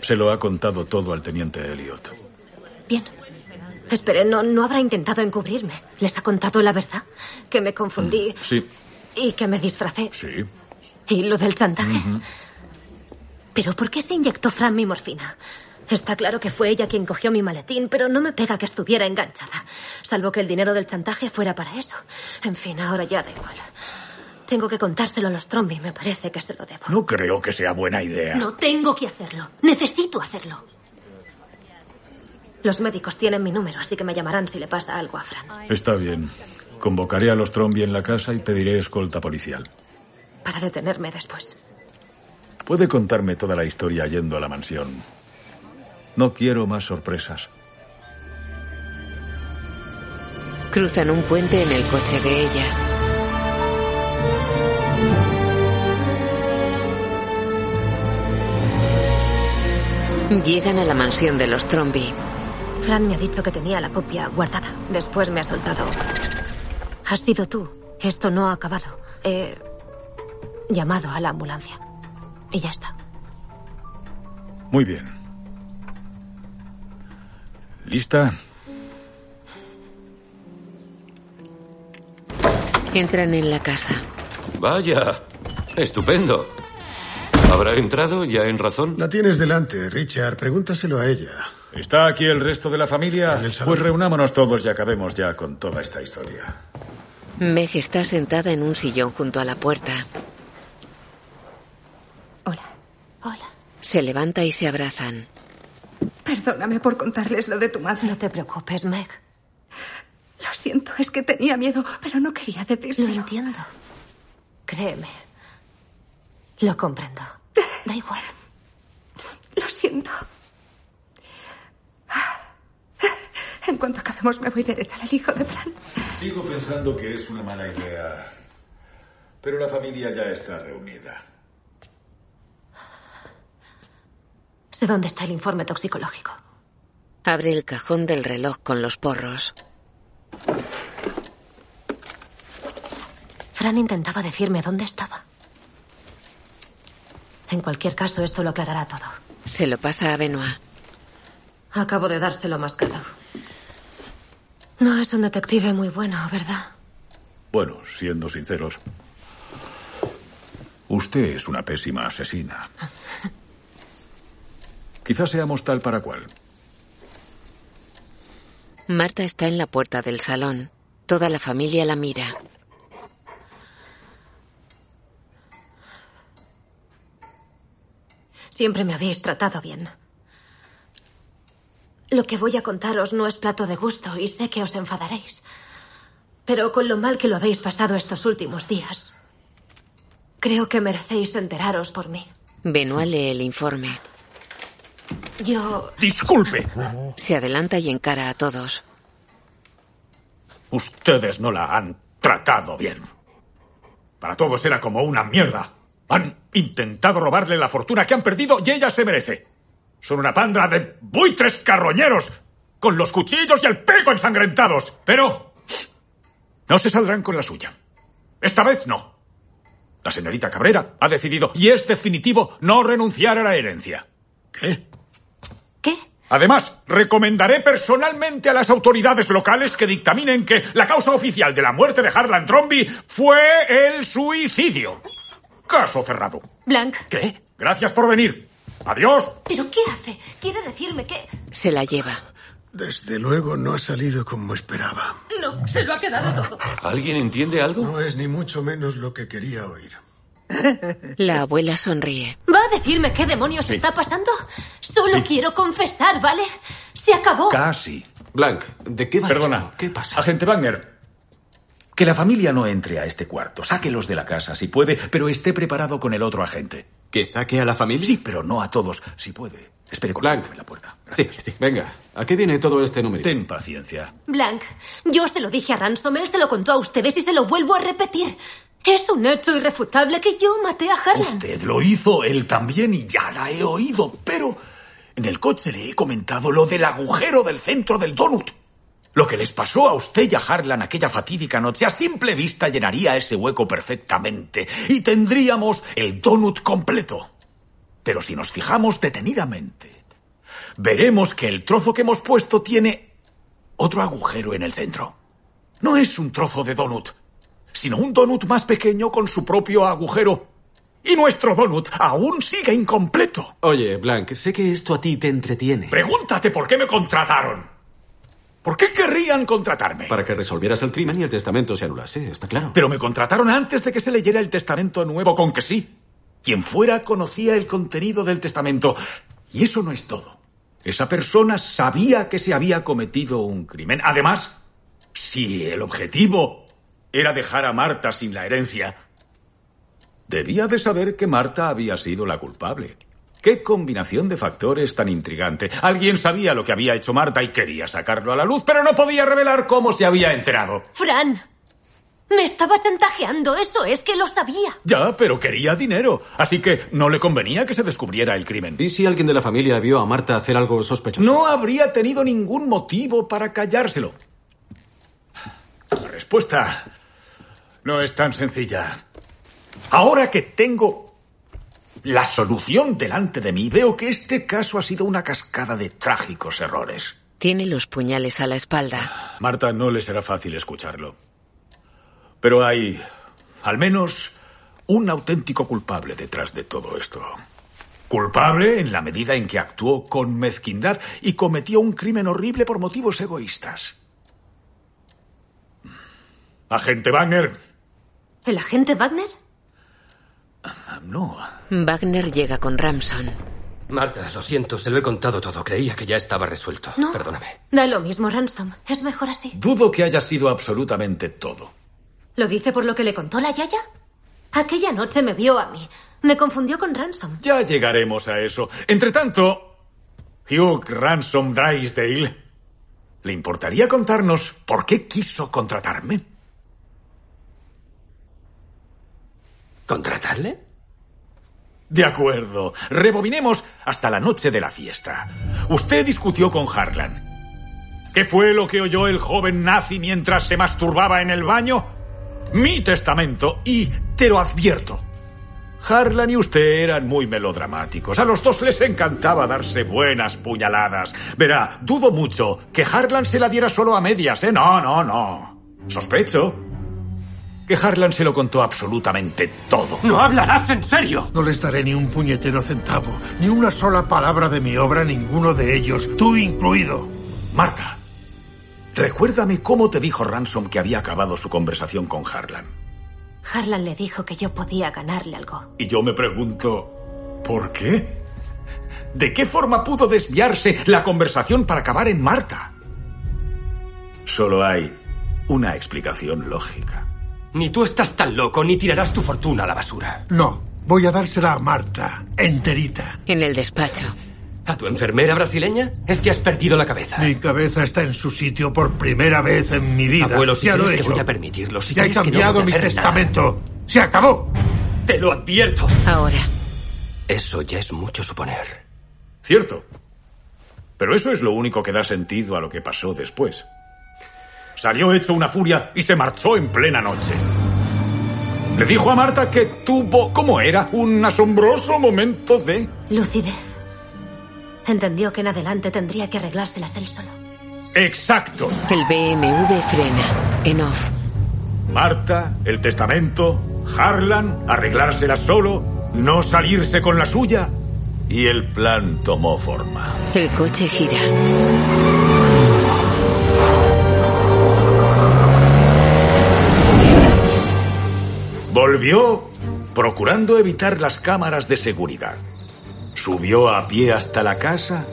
se lo ha contado todo al teniente Elliot. Bien. Espere, no, no habrá intentado encubrirme. ¿Les ha contado la verdad? Que me confundí Sí, y que me disfracé. Sí. Y lo del chantaje. ¿Pero por qué se inyectó Fran mi morfina? Está claro que fue ella quien cogió mi maletín, pero no me pega que estuviera enganchada. Salvo que el dinero del chantaje fuera para eso. En fin, ahora ya da igual. Tengo que contárselo a los Trombi, me parece que se lo debo. No creo que sea buena idea. No tengo que hacerlo. Necesito hacerlo. Los médicos tienen mi número, así que me llamarán si le pasa algo a Fran. está bien. Convocaré a los Trombi en la casa y pediré escolta policial. Para detenerme después. Puede contarme toda la historia yendo a la mansión. No quiero más sorpresas. Cruzan un puente en el coche de ella. Llegan a la mansión de los Trombi. Fran me ha dicho que tenía la copia guardada. Después me ha soltado. Has sido tú. Esto no ha acabado. He llamado a la ambulancia. Y ya está. Muy bien. ¿Lista? Entran en la casa. Vaya, estupendo. ¿Habrá entrado ya en razón? La tienes delante, Richard. Pregúntaselo a ella. ¿Está aquí el resto de la familia? salón. Pues reunámonos todos y acabemos ya con toda esta historia. Meg está sentada en un sillón junto a la puerta. Hola. Hola. Se levanta y se abrazan. Perdóname por contarles lo de tu madre. No te preocupes, Meg. Lo siento, es que tenía miedo, pero no quería decírselo. Lo entiendo. Créeme. Lo comprendo. Da igual. Lo siento. Ah, En cuanto acabemos, me voy derecha al hijo de Fran. Sigo pensando que es una mala idea. Pero la familia ya está reunida. Sé dónde está el informe toxicológico. Abre el cajón del reloj con los porros. Fran intentaba decirme dónde estaba. En cualquier caso, esto lo aclarará todo. Se lo pasa a Benoit. Acabo de dárselo mascado. No es un detective muy bueno, ¿verdad? Bueno, siendo sinceros, usted es una pésima asesina. Quizás seamos tal para cual. Marta está en la puerta del salón. Toda la familia la mira. Siempre me habéis tratado bien. Lo que voy a contaros no es plato de gusto y sé que os enfadaréis. Pero con lo mal que lo habéis pasado estos últimos días, creo que merecéis enteraros por mí. Benoit lee el informe. Yo Disculpe. Se adelanta y encara a todos. Ustedes no la han tratado bien. Para todos era como una mierda. Han intentado robarle la fortuna que han perdido y ella se merece. Son una pandra de buitres carroñeros, con los cuchillos y el peco ensangrentados. Pero no se saldrán con la suya. Esta vez no. La señorita Cabrera ha decidido, y es definitivo, no renunciar a la herencia. ¿Qué? Además, recomendaré personalmente a las autoridades locales que dictaminen que la causa oficial de la muerte de Harlan Trombi fue el suicidio. Caso cerrado. Blanc. ¿Qué? Gracias por venir. Adiós. ¿Pero qué hace? ¿Quiere decirme que...? Se la lleva. Desde luego no ha salido como esperaba. No, se lo ha quedado todo. ¿Alguien entiende algo? No es ni mucho menos lo que quería oír. La abuela sonríe. ¿Va a decirme qué demonios está pasando? Solo quiero confesar, ¿vale? Se acabó. Casi. Blank, ¿de qué va Perdona. esto? ¿Qué pasa? Agente Wagner. Que la familia no entre a este cuarto. Sáquelos de la casa si puede, pero esté preparado con el otro agente. ¿Que saque a la familia? Sí, pero no a todos, si puede. Espere con Blanc. la puerta. Sí, sí. Venga, ¿a qué viene todo este número? Ten paciencia. Blanc, yo se lo dije a Ransom, él se lo contó a ustedes y se lo vuelvo a repetir. Es un hecho irrefutable que yo maté a Harlan. Usted lo hizo, él también, y ya la he oído, pero en el coche le he comentado lo del agujero del centro del donut. Lo que les pasó a usted y a Harlan aquella fatídica noche a simple vista llenaría ese hueco perfectamente y tendríamos el donut completo. Pero si nos fijamos detenidamente, veremos que el trozo que hemos puesto tiene otro agujero en el centro. No es un trozo de donut, sino un donut más pequeño con su propio agujero. Y nuestro donut aún sigue incompleto. Oye, Blank, sé que esto a ti te entretiene. Pregúntate por qué me contrataron. ¿Por qué querrían contratarme? Para que resolvieras el crimen y el testamento se anulase, está claro. Pero me contrataron antes de que se leyera el testamento nuevo, con que sí. Quien fuera conocía el contenido del testamento. Y eso no es todo. Esa persona sabía que se había cometido un crimen. Además, si el objetivo era dejar a Marta sin la herencia, debía de saber que Marta había sido la culpable. Qué combinación de factores tan intrigante. Alguien sabía lo que había hecho Marta y quería sacarlo a la luz, pero no podía revelar cómo se había enterado. Fran, me estaba chantajeando, eso es que lo sabía. Ya, pero quería dinero, así que no le convenía que se descubriera el crimen. ¿Y si alguien de la familia vio a Marta hacer algo sospechoso? No habría tenido ningún motivo para callárselo. La respuesta no es tan sencilla. Ahora que tengo la solución delante de mí, veo que este caso ha sido una cascada de trágicos errores. Tiene los puñales a la espalda. Marta no le será fácil escucharlo. Pero hay al menos un auténtico culpable detrás de todo esto. Culpable en la medida en que actuó con mezquindad y cometió un crimen horrible por motivos egoístas. Agente Wagner. ¿El agente Wagner? No. Wagner llega con Ramson. Marta, lo siento, se lo he contado todo. Creía que ya estaba resuelto. No. Perdóname. Da lo mismo, Ransom. Es mejor así. Dudo que haya sido absolutamente todo. ¿Lo dice por lo que le contó la Yaya? Aquella noche me vio a mí. Me confundió con Ransom. Ya llegaremos a eso. Entre tanto, Hugh Ransom Drysdale, ¿le importaría contarnos por qué quiso contratarme? ¿Contratarle? De acuerdo. Rebobinemos hasta la noche de la fiesta. Usted discutió con Harlan. ¿Qué fue lo que oyó el joven nazi mientras se masturbaba en el baño? Mi testamento y te lo advierto. Harlan y usted eran muy melodramáticos. A los dos les encantaba darse buenas puñaladas. Verá, dudo mucho que Harlan se la diera solo a medias, ¿eh? No, no, no. Sospecho que Harlan se lo contó absolutamente todo. ¡No hablarás en serio! No les daré ni un puñetero centavo, ni una sola palabra de mi obra a ninguno de ellos, tú incluido. Marta, recuérdame cómo te dijo Ransom que había acabado su conversación con Harlan. Harlan le dijo que yo podía ganarle algo. Y yo me pregunto, ¿por qué? ¿De qué forma pudo desviarse la conversación para acabar en Marta? Solo hay una explicación lógica. Ni tú estás tan loco, ni tirarás tu fortuna a la basura. No, voy a dársela a Marta, enterita. En el despacho. ¿A tu enfermera brasileña? Es que has perdido la cabeza. Mi cabeza está en su sitio por primera vez en mi vida. Abuelo, si ya lo crees he que hecho. voy a permitirlo, si ya he crees que no cambiado voy a mi hacer testamento. ¡Se acabó! nada, te lo advierto. Ahora. Eso ya es mucho suponer. Cierto. Pero eso es lo único que da sentido a lo que pasó después. Salió hecho una furia y se marchó en plena noche. Le dijo a Marta que tuvo, ¿cómo era? Un asombroso momento de... Lucidez. Entendió que en adelante tendría que arreglárselas él solo. Exacto. El BMW frena. En off. Marta, el testamento, Harlan, arreglársela solo, no salirse con la suya. Y el plan tomó forma. El coche gira. Volvió procurando evitar las cámaras de seguridad. Subió a pie hasta la casa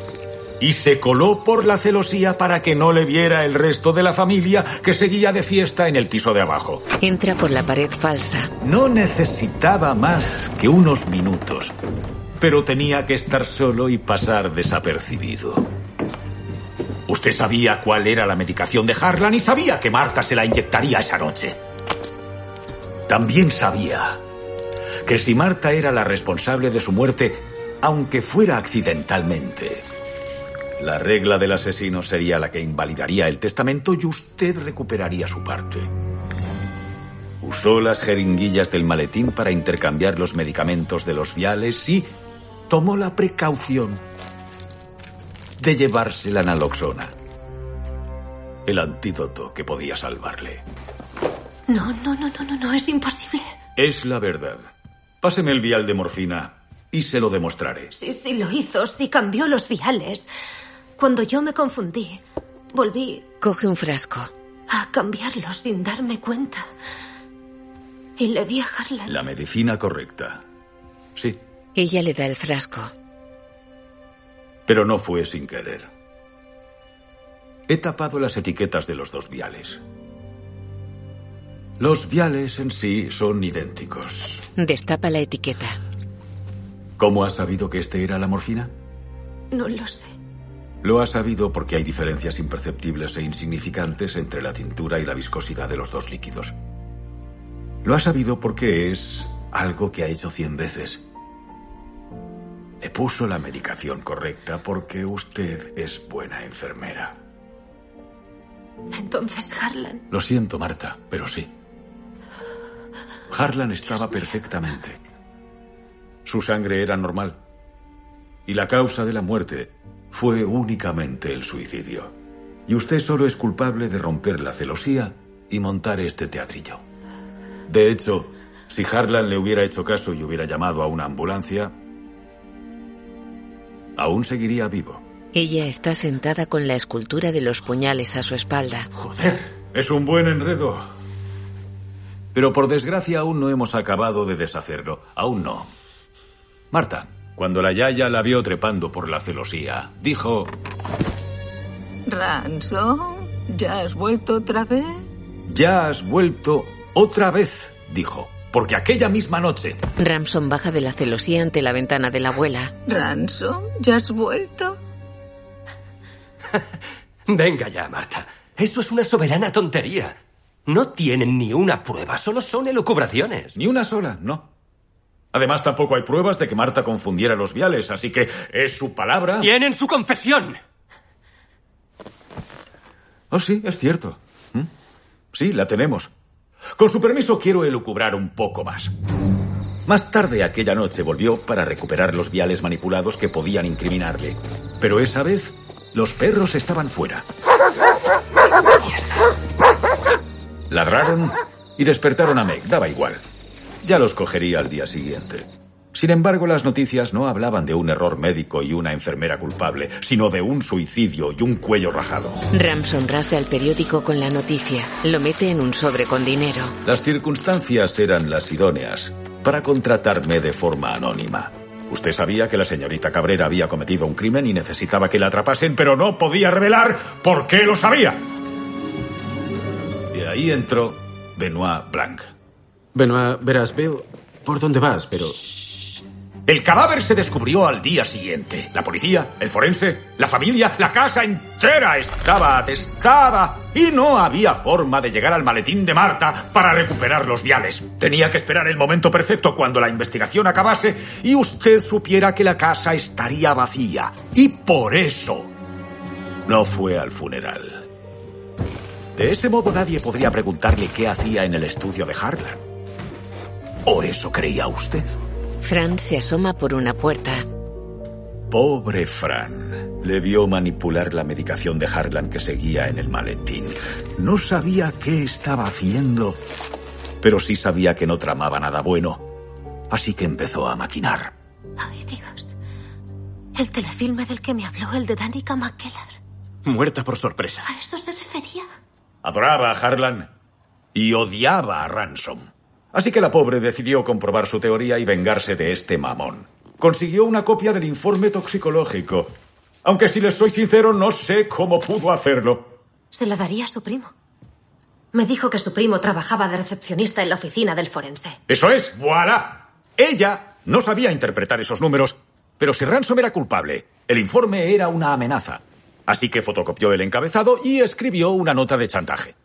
y se coló por la celosía para que no le viera el resto de la familia que seguía de fiesta en el piso de abajo. Entra por la pared falsa. No necesitaba más que unos minutos, pero tenía que estar solo y pasar desapercibido. Usted sabía cuál era la medicación de Harlan y sabía que Marta se la inyectaría esa noche. También sabía que si Marta era la responsable de su muerte, aunque fuera accidentalmente, la regla del asesino sería la que invalidaría el testamento y usted recuperaría su parte. Usó las jeringuillas del maletín para intercambiar los medicamentos de los viales y tomó la precaución de llevarse la naloxona, el antídoto que podía salvarle. No, no, no, no, no, no, es imposible. Es la verdad. Páseme el vial de morfina y se lo demostraré. Sí, sí, lo hizo, sí cambió los viales. Cuando yo me confundí, volví Coge un frasco. a cambiarlos sin darme cuenta. Y le di a Harlan. La medicina correcta. Sí, Ella le da el frasco. pero no fue sin querer. He tapado las etiquetas de los dos viales. Los viales en sí son idénticos. Destapa la etiqueta. ¿Cómo has sabido que este era la morfina? No lo sé. Lo has sabido porque hay diferencias imperceptibles e insignificantes entre la tintura y la viscosidad de los dos líquidos. Lo has sabido porque es algo que ha hecho cien veces. Le puso la medicación correcta porque usted es buena enfermera. Entonces Harlan. Lo siento, Marta, pero sí. Harlan estaba perfectamente. Su sangre era normal. Y la causa de la muerte fue únicamente el suicidio. Y usted solo es culpable de romper la celosía y montar este teatrillo. De hecho, si Harlan le hubiera hecho caso y hubiera llamado a una ambulancia, aún seguiría vivo. Ella está sentada con la escultura de los puñales a su espalda. Es un buen enredo. Pero por desgracia aún no hemos acabado de deshacerlo. Aún no. Marta, cuando la Yaya la vio trepando por la celosía, dijo... Ransom, ¿ya has vuelto otra vez? Ya has vuelto otra vez, dijo. Porque aquella misma noche... Ramson baja de la celosía ante la ventana de la abuela. Ransom, ¿ya has vuelto? Venga ya, Marta. Eso es una soberana tontería. No tienen ni una prueba, solo son elucubraciones. Ni una sola, no. Además, tampoco hay pruebas de que Marta confundiera los viales, así que es su palabra... ¡Tienen su confesión! Oh, sí, es cierto. ¿Mm? Sí, la tenemos. Con su permiso, quiero elucubrar un poco más. Más tarde aquella noche volvió para recuperar los viales manipulados que podían incriminarle. Pero esa vez, los perros estaban fuera. Ladraron y despertaron a Meg, daba igual. Ya los cogería al día siguiente. Sin embargo, las noticias no hablaban de un error médico y una enfermera culpable, sino de un suicidio y un cuello rajado. Ramson rasga el periódico con la noticia. Lo mete en un sobre con dinero. Las circunstancias eran las idóneas para contratarme de forma anónima. Usted sabía que la señorita Cabrera había cometido un crimen y necesitaba que la atrapasen, pero no podía revelar por qué lo sabía. Y ahí entró Benoit Blanc. Benoit, verás, veo por dónde vas, pero... El cadáver se descubrió al día siguiente. La policía, el forense, la familia, la casa entera estaba atestada y no había forma de llegar al maletín de Marta para recuperar los viales. Tenía que esperar el momento perfecto cuando la investigación acabase y usted supiera que la casa estaría vacía. Y por eso no fue al funeral. De ese modo nadie podría preguntarle qué hacía en el estudio de Harlan. ¿O eso creía usted? Fran se asoma por una puerta. Pobre Fran. Le vio manipular la medicación de Harlan que seguía en el maletín. No sabía qué estaba haciendo, pero sí sabía que no tramaba nada bueno. Así que empezó a maquinar. Ay, Dios. El telefilme del que me habló, el de Danica McKellar. Muerta por sorpresa. ¿A eso se refería? Adoraba a Harlan y odiaba a Ransom. Así que la pobre decidió comprobar su teoría y vengarse de este mamón. Consiguió una copia del informe toxicológico. Aunque si les soy sincero, no sé cómo pudo hacerlo. Se la daría a su primo. Me dijo que su primo trabajaba de recepcionista en la oficina del forense. Eso es, voilà. Ella no sabía interpretar esos números, pero si Ransom era culpable, el informe era una amenaza. Así que fotocopió el encabezado y escribió una nota de chantaje.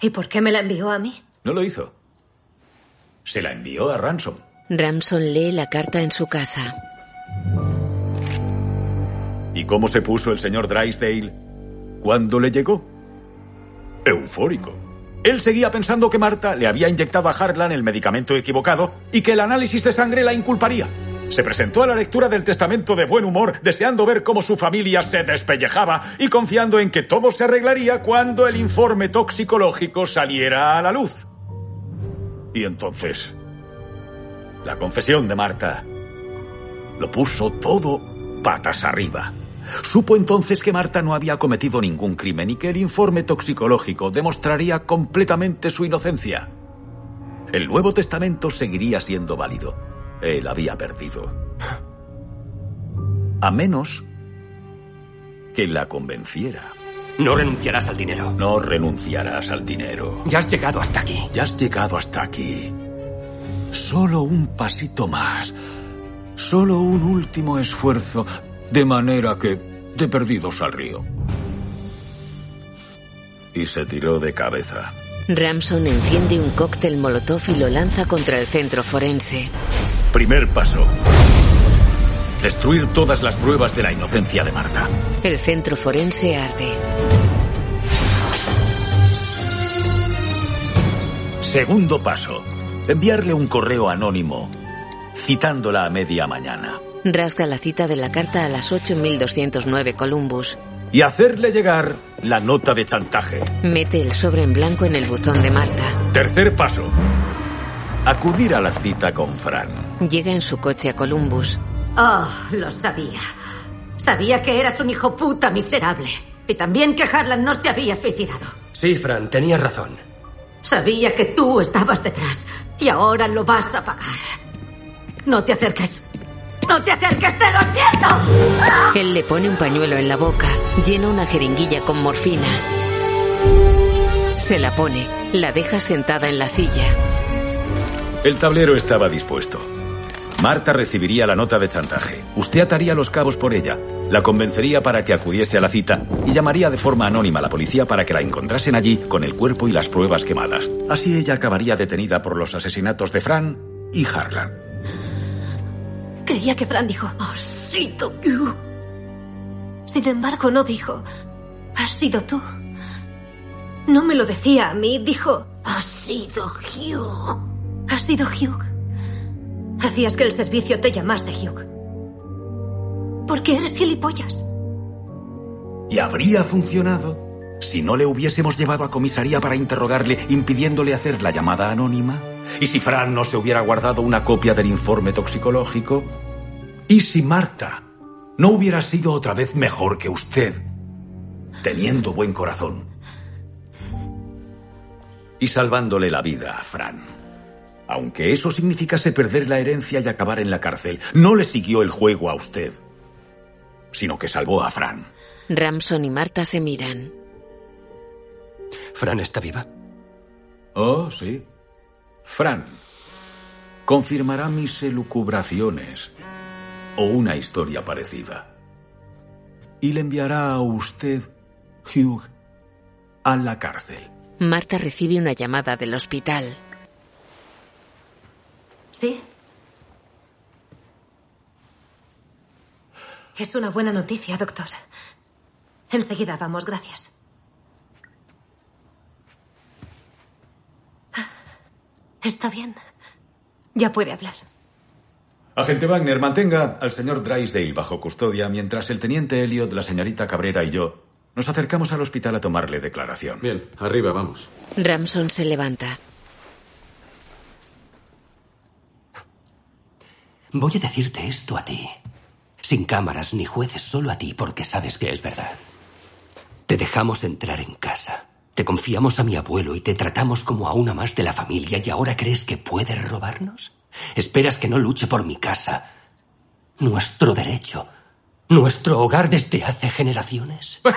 ¿Y por qué me la envió a mí? No lo hizo. Se la envió a Ransom. Ramson lee la carta en su casa. ¿Y cómo se puso el señor Drysdale cuando le llegó? Eufórico. Él seguía pensando que Marta le había inyectado a Harlan el medicamento equivocado y que el análisis de sangre la inculparía. Se presentó a la lectura del testamento de buen humor, deseando ver cómo su familia se despellejaba y confiando en que todo se arreglaría cuando el informe toxicológico saliera a la luz. Y entonces, la confesión de Marta lo puso todo patas arriba. Supo entonces que Marta no había cometido ningún crimen y que el informe toxicológico demostraría completamente su inocencia. El Nuevo Testamento seguiría siendo válido. Él había perdido. A menos que la convenciera. No renunciarás al dinero. No renunciarás al dinero. Ya has llegado hasta aquí. Ya has llegado hasta aquí. Solo un pasito más. Solo un último esfuerzo. De manera que, de perdidos al río. Y se tiró de cabeza. Ramson enciende un cóctel molotov y lo lanza contra el centro forense. Primer paso. Destruir todas las pruebas de la inocencia de Marta. El centro forense arde. Segundo paso. Enviarle un correo anónimo citándola a media mañana. Rasga la cita de la carta a las 8.209 Columbus. Y hacerle llegar la nota de chantaje. Mete el sobre en blanco en el buzón de Marta. Tercer paso. Acudir a la cita con Fran. Llega en su coche a Columbus. Oh, Ah, lo sabía. Sabía que eras un hijo puta miserable. Y también que Harlan no se había suicidado. Sí, Fran, tenías razón. Sabía que tú estabas detrás. Y ahora lo vas a pagar. No te acerques. ¡No te acerques, te lo advierto! Él le pone un pañuelo en la boca, llena una jeringuilla con morfina. Se la pone, la deja sentada en la silla. El tablero estaba dispuesto. Marta recibiría la nota de chantaje. Usted ataría los cabos por ella. La convencería para que acudiese a la cita y llamaría de forma anónima a la policía para que la encontrasen allí con el cuerpo y las pruebas quemadas. Así ella acabaría detenida por los asesinatos de Fran y Harlan. Creía que Fran dijo, "Oh, sí, tú". Sin embargo, no dijo, has sido tú. No me lo decía a mí, dijo. Has sido Hugh. Ha sido Hugh. Hacías que el servicio te llamase Hugh. Porque eres gilipollas. Y habría funcionado si no le hubiésemos llevado a comisaría para interrogarle, impidiéndole hacer la llamada anónima. Y si Fran no se hubiera guardado una copia del informe toxicológico. Y si Marta no hubiera sido otra vez mejor que usted, teniendo buen corazón. Y salvándole la vida a Fran. Aunque eso significase perder la herencia y acabar en la cárcel, no le siguió el juego a usted, sino que salvó a Fran. Ramson y Marta se miran. Fran está viva. Oh, sí. Fran, confirmará mis elucubraciones o una historia parecida. Y le enviará a usted, Hugh, a la cárcel. Marta recibe una llamada del hospital. ¿Sí? Es una buena noticia, doctor. Enseguida vamos, gracias. Ah, Está bien. Ya puede hablar. Agente Wagner, mantenga al señor Drysdale bajo custodia mientras el teniente Elliot, la señorita Cabrera y yo nos acercamos al hospital a tomarle declaración. Bien, arriba, vamos. Ramson se levanta. Voy a decirte esto a ti. Sin cámaras ni jueces, solo a ti, porque sabes que es verdad. Te dejamos entrar en casa. Te confiamos a mi abuelo y te tratamos como a una más de la familia y ahora crees que puedes robarnos? ¿Esperas que no luche por mi casa? Nuestro derecho. Nuestro hogar desde hace generaciones.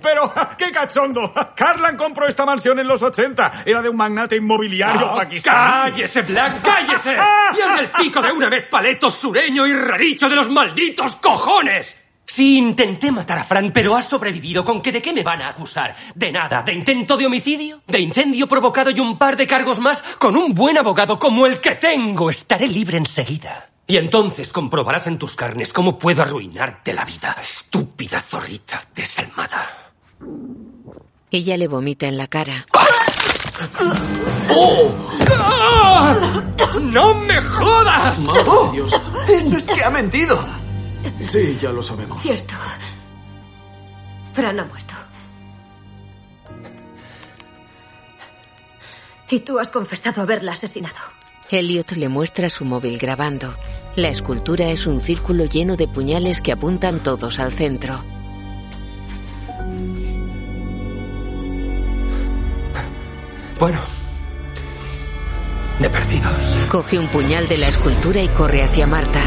Pero, ¡qué cachondo! Carlan compró esta mansión en los 80. Era de un magnate inmobiliario Oh, pakistaní. ¡Cállese, Black! ¡Cállese! Ah, ¡Cierra el pico de una vez, paleto sureño y redicho de los malditos cojones! Sí, intenté matar a Fran, pero ha sobrevivido. ¿Con que de qué me van a acusar? De nada, de intento de homicidio, de incendio provocado y un par de cargos más. Con un buen abogado como el que tengo, estaré libre enseguida. Y entonces comprobarás en tus carnes cómo puedo arruinarte la vida, estúpida zorrita desalmada. Ella ¡Oh! le vomita en la cara. ¡No me jodas! ¡Madre de Dios! Oh, ¡Eso es que ha mentido! Sí, ya lo sabemos. Cierto. Fran ha muerto. Y tú has confesado haberla asesinado. Elliot le muestra su móvil grabando. La escultura es un círculo lleno de puñales que apuntan todos al centro. Bueno. De perdidos. Coge un puñal de la escultura y corre hacia Marta.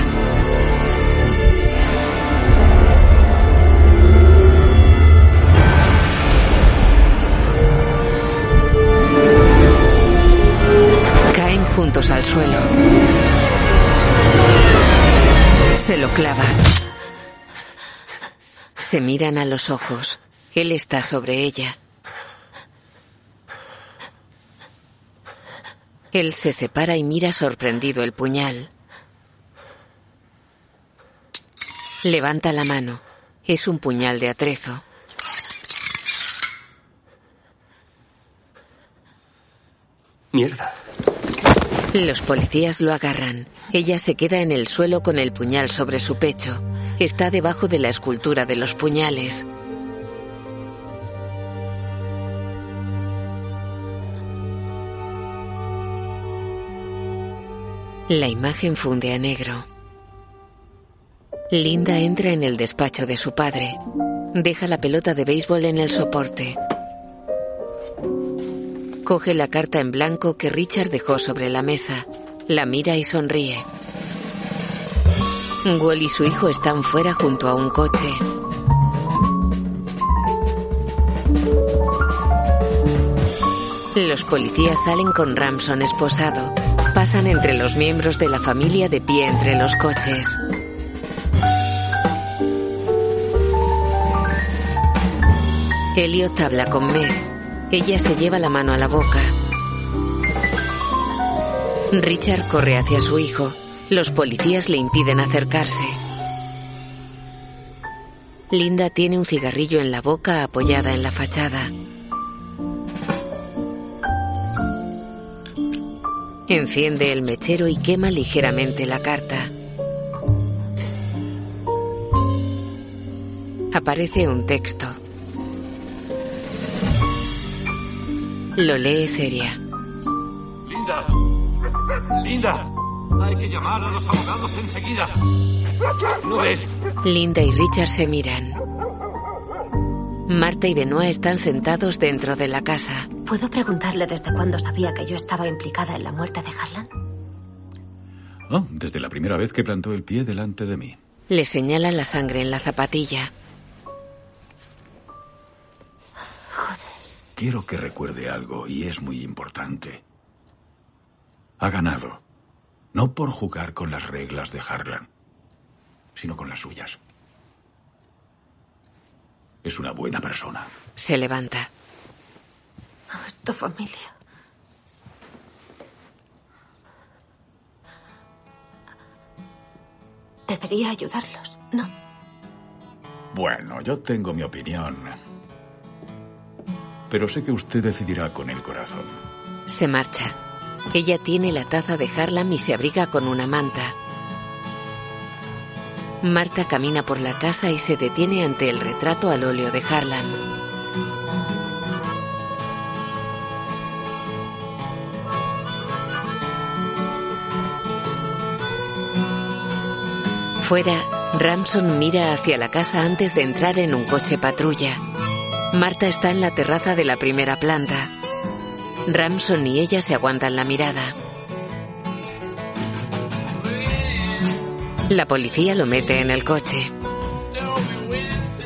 Caen juntos al suelo. Se lo clava. Se miran a los ojos. Él está sobre ella. Él se separa y mira sorprendido el puñal. Levanta la mano. Es un puñal de atrezo. Mierda. Los policías lo agarran. Ella se queda en el suelo con el puñal sobre su pecho. Está debajo de la escultura de los puñales. La imagen funde a negro. Linda entra en el despacho de su padre. Deja la pelota de béisbol en el soporte. Coge la carta en blanco que Richard dejó sobre la mesa. La mira y sonríe. Will y su hijo están fuera junto a un coche. Los policías salen con Ramson esposado. Pasan entre los miembros de la familia de pie entre los coches. Elliot habla con Meg. Ella se lleva la mano a la boca. Richard corre hacia su hijo. Los policías le impiden acercarse. Linda tiene un cigarrillo en la boca apoyada en la fachada. Enciende el mechero y quema ligeramente la carta. Aparece un texto. Lo lee seria. Linda. Linda. Hay que llamar a los abogados enseguida. ¿No ves? Linda y Richard se miran. Marta y Benoit están sentados dentro de la casa. ¿Puedo preguntarle desde cuándo sabía que yo estaba implicada en la muerte de Harlan? Ah, desde la primera vez que plantó el pie delante de mí. Le señala la sangre en la zapatilla. Quiero que recuerde algo y es muy importante. Ha ganado. No por jugar con las reglas de Harlan, sino con las suyas. Es una buena persona. Se levanta. No es tu familia. Debería ayudarlos, ¿no? Bueno, yo tengo mi opinión. Pero sé que usted decidirá con el corazón. Se marcha. Ella tiene la taza de Harlem y se abriga con una manta. Marta camina por la casa y se detiene ante el retrato al óleo de Harlan. Fuera, Ramson mira hacia la casa antes de entrar en un coche patrulla. Marta está en la terraza de la primera planta. Ramson y ella se aguantan la mirada. La policía lo mete en el coche.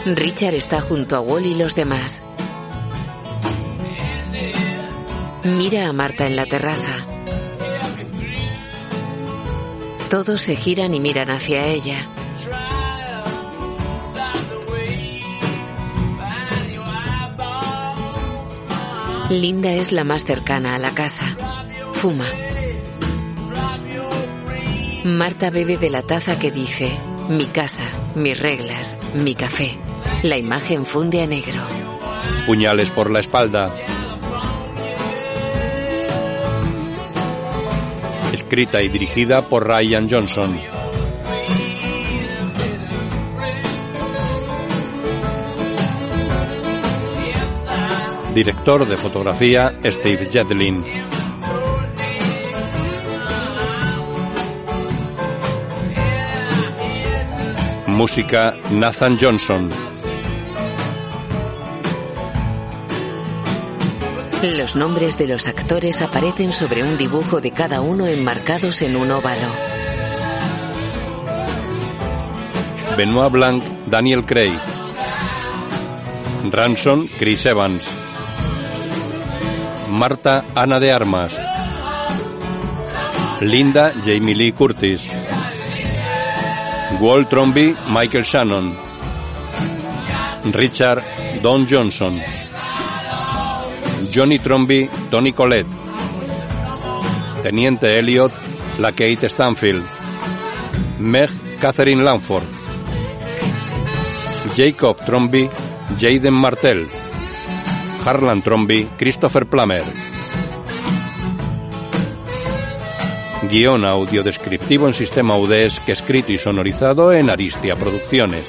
Richard está junto a Wall y los demás. Mira a Marta en la terraza. Todos se giran y miran hacia ella. Linda es la más cercana a la casa. Fuma. Marta bebe de la taza que dice, mi casa, mis reglas, mi café. La imagen funde a negro. Puñales por la espalda. Escrita y dirigida por Ryan Johnson. Director de fotografía Steve Jedlin. Música Nathan Johnson. Los nombres de los actores aparecen sobre un dibujo de cada uno enmarcados en un óvalo. Benoit Blanc, Daniel Craig. Ransom, Chris Evans. Marta, Ana de Armas. Linda, Jamie Lee Curtis. Walt Tromby, Michael Shannon. Richard, Don Johnson. Johnny Tromby, Tony Collette. Teniente Elliot, la Kate Stanfield. Meg, Catherine Lanford. Jacob Tromby, Jaden Martell. Harlan Tromby, Christopher Plummer. E Guión audio descriptivo en sistema UDES que escrito y sonorizado en Aristia Producciones.